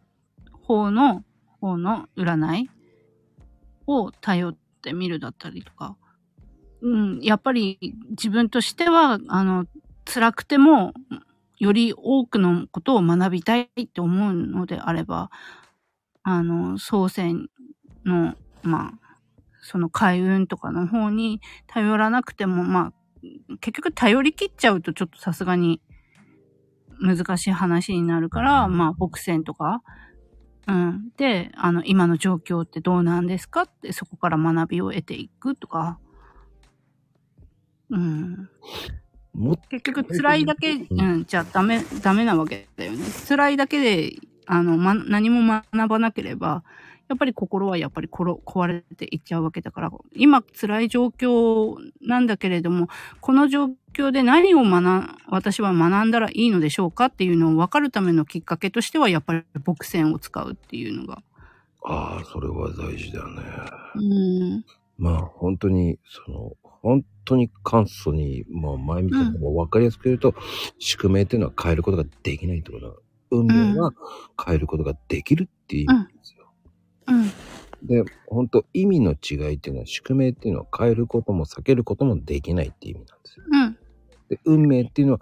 法の、方の占いを頼ってみるだったりとか、うん、やっぱり自分としては、あの、辛くても、より多くのことを学びたいって思うのであれば、あの、創世の、まあ、その開運とかの方に頼らなくても、まあ、結局頼り切っちゃうとちょっとさすがに難しい話になるから、まあ、僕選とか、うん。で、あの、今の状況ってどうなんですかって、そこから学びを得ていくとか、うん、もっ結局辛いだけ、んうん、じゃあダメ、ダメなわけだよね。辛いだけで、あの、ま、何も学ばなければ、やっぱり心はやっぱりころ壊れていっちゃうわけだから、今辛い状況なんだけれども、この状況で何を学、私は学んだらいいのでしょうかっていうのを分かるためのきっかけとしては、やっぱり僕線を使うっていうのが。ああ、それは大事だね。うん。まあ、本当に、その、本当に簡素に、まあ、前みたいにも分かりやすく言うと、宿命っていうのは変えることができないってことだ。運命は変えることができるっていう意味ですよ。うん。で、本当意味の違いっていうのは、宿命っていうのは変えることも避けることもできないっていう意味なんですよ。うん。で、運命っていうのは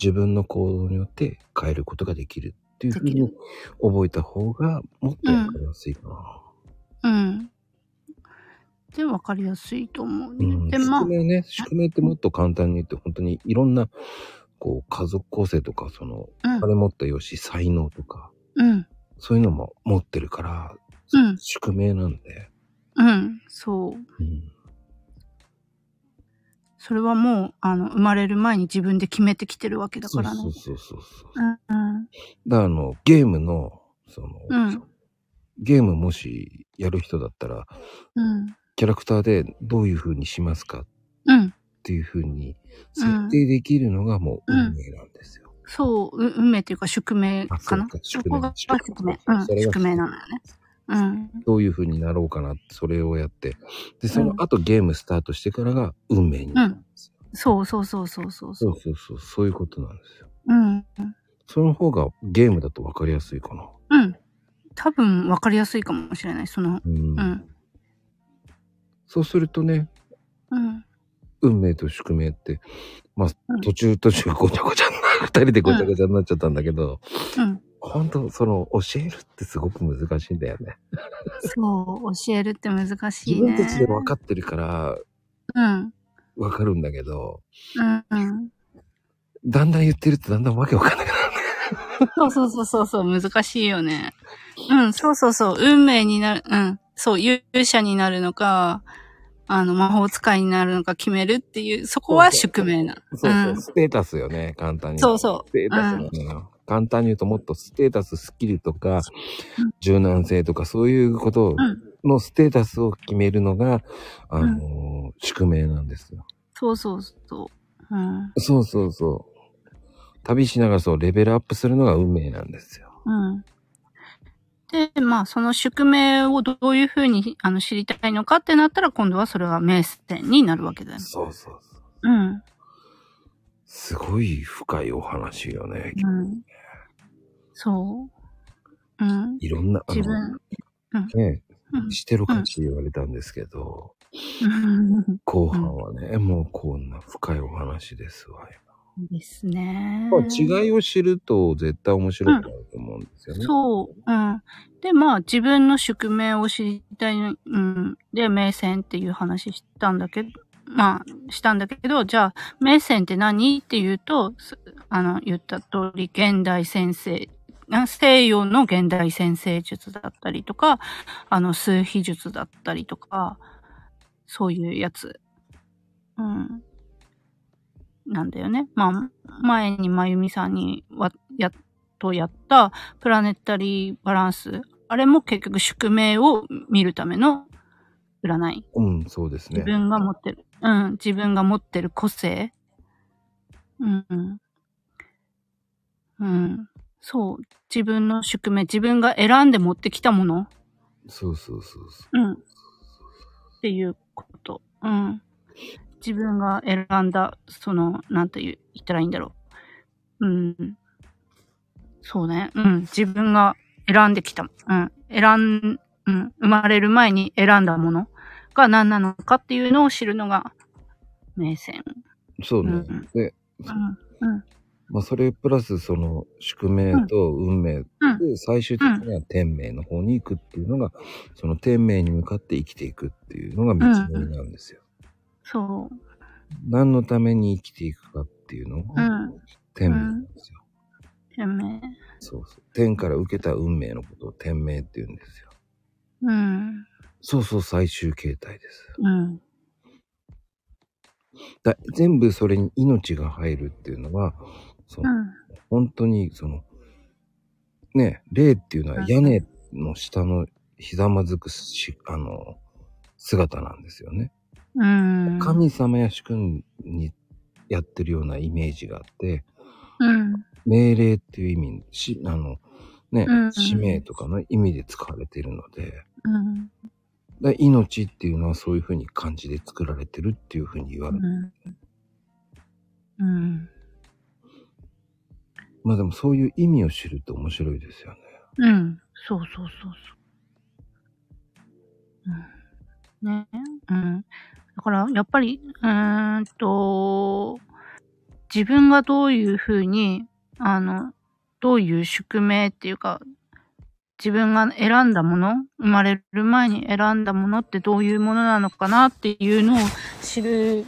自分の行動によって変えることができるっていうふうできに覚えた方がもっと分かりやすいかな。うん。で、分かりやすいと思ううね。ん、で、まあ宿、命ね、宿命ってもっと簡単に言って、本当にいろんな、こう、家族構成とか、その、うんあれ持ったよし、才能とか、うん。そういうのも持ってるから、うん宿命なんで。うん。そうう。んそれはもう、あの、生まれる前に自分で決めてきてるわけだからね。そうそうそうそう。うん。だからあの、ゲームの、その、うんゲームもしやる人だったら、うん。キャラクターでどういう風にしますかっうん。ていう風にうん設定できるのがもううん運命なんですよ。そう、う運命というか宿命あかな。そうかそこが宿命宿命。うん。それが宿命なのよね。うん。どういう風になろうかなって、それをやって。で、そのうん後ゲームスタートしてからが運命になるんですよ。そうそうそうそうそうそそうう。そうそう、そういうことなんですよ。うん。その方がゲームだと分かりやすいかな。うん。多分分かりやすいかもしれない。その、うんうん。そうするとね、うん。運命と宿命って、まあうん、途中途中ごちゃごちゃにな、二人でごちゃごちゃになっちゃったんだけど、うん。本当その、教えるってすごく難しいんだよね。そう、教えるって難し自いね。分たちで分かってるから、うん。分かるんだけど、うん。うん。だんだん言ってるとだんだんわけわかんなくなる。そうそうそうそうそう、難しいよね。うん、そうそうそう、運命になる、うん、そう、勇者になるのか、あの、魔法使いになるのか決めるっていう、そこは宿命な。そうそう、うんステータスよね、簡単に。そうそうステータスなのよ。簡単に言うともっとステータス、スキルとかうん、柔軟性とか、そういうことをうんのステータスを決めるのが、あのー宿命なんですよ。そうそうそう。うん、そうそうそう。旅しながらそう、レベルアップするのが運命なんですよ。うん。で、まあ、その宿命をどういうふうにあの知りたいのかってなったら、今度はそれは名点になるわけだよね。そうそうそう。うん。すごい深いお話よね。うん。そう。うん。いろんな、あ自分の、ね、うんしてる価値言われたんですけど、後半はね、もうこんな深いお話ですわよ。ですね。まあ違いを知ると絶対面白くなると思うんですよね。そう。うん。で、まあ、自分の宿命を知りたい、うん。で、名線っていう話したんだけど、まあ、したんだけど、じゃあ、名線って何って言うと、すあの、言った通り、現代先生、あ西洋の現代先生術だったりとか、あの、数秘術だったりとか、そういうやつ。うん。なんだよね。まあ、前にまゆみさんにわやっとやったプラネタリーバランス。あれも結局宿命を見るための占い。うん、そうですね。自分が持ってる、うん、自分が持ってる個性。うんうん。うん。そう。自分の宿命、自分が選んで持ってきたもの。そうそうそうそうん。っていうこと。うん。自分が選んだ、その、なんて言う言ったらいいんだろう。うん。そうね。うん。自分が選んできた。うん。選ん、うん。生まれる前に選んだものが何なのかっていうのを知るのが、名線。う。そうね。うんで、うん。まあ、それプラスその宿命と運命うで最終的には天命の方に行くっていうのが、その天命に向かって生きていくっていうのが道のりなんですよ。そう。何のために生きていくかっていうのうがん。天命なんですよ。天命。そうそう。天から受けた運命のことを天命って言うんですよ。うん。そうそう、最終形態です。うん。だ全部それに命が入るっていうのは、そのうん。本当にその、ね、霊っていうのは屋根の下のひざまずくし、あの、姿なんですよね。うん。神様や主君にやってるようなイメージがあって、うん。命令っていう意味、し、あの、ねうんう、ん使命とかの意味で使われているので、うん。だ命っていうのはそういうふうに漢字で作られてるっていうふうに言われて、うん。うん。まあでもそういう意味を知ると面白いですよね。うん。そうそうそうそう。うん、ね。うん。だから、やっぱり、うーんと、自分がどういうふうに、あの、どういう宿命っていうか、自分が選んだもの、生まれる前に選んだものってどういうものなのかなっていうのを知る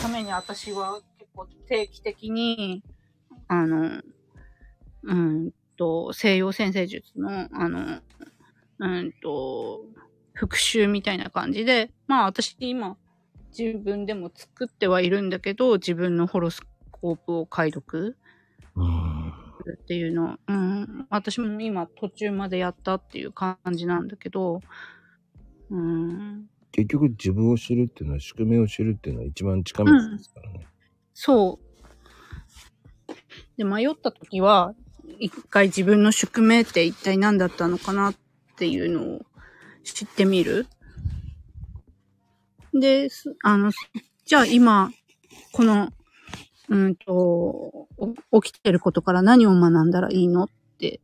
ために私は結構定期的に、あの、うんと、西洋先生術の、あの、うんと、復習みたいな感じで、まあ私今、自分でも作ってはいるんだけど、自分のホロスコープを解読うん。するっていうのを、うん、私も今途中までやったっていう感じなんだけど、うん、結局自分を知るっていうのは宿命を知るっていうのは一番近道ですからね。そう。で、迷った時は、一回自分の宿命って一体何だったのかなっていうのを知ってみる。で、すあの、じゃあ今、この、うんと、お起きてることから何を学んだらいいのって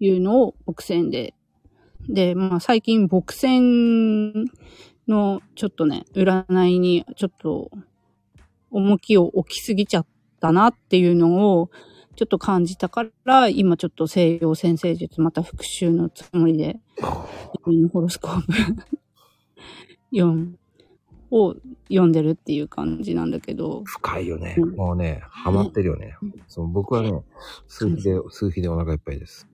いうのを、牧線で。で、まあ最近、牧線のちょっとね、占いにちょっと重きを置きすぎちゃったなっていうのをちょっと感じたから、今ちょっと西洋先生術また復習のつもりで、自分のホロスコープ4を読んでるっていう感じなんだけど。深いよね。うんもうね、ハマってるよね。その僕はね、数比で、数比でお腹いっぱいです。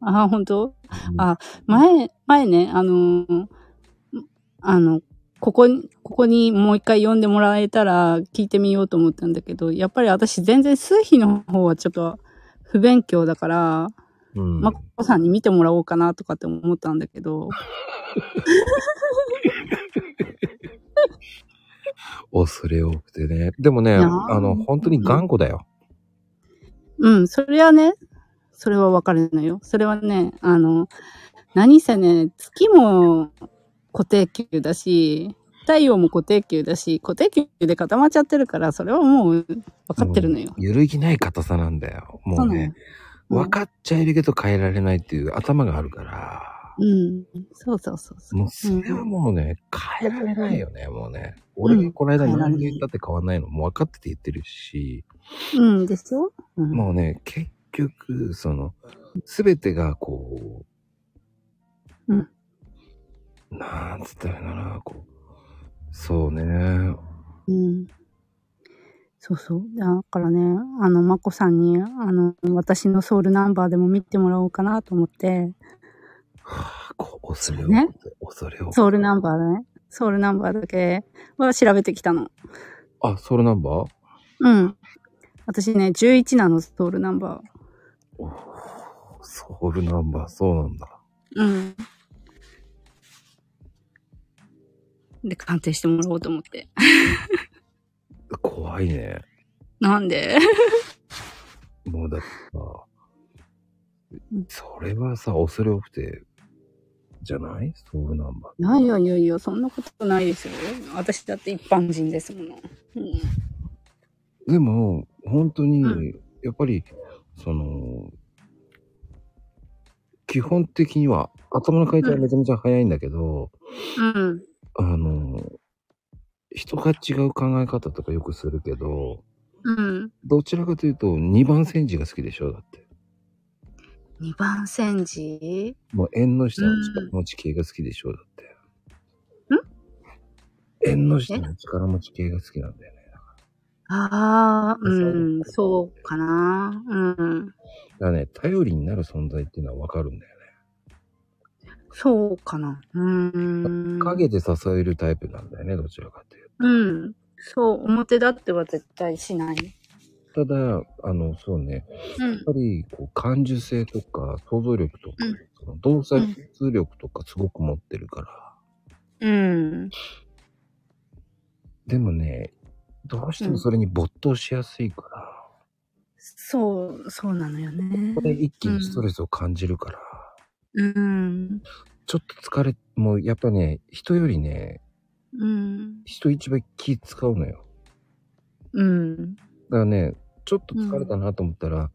ああ、本当うんあ前、前ね、あのーあの、ここに、ここにもう一回読んでもらえたら聞いてみようと思ったんだけど、やっぱり私全然数比の方はちょっと不勉強だから、うんまこさんに見てもらおうかなとかって思ったんだけど、恐れ多くてね。でもね、いやーあの、本当に頑固だよ。うん、それはね、それはわかるのよ。それはね、あの、何せね、月も固定給だし、太陽も固定給だし、固定給で固まっちゃってるから、それはもう分かってるのよも。う揺るぎない硬さなんだよ。もうね、そうなの分かっちゃいるけど変えられないっていう頭があるから。うん。そうそうそうそう。もうそれはもうね、変えられないよね、もうね。俺がこの間何で言ったって変わんないの、もう分かってて言ってるし、うんでしょ、うん、もうね、結局、その、すべてがこう、うんなんつったらいいのかな、こう、そうね、うん。そうそう。だからね、あの、まこさんに、あの、私のソウルナンバーでも見てもらおうかなと思って、はあ、こう、恐れを、ね恐れを。ソウルナンババーね、ソウルナンバーだけは調べてきたの。ーあ、ソウルナンバーうん。私ね、11なの、ソウルナンバー。おーソウルナンバー、そうなんだ。うん。で、鑑定してもらおうと思って。怖いね。なんでもうだってさうん、それはさ、恐れ多くて、じゃないソウルナンバー。ないよ、いよいよ、そんなことないですよ。私だって一般人ですもの。うん。でも、本当にうん、やっぱり、その、基本的には、頭の回転はめちゃめちゃ早いんだけど、うん。あの、人が違う考え方とかよくするけど、うん。どちらかというと、二番煎じが好きでしょだって。二番煎じもう縁の下のう力ん持ち系が好きでしょうだって。縁の下の力持ち系が好きなんだよね。ああ、うん、そそうかな。うん。だからね、頼りになる存在っていうのはわかるんだよそうかな。うんね。。影で支えるタイプなんだよね、どちらかといううん。そう、表立っては絶対しない。と。ただ、あの、そうね、うん。やっぱり、こう、感受性とか、想像力とか、うんその動作力とかすごく持ってるから。うん。でもね、どうしてもそれに没頭しやすいから、そう、そうなのよねこ。れ一気にストレスを感じるから。うん。ちょっと疲れ、もうやっぱね、人よりね、うん。人一倍気使うのよ。うん。だからね、ちょっと疲れたなと思ったら、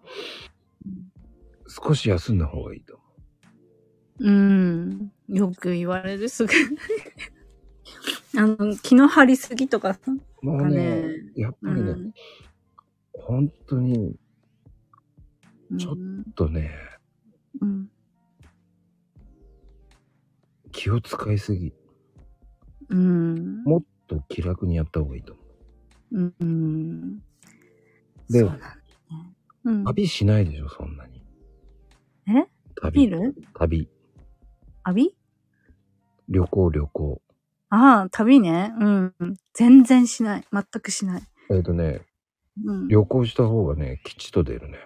少し休んだ方がいいと思うん。よく言われる、すぐ。 (laughs) あの、気の張りすぎとか。う。まあなねんかね、やっぱうりね、ん。本当に、ちょっうんとね、うん。気を使いすぎ、うん。もっと気楽にやった方がいいと思う。うん。でそうなんだねうん。旅しないでしょ、そんなに。え旅ビール旅。旅旅行、旅行。ああ、旅ね。うん。全然しない。全くしない。えっ、とね、うん。旅行した方がね、吉と出るね。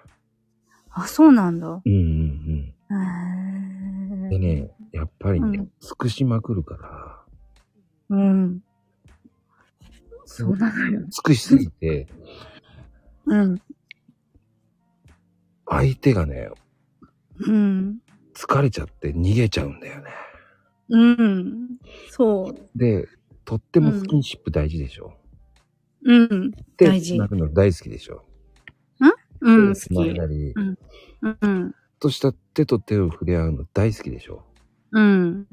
あ、そうなんだ。うんうんうん。へでえ。ね、やっぱりね、うん尽くしまくるから、うん。そそうなのよ。尽くしすぎて、うん。相手がね、うん。疲れちゃって逃げちゃうんだよね。うん。そう。で、とってもスキンシップ大事でしょ。うん。で大事なるの大好きでしょ。うん、手を好繋いきだ。り、ちょうん。っとした手と手を触れ合うの大好きでしょ。うん。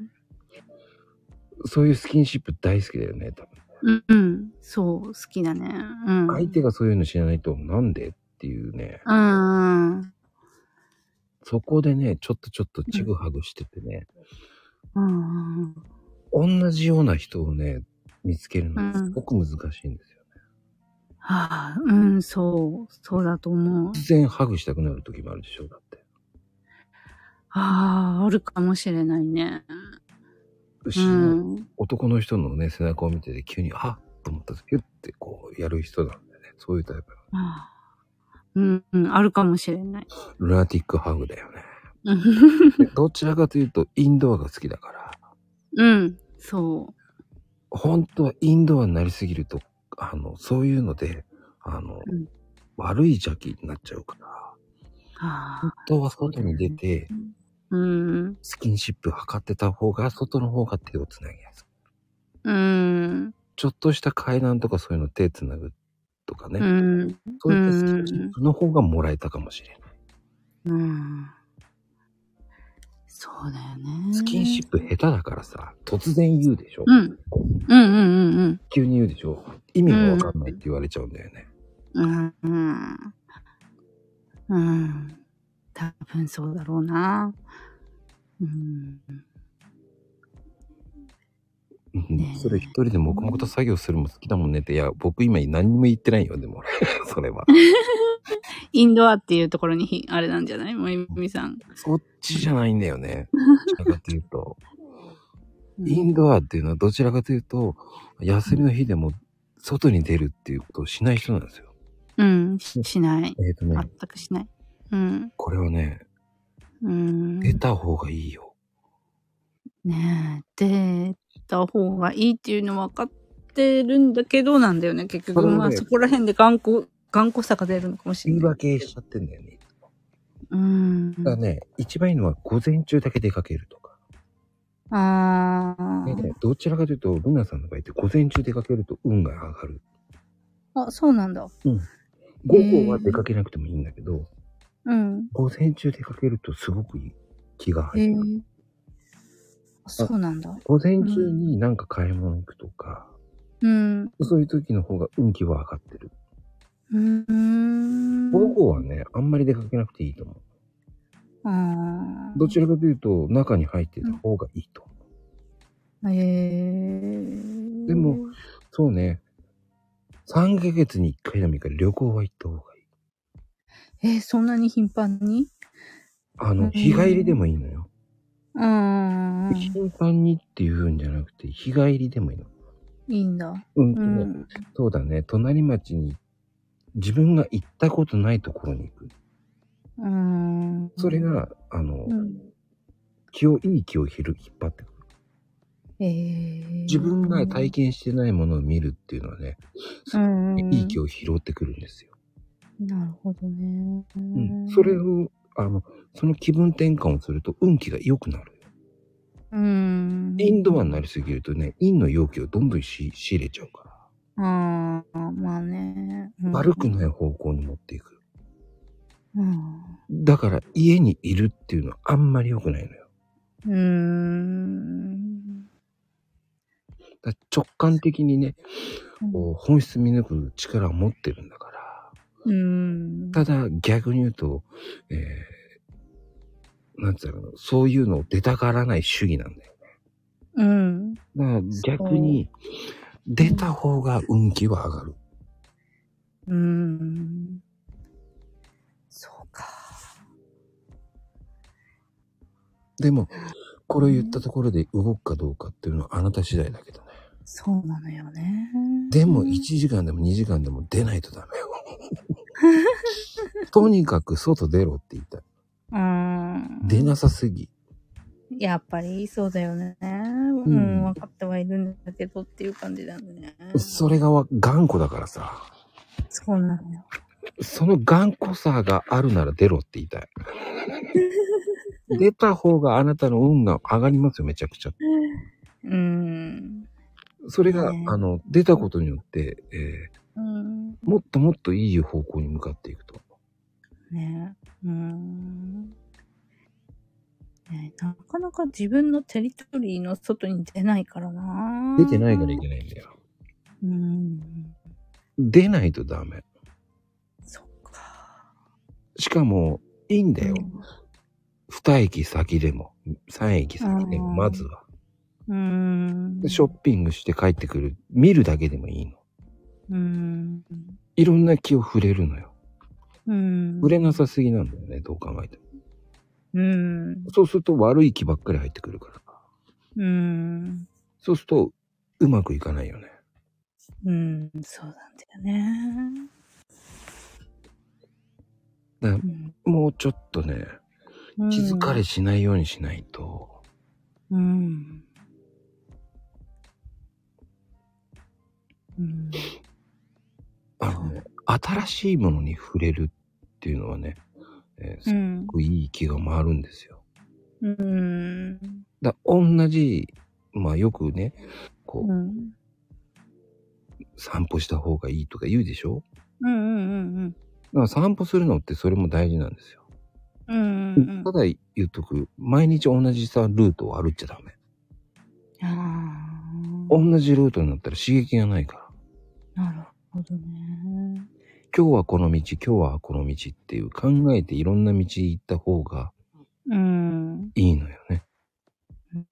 そういうスキンシップ大好きだよね、多分。うん。そう、好きだね。うん。相手がそういうの知らないと、なんでっていうね、うん。そこでね、ちょっとちょっとちぐはぐしててね、うん。同じような人をね、見つけるのすごく難しいんですよ。はあ、うん、そう、そうだと思う。突然ハグしたくなる時もあるでしょ、だって。ああ、あるかもしれないね。う後ろのん。男の人のね、背中を見てて急に、あっと思ったら、ヒュッてこう、やる人なんだよね。そういうタイプ。ああうん、うん、あるかもしれない。ルナティックハグだ (laughs) よね。うんでどちらかというと、インドアが好きだから、うん、そ本当はインドアになりすぎると、あの、そういうので、あの、うん悪い邪気になっちゃうから、う。ああ、本当は外に出て、うん、スキンシップ測ってた方が、外の方が手をつなぎやすい。うん、ちょっとした階段とかそういうの手つなぐとかね、うん、そういったスキンシップの方がもらえたかもしれない。うん。そうだよね。スキンシップ下手だからさ、突然言うでしょ、うん。うんうんうん急に言うでしょ意味がわかんないって言われちゃうんだよね。うん。うん。うん。多分そうだろうな。うん。うんねえそれ一人で黙々と作業するのも好きだもんねって、いや、僕今何も言ってないよ、でも。 (laughs) それ (laughs) は。インドアっていうところにひ、あれなんじゃない森美さん。そっちじゃないんだよ (laughs) ね。どちらかというと。うんインドアっていうのはどちらかというと、休みの日でも外に出るっていうことをしない人なんですよ。うん、ししない。えっ、とね、全くしない。うん。これはね、うん。出た方がいいよ。ねえ、出た方がいいっていうの分かってるんだけどなんだよね、そ結局。れもねまあそこら辺で頑固、頑固さが出るのかもし言れいない。訳しちゃってんだよね。うん。だからね、一番いいのは午前中だけ出かけるとか。あでねどちらかというと、ルナさんの場合って午前中出かけると運が上がる。あ。あ、そうなんだ。午後は出かけなくてもいいんだけど、うん。午前中出かけるとすごくいい気がへ入える。あそうなんだ。午前中になんか買い物行くとか、うん。うそういう時の方が運気は上がってる。ーん。午後はね、あんまり出かけなくていいと思う。あーどちらかというと、中に入ってた方がいいと思う。へえでも、そうね。3ヶ月に1回でもいいから旅行は行った方がいい。えーそんなに頻繁にあうの、ん日帰りでもいいのよ。うん。頻繁にっていうんじゃなくて、日帰りでもいいの。いいんだ。うんとうね、ん。そうだね。隣町に、自分が行ったことないところに行く。うん。それ、が、あの、うん。気を、いい気をひる引っ張ってくる。えー、自分が体験してないものを見るっていうのはね、験いい気を。を拾ってくるんですよ。なるほどね。ううん。それを、あの、その気分転換をすると運気が良くなる。うん。インドアになりすぎるとね、陰の容器をどんどんし仕入れちゃうから、ああ、まあね。うん悪くない方向に持っていく。うん。だから家にいるっていうのはあんまり良くないのよ。うーん。だから直感的にね、うこう本質見抜く力を持ってるんだから。ん。ただ逆に言うと、えー、なんつうの、そういうのを出たがらない主義なんだよ。うん。だから逆に、出た方が運気は上がる。うん。そうか。でも、これを言ったところで動くかどうかっていうのはあなた次第だけどね。そうなのよね。でも1時間でも2時間でも出ないとダ (laughs) メよ。とにかく外出ろって言った。うん。出なさすぎ。やっぱりそうだよね。うんん、分かってはいるんだけどっていう感じだね。それがわ頑固だからさ。そうなのよ。その頑固さがあるなら出ろって言いた (laughs) い。出た方があなたの運が上がりますよ、めちゃくちゃ。うん。それが、ねあの、出たことによって、えうん。ーもっともっといい方向に向かっていくと。ねうーん。ねなかなか自分のテリトリーの外に出ないからな出てないからいけないんだよ。うーん。出ないとダメ。そっか。しかも、いいんだよ。う二駅先でも、三駅先でも、うんまずは。ーん。ショッピングして帰ってくる。見るだけでもいいの。うーん。いろんな気を触れるのよ。うーん。触れなさすぎなんだよね、どう考えても。うーん。そうすると悪い気ばっかり入ってくるから。うーん。そうすると、うまくいかないよね。うーん。そうなんだよね。だからうんもうちょっとね、気づかれ。しないようにしないと、うん。うん。あのね、新しいものに触れるっていうのはね、えーうすんご。くいい気が回るんですよ。うん。だから同じ、まあよくね、こうう、ん散歩した方がいいとか言うでしょうんうんうんだから散歩するのってそれも大事なんですよ。うんうんうたん。だ言っとく。毎日同じさ、ルートを歩いちゃダメ。ああ。同じルートになったら刺激がないから。なるほどね。今日はこの道、今日はこの道っていう考えていろんな道行った方がうん。いいのよね。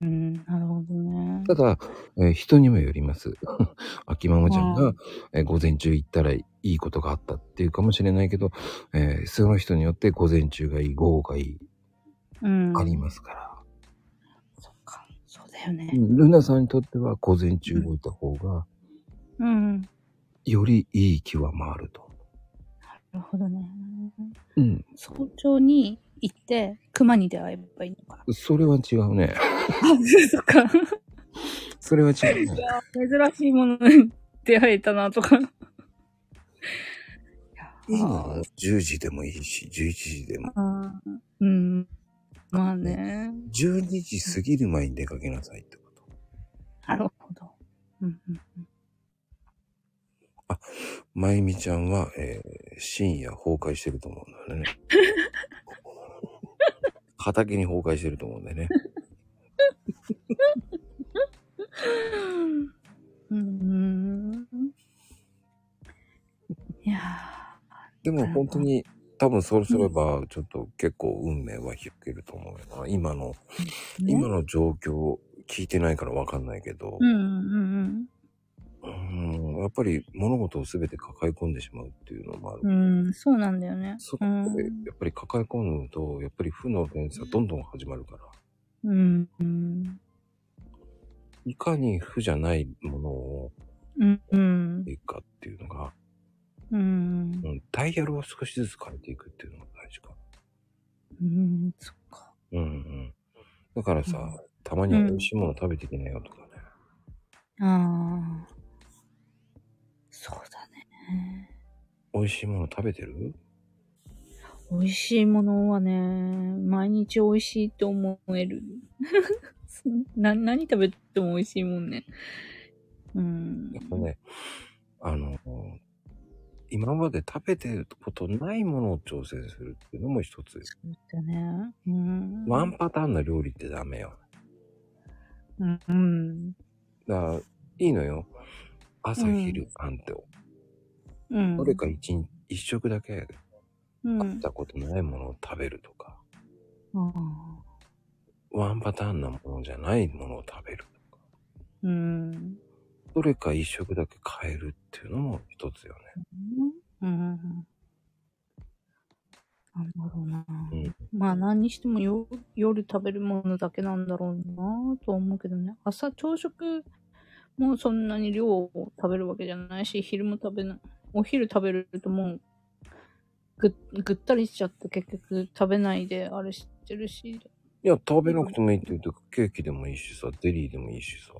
うん。なるほどね。ただ、えー人にもよります。 (laughs) 秋ママちゃんはがい、えー午前中行ったらいいことがあったっていうかもしれないけど、えーその人によって午前中がいい、午後がいい、うん。ありますから。そっか。そうだよね。ルナさんにとっては午前中動いた方が、うん。なよりいい気は回ると。るほどね。うん。早朝に行って、熊に出会えばいいのかな。それは違うね。そっか。それは違う (laughs) いね。やー、珍しいものに出会えたなとか。いやーいいのよ10時でもいいし、11時でも。あーうん。まあね。 12時過ぎる前に出かけなさいってこと。なるほど。うんうんまゆみちゃんは、えー深夜崩壊してると思うんだよ (laughs) ね。畑に崩壊してると思うんだよね。うーん。いやでも本当に、多分そうすれば、ちょっと結構運命は引けると思うよな。今の、ー、ね今の状況、聞いてないからわかんないけどう、んうんうん、やっぱり物事を全て抱え込んでしまうっていうのもある。うん。うん、そうなんだよね。そうこんで、やっぱり抱え込むと、やっぱり負の連鎖どんどん始まるから、うん。うん。いかに負じゃないものをうん。うんい。いかっていうのが、うんう。ん、ダイヤルを少しずつ変えていくっていうのが大事かうん。そっか。な。うんうん。だからさ、うんたまには美味しいもの食べてきなよとかね。ああ。そうだね。美味しいもの食べてる美味しいものはね、毎日美味しいと思える。 (laughs) な何食べても美味しいもんね。うん。やっぱね、あの、今まで食べてることないものを挑戦するっていうのも一つよ。そうだね。うん。ワンパターンの料理ってダメよ。うん。うん。だから、いいのよ。朝うん昼晩って、うん。どれか一日一食だけうん。食ったことないものを食べるとか、ああワンパターンなものじゃないものを食べるとか。うん。どれか一食だけ変えるっていうのも一つよね。うん。なんだろうな。うんまあ何にしてもよ夜食べるものだけなんだろうなとは思うけどね。朝朝食もそんなに量を食べるわけじゃないし、昼も食べない。お昼食べるともうぐぐったりしちゃって結局食べないであれしてるし。いや、食べなくてもいいって言うと、ケーキでもいいしさ、ゼリーでもいいしさ。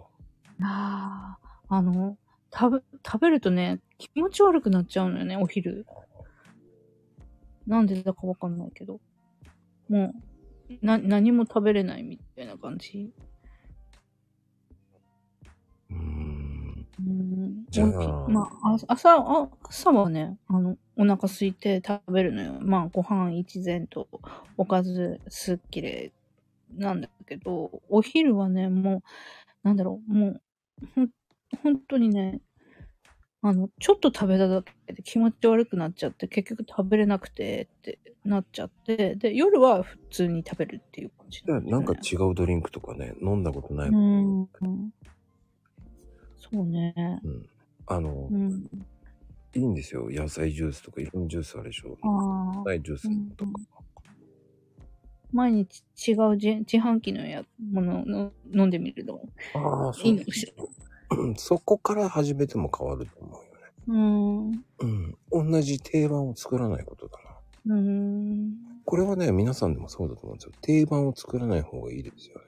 ああ、あの、食べ、食べるとね、気持ち悪くなっちゃうのよね、お昼。なんでだかわかんないけど。もう、な、何も食べれないみたいな感じ。うーん。うん。じゃあおまあ、あ朝、あ朝はね、あの、お腹空いて食べるのよ。まあ、ご飯一膳と、おかずすっきりなんだけど、お昼はね、もう、なんだろう、もう、ほん、本当にね、あの、ちょっと食べただけで気持ち悪くなっちゃって、結局食べれなくてってなっちゃって、で、夜は普通に食べるっていう感じじゃあ、なんかね違うドリンクとかね、飲んだことない。うん。そうね。あのう、ん。いいんですよ。野菜ジュースとか、いろんなジュースあるでしょ。ああ。ないジュースとか。毎日違う自自販機のやものの飲んでみるのもああ、いそいうのかしら。うん。そこから始めても変わると思うよね。うーん。うん。同じ定番を作らないことだな。うーん。これはね、皆さんでもそうだと思うんですよ。定番を作らない方がいいですよね。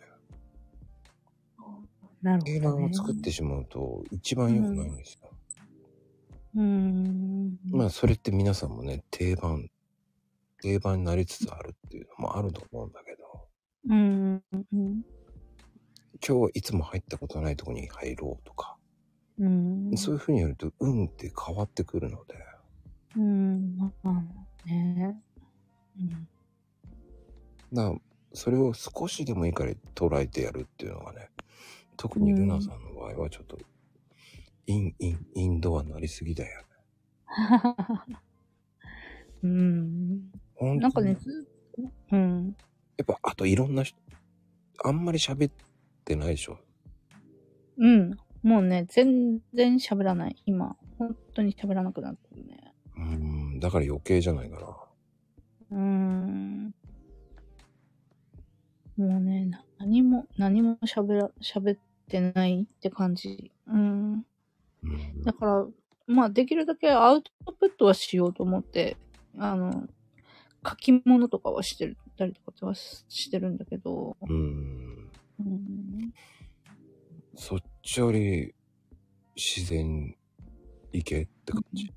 なるほど、ね。定番を作ってしまうと、一番良くないんですよ。うーん。まあそれって皆さんもね定番定番になりつつあるっていうのもあると思うんだけどうーん。うん。今日はいつも入ったことないとこに入ろうとか、うん。そういうふうにやると運って変わってくるのでうん。まあね。うん。なそれを少しでもいいから捉えてやるっていうのがね特にルナさんの場合はちょっと、インインインドアになりすぎだよねうん。本当になんかね、ずっと、うん。やっぱあといろんな人あんまり喋ってないでしょうん。もうね、全然喋らない。今、本当に喋らなくなってるね。うーんだから余計じゃないかなうん。もうね、な何も、何も喋ら、喋ってないって感じ。ううん。んだから、まあ、できるだけアウトプットはしようと思って、あの、書き物とかはしてる、たりとかってはししてるんだけど、うーんうん。そっちより自然行けって感 (laughs) じ。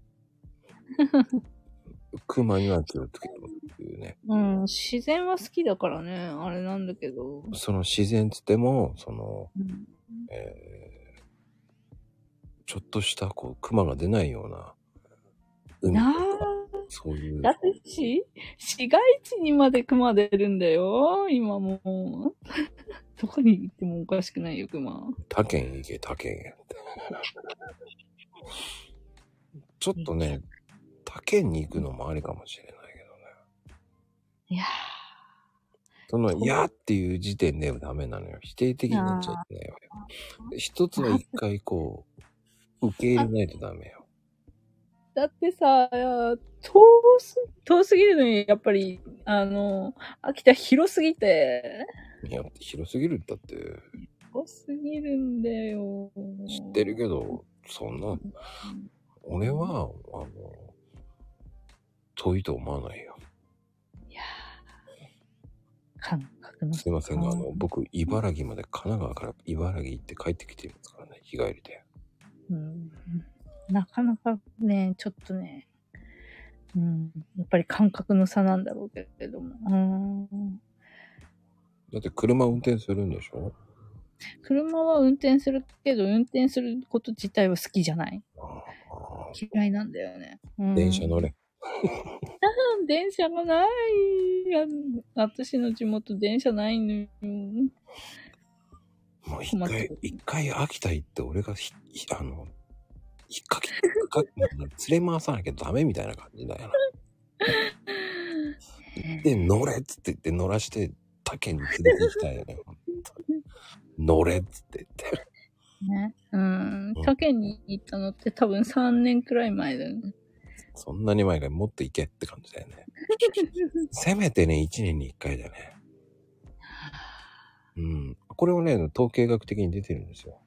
熊には気をつけろっていうね。うん、自然は好きだからね、あれなんだけど。その自然つっても、その、うんえーちょっとしたこう熊が出ないような海なあとか、そういうだ、ってし、市街地にまで熊出るんだよ、今もう。 (laughs) どこに行ってもおかしくないよ、熊。他県行け、他県 (laughs) へって。ちょっとね、他県に行くのもありかもしれないけどね。いやその、いやっていう時点ではダメなのよ。否定的になっちゃいけないわよ。一つは一回こう、受け入れないとダメよ。ーだってさ、遠す、遠すぎるのに、やっぱり、あの、秋田広すぎて、いや、広すぎるんだって、広すぎるんだよ。知ってるけど、そんな、俺は、あの、遠いと思わないよ。いやー感覚の。すいませんが、あの、僕、茨城まで、神奈川から茨城行って帰ってきていますからね、日帰りで。うんなかなかね、ちょっとね、うん、やっぱり感覚の差なんだろうけれども。うん、だって車運転するんでしょ車は運転するけど、運転すること自体は好きじゃない。ああ嫌いなんだよね。うん、電車乗れ。うん電車がない。あ私の地元電車ないのよ。もう一困って回る、一回秋田行って俺がひ、ひあの、引っかけ、引っかけ、 (laughs) 連れ回さなきゃダメみたいな感じだ (laughs) よな。で、乗れっつって言って乗らして、他県に連れて行きたいよね。本当に乗れっつって言って。ね。うんうん。他県に行ったのって多分3年くらい前だよ (laughs) ね。そんなに前からもっと行けって感じだよね。せめてね、一年に一回だね。うん。これはね、統計学的に出てるんですよ。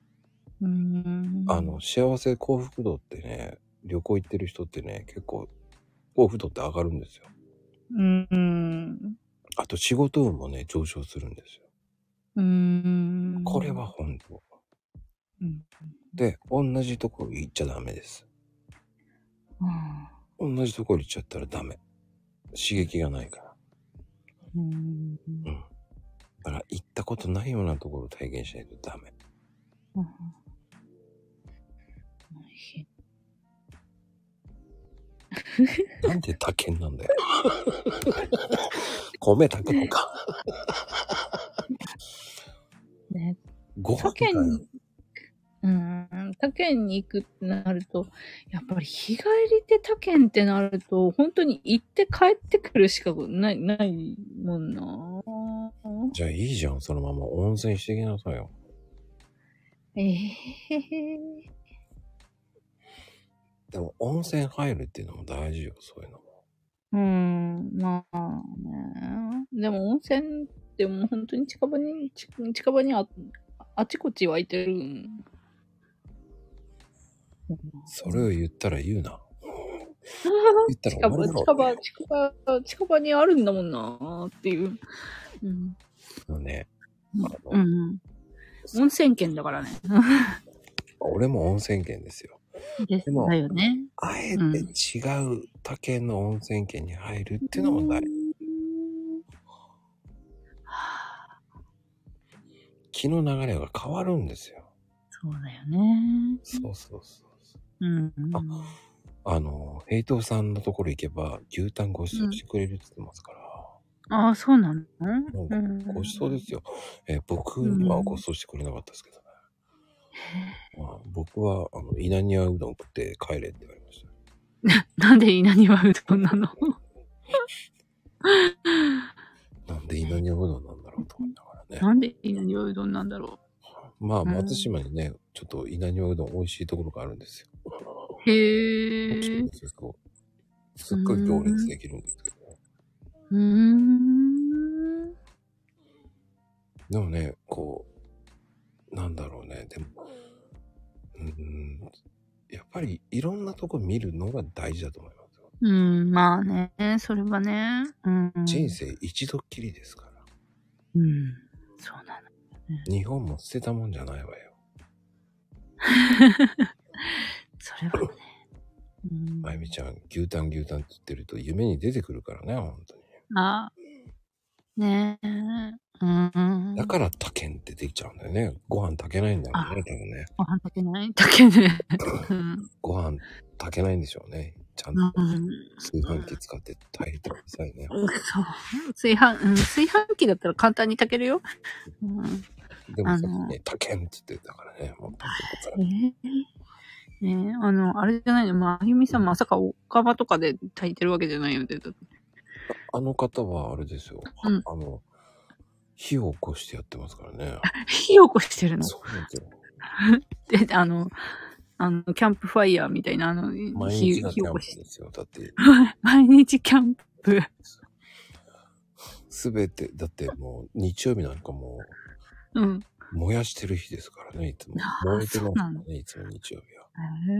うん。あの、幸せ幸福度ってね、旅行行ってる人ってね、結構、幸福度って上がるんですよ。うん。あと仕事運もね、上昇するんですよ。うん。これは本当。うん。で、同じところ行っちゃダメです。うん同じところ行っちゃったらダメ。刺激がないから。うーんうん。だから行ったことないようなところを体験しないとダメ。うん大変なんで他県なんだよ。 (laughs) 米炊くのか。ね、ご飯他だ県よに、うーん、他県に行くってなると、やっぱり日帰りで他県ってなると、本当に行って帰ってくるしかない、ないもんな。じゃあいいじゃん、そのまま温泉してきなさいよ。ええでも温泉入るっていうのも大事よ、そういうのも。うーん、まあね。でも温泉ってもう本当に近場に、ち近場にああちこち湧いてるん。それを言ったら言う (laughs) な。言った近ら終わ場、りだろ近場、近場、近場にあるんだもんなーっていう。うん。あのね、あうのん。温泉圏だからね。俺も温泉県ですよ。ですもだよね。あえて違う他県の温泉県に入るっていうのも大事。はあ気の流れが変わるんですよ。そうだよね。そうそうそうそう。うん。あの、平等さんのところ行けば牛タンご馳走してくれるって言ってますから。ああ、そうなのうごちそうですよ。えー僕にはごちそうしてくれなかったですけどね。まあ、僕は、あの、稲庭うどん食って帰れって言われました。なんで稲庭うどんなのなんで稲庭うどんなんだろうと思いながらね。 (laughs) なんで稲庭うどんなんだろまあ、ん松島にね、ちょっと稲庭うどん美味しいところがあるんですよ。うへ大きいえん。ですよすっごい行列できるんですけどね。うーん。でもね、こう、なんだろうね、でも、うーん、やっぱりいろんなとこ見るのが大事だと思いますよ。うん、まあね、それはね。うん、人生一度っきりですから。うん。そうなの。日本も捨てたもんじゃないわよ。それはね。うん、まゆみちゃん、牛タン牛タンって言ってると夢に出てくるからね、本当に。あ、ねえ。うん。だから他県ってできちゃうんだよね。ご飯炊けないんだろうね、多分ね。ご飯炊けないだけで。うん。ご飯炊けないんでしょうね。ちゃんとうん炊飯器使って炊いてくださいね。そう。炊飯、うん、炊飯器だったら簡単に炊けるよ。うん。でもさっきあのね、他県って言ってたからね、もう炊けえーねえ、あの、あれじゃないの、まあ、あゆみさんまさかおかばとかで炊いてるわけじゃないよね。だってあの方はあれですよ。うんあの、火を起こしてやってますからね。火起こしてるの。そうなんですよ。で、あの、あの、キャンプファイヤーみたいな、あの、毎火、日が火キ起ャンプこしですよ。だって、毎日キャンプ。すべて、だってもう日曜日なんかもうん。う燃やしてる日ですからね、いつもあ。ー燃えてますからそうね、いつも日曜日は。へ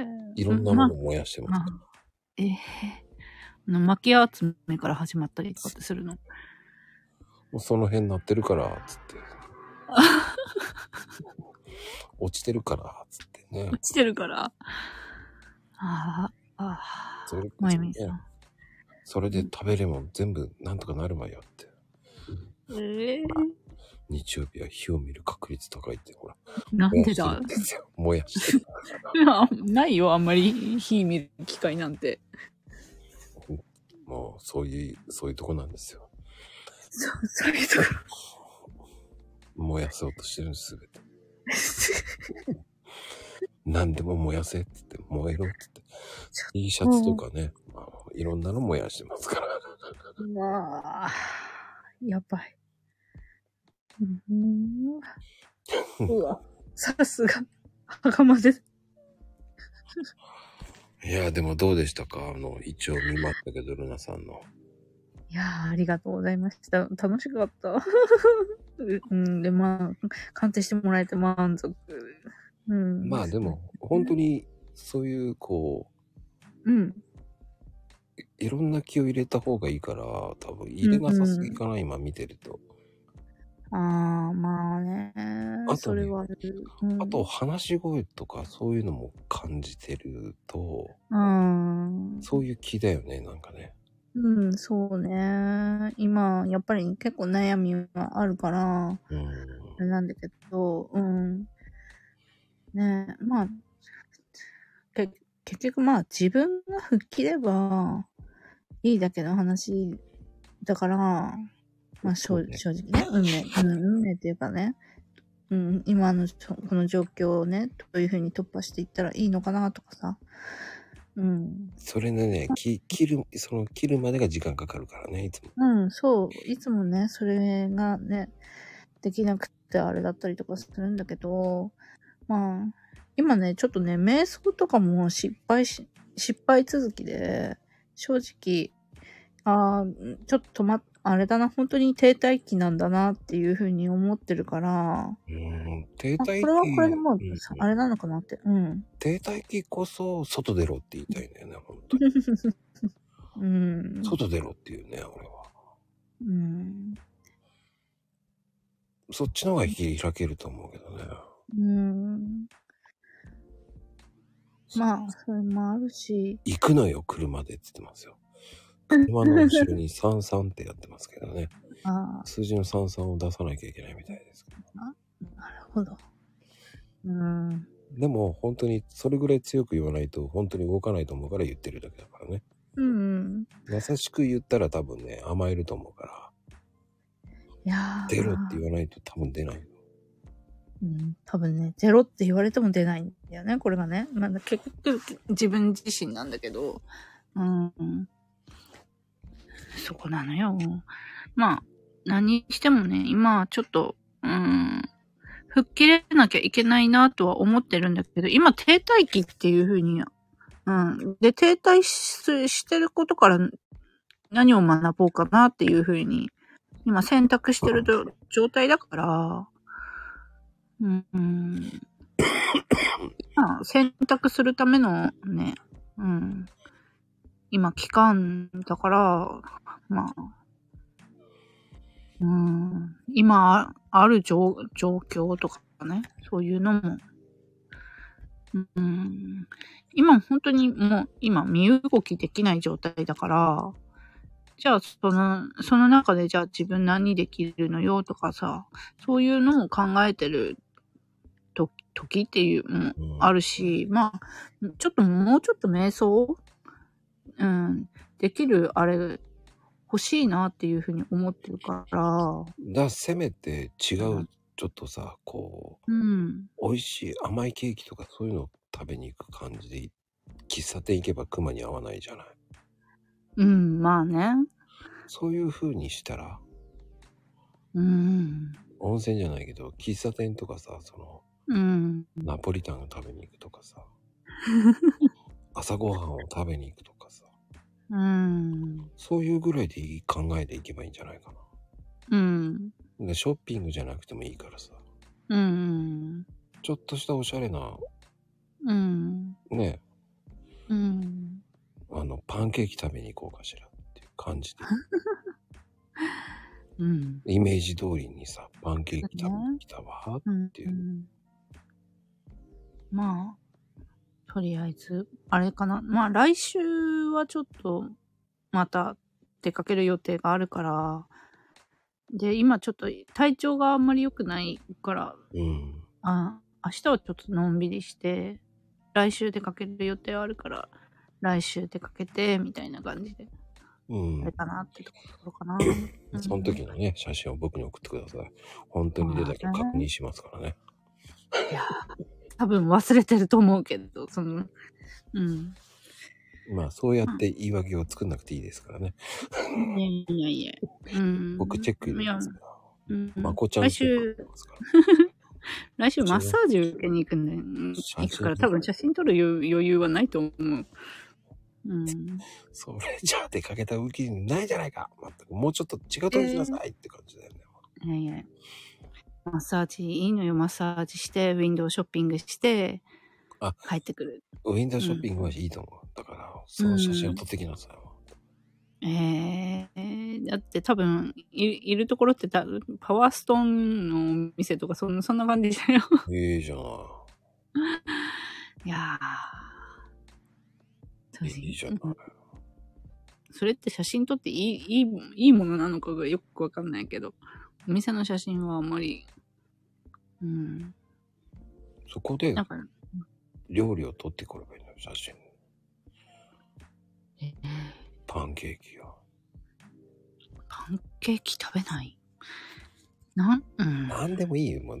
え。いろんなものを燃やしてますまあから。ええあの、巻き集めから始まったりとかってするの。もうその辺なってるから、つ (laughs) って。落ちてるから、つってね落。ちてるから。ああ、あそれこそまねゆみさん。それで食べれも全部なんとかなるわよって。ええ日曜日は火を見る確率高いって、ほら。なんで燃やしてだるんですよ燃やしてる。 (laughs) あないよ、あんまり火見る機会なんて。もう、そういう、そういうとこなんですよ。そう、そういうとこ燃やそうとしてるんです、すべて。何でも燃やせって言って、燃えろって言って。T シャツとかね、まあ、いろんなの燃やしてますから。ろ。まあ、やばい。 (laughs) うん、うわ、さすが、袴です。いや、でもどうでしたかあの、一応見ましたけど、ルナさんの。いやーありがとうございました。楽しかった。 (laughs) うん、で、まあ、鑑定してもらえて満足。うん。まあでも、本当に、そういう、こうん。う、いろんな気を入れた方がいいから、多分入れなさすぎかな、今見てると。ああ、まあねとねそれはある、うんあと、、話し声とか、そういうのも感じてると、うん。そういう気だよね、なんかね。うん、そうね。今、やっぱり結構悩みはあるから、うん。あれなんだけど、うん。ねえ、まあ、け結局まあ自分が吹っ切ればいいだけの話だから、まあそう正ね正直ね、運命、うん、運命っていうかね、うん、今のちょこの状況をね、どういうふうに突破していったらいいのかなとかさ、うん、それでね、き切る、その切るまでが時間かかるからね、いつも。うん、そう、いつもね、それがね、できなくてあれだったりとかするんだけど、まあ、今ね、ちょっとね、瞑想とかも失敗し、失敗続きで、正直、ああ、ちょっと止まっ、あれだな、本当に停滞期なんだなっていうふうに思ってるから、うーん、停あこ滞期。れはこれでもう、うんあれなのかなって、うん。停滞期こそ、外出ろって言いたいんだよね、本当 (laughs) に。うん。外出ろっていうね、俺は。うん。そっちの方が切り開けると思うけどね。うん。まあ、それもあるし、行くのよ、車でって言ってますよ。車の後ろに33ってやってますけど (laughs) ね。あ数字の33を出さなきゃいけないみたいですけど。あ、なるほど。うん。でも、本当に、それぐらい強く言わないと、本当に動かないと思うから言ってるだけだからね。うん。優しく言ったら多分ね、甘えると思うから、いやー出ろって言わないと多分出ない。うん、多分ね、ゼロって言われても出ないんだよね、これがね。まだ結局、自分自身なんだけど。うん。そこなのよ。まあ、何してもね、今はちょっと、うん、吹っ切れなきゃいけないなとは思ってるんだけど、今停滞期っていうふうに、うん。で、停滞ししてることから何を学ぼうかなっていうふうに、今選択してると状態だから、うん。まあ、選択するためのね、うん。今、期間だから、まあ、うん。今あ、ある状状況とかね、そういうのも、うん。今、本当にもう、今、身動きできない状態だから、じゃあ、その、その中で、じゃあ自分何できるのよとかさ、そういうのを考えてると時っていうのもうんあるし、まあ、ちょっともうちょっと瞑想を、うん、できるあれ、欲しいなっていうふうに思ってるから、だからせめて違う、ちょっとさ、こうん。う、美味しい甘いケーキとかそういうのを食べに行く感じで、喫茶店行けば熊に合わないじゃない。うん、まあね。そういう風にしたら、うん。温泉じゃないけど、喫茶店とかさ、その、うん。ナポリタンを食べに行くとか (laughs) さ、朝ごはんを食べに行くとかさ、うん。そういうぐらいでいい考えでいけばいいんじゃないかうん。な。でショッピングじゃなくてもいいからさ、うん。ちょっとしたおしゃれな、うん。ね、うん。あの、パンケーキ食べに行こうかしらっていう感じで、うん。イメージ通りにさ、パンケーキ食べに来たわ。うんていうまあ、とりあえず、あれかな。まあ来週はちょっと、また出かける予定があるから、で、今ちょっと体調があんまり良くないから、うん。あ明日はちょっとのんびりして、来週出かける予定あるから、来週出かけて、みたいな感じで、うんあれ。かなってとこ (laughs) ろかな。うんその時のね、写真を僕に送ってください。本当に出たか確認しますからね。いやー、多分忘れてると思うけど、その、うん。まあ、そうやって言い訳を作んなくていいですからね。いやいやいや。うん、僕チェック入いれやますから。うん、まこちゃん来チェック入週、れますから。来週マッサージ受けに行くんで、うん写真行くから多分写真撮る余余裕はないと思う。うん。それじゃあ出かけた動きないじゃないか。まったくもうちょっと違うとこしなさいって感じだよね。いやいや。マッサージいいのよ、マッサージして、ウィンドウショッピングしてあ、帰ってくる。ウィンドウショッピングはいいと思う。だから、その写真を撮ってきなさい。えー、だって多分い、いるところってたパワーストーンのお店とかそん、そんな感じだよ。いいじゃない。いやー。いいじゃない。それって写真撮っていい、いい、いいものなのかがよくわかんないけど、お店の写真はあんまり、うん、そこでなんか、料理を撮ってくればいいのよ、写真。えーパンケーキを。パンケーキ食べないなん、うん、なんでもいいよ、もう。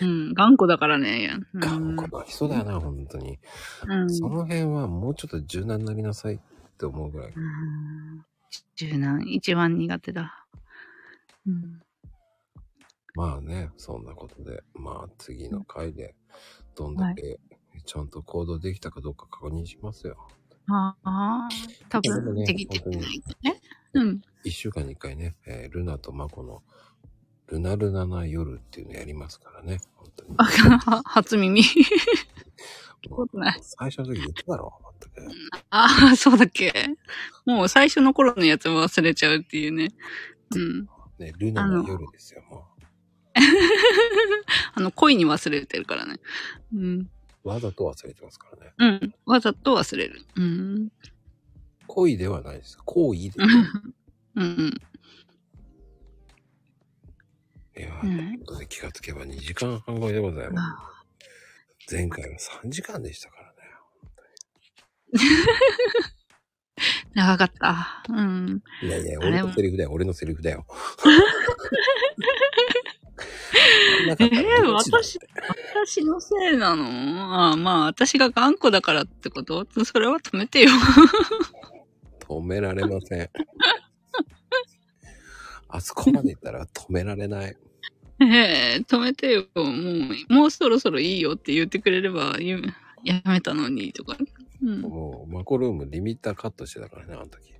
うん、頑固だからね。うん頑固な人だよな、本当に。うん、その辺はもうちょっと柔軟になりなさいって思うぐらい。うん柔軟、一番苦手だ。うん、まあね、そんなことで、まあ次の回で、どんだけちゃんと行動できたかどうか確認しますよ。ああ、多でも分、ねできてないとね。うん。 (laughs) 一週間に一回ね、えールナとマコの、ルナルナな夜っていうのやりますからね、本当に。あは初耳。 (laughs) もうことない最初の時言っただろ、本当に。ああ、 (laughs) そうだっけ。もう最初の頃のやつを忘れちゃうっていうね。うん。ね、ルナの夜ですよ、もあの、恋に忘れてるからね。うん。う。わざと忘れてますからね。うん。わざと忘れる。うん。恋ではないです。行為でう。ん。うん。いやー、うんということで気がつけば2時間半超えでございます。前回は3時間でしたからね。長かった。うん。いやいや、あ俺れものセリフだよ、俺のセリフだ (laughs) よ。なかえったらーどっちだ私、私のせいなのあーまあ、私が頑固だからってことそれは止めてよ。 (laughs) 止められません。あそこまで行ったら止められない。えー止めてよ。もう、もうそろそろいいよって言ってくれれば、ゆやめたのに、とか。うん。もう、マコルームリミッターカットしてたからね、あの時。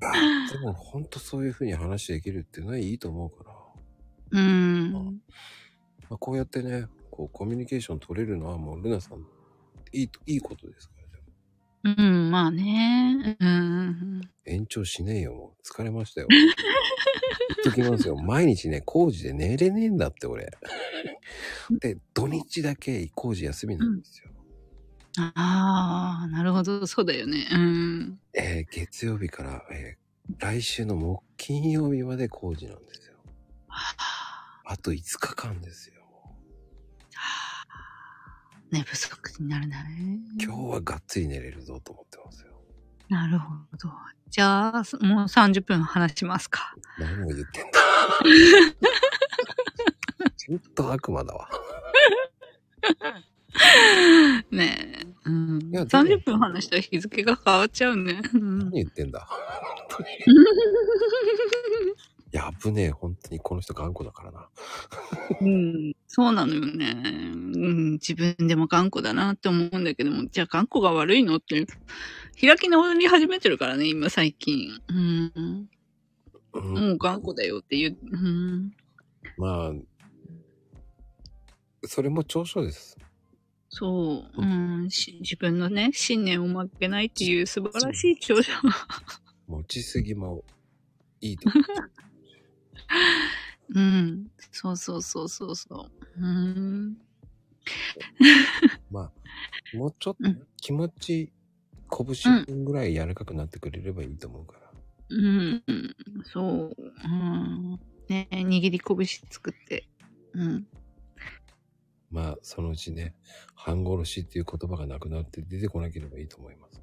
あでも、ほんとそういう風に話できるっていうのはいいと思うから。うん。まあ、こうやってね、こう、コミュニケーション取れるのはもう、ルナさん、いいと、いいことですからね。うん、まあね。うん。延長しねえよ、もう。疲れましたよ。言っときますよ。毎日ね、工事で寝れねえんだって、俺。で、土日だけ工事休みなんですよ。ああ、なるほど。そうだよね。うん。えー月曜日から、えー来週の木金曜日まで工事なんですよ。あと5日間ですよ。寝不足になるんだね。今日はがっつり寝れるぞと思ってますよ。なるほど。じゃあ、もう30分話しますか。 (laughs) 何を言ってんだ。本当悪魔だわ。ねえ。うん、いやでも30分話したら日付が変わっちゃうね。うん何言ってんだ。本当に。いや、危ねえ。本当にこの人頑固だからな。うん、そうなのよね、うん。自分でも頑固だなって思うんだけども、じゃあ頑固が悪いのって、開き直り始めてるからね、今最近。うん、うんもう頑固だよっていう。うん、まあ、それも長所です。そう、うんし自分のね、信念を負けないっていう素晴らしい長所。持ちすぎもいいとこ。うん、そうそうそうそうそう。うん、まあ、もうちょっうとん気持ち、拳ぐらい柔らかくなってくれればいいと思うから。うん、そう。うん、ね、握り拳作って。うん、まあ、そのうちね、半殺しっていう言葉がなくなって出てこなければいいと思います。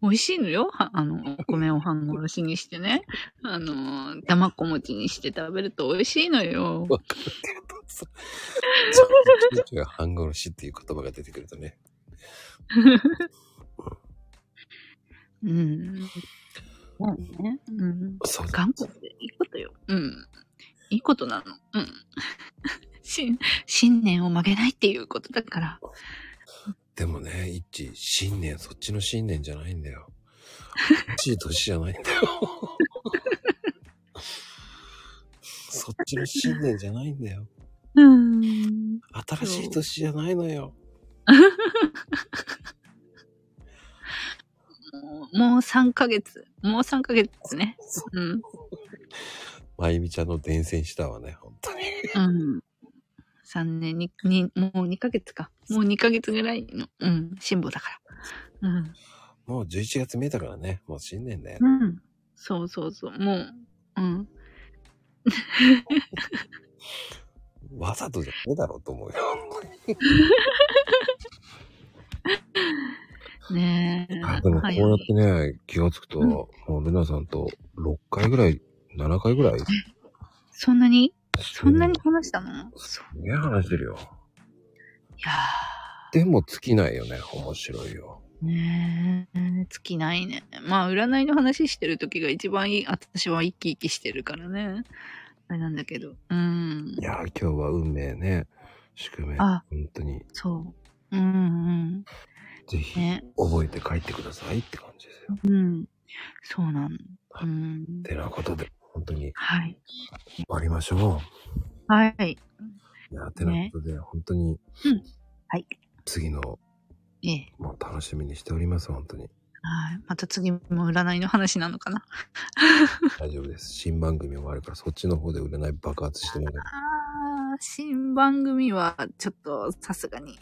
美味しいのよ。はあの、お米を半殺しにしてね。あの、卵餅にして食べると美味しいのよ。わかってるとさ。ちょっと半殺しっていう言葉が出てくるとね。うん。そうね。うん。そうだ。頑固っていいことよ。うん。いいことなの。うん。 (laughs) 信信念を曲げないっていうことだから。でもね、一致、信念、そっちの信念じゃないんだよ。一致年じゃないんだ (laughs) よ。そっちの信念じゃないんだよ。うん。新しい年じゃないのよ。もうもう3ヶ月。もう3ヶ月ね。うん。まゆみちゃんの伝染したわね、本当に。うん。3年に、にもう2ヶ月か。もう2ヶ月ぐらいの、うん、辛抱だから。うん。もう11月見えたからね、もう新年だよ。うん。そうそうそう。もう、うん。わざとじゃねえだろうと思うよ。ねえ。あでもこうはいやってね、気がつくと、うんもうルナさんと6回ぐらい、7回ぐらい、そんなにそんなに話したのそう。すげえ話してるよ。いやでも尽きないよね、面白いよ。ー。ねえ。尽きないね。まあ、占いの話してる時が一番いい。私は生き生きしてるからね。あれなんだけど。うんい。やー、今日は運命ね、宿命、本あ当に、そう。うんぜうん。ひね。覚えて帰ってくださいって感じですよ。うん。そうなの。うん。てなことで、本当にはい。終わりましょはい。う。いやー、てなことで、本当に、うんはい次の、ええ。もう楽しみにしております、本当 (laughs) に。はい。また次も占いの話なのかな。大丈夫です。新番組もあるから、そっちの方で売れない爆発してもらえる。あー新番組はちょっとさすがに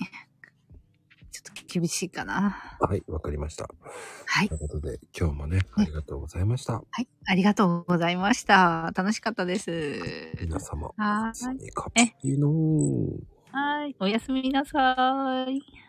ちょっと厳しいかな。はい、わかりました。はいとい。うことで、今日もね、ありがとうございました。はい。ありがとうございました。楽しかったです。皆様、はーいスニーカピーのはい。おやすみなさい。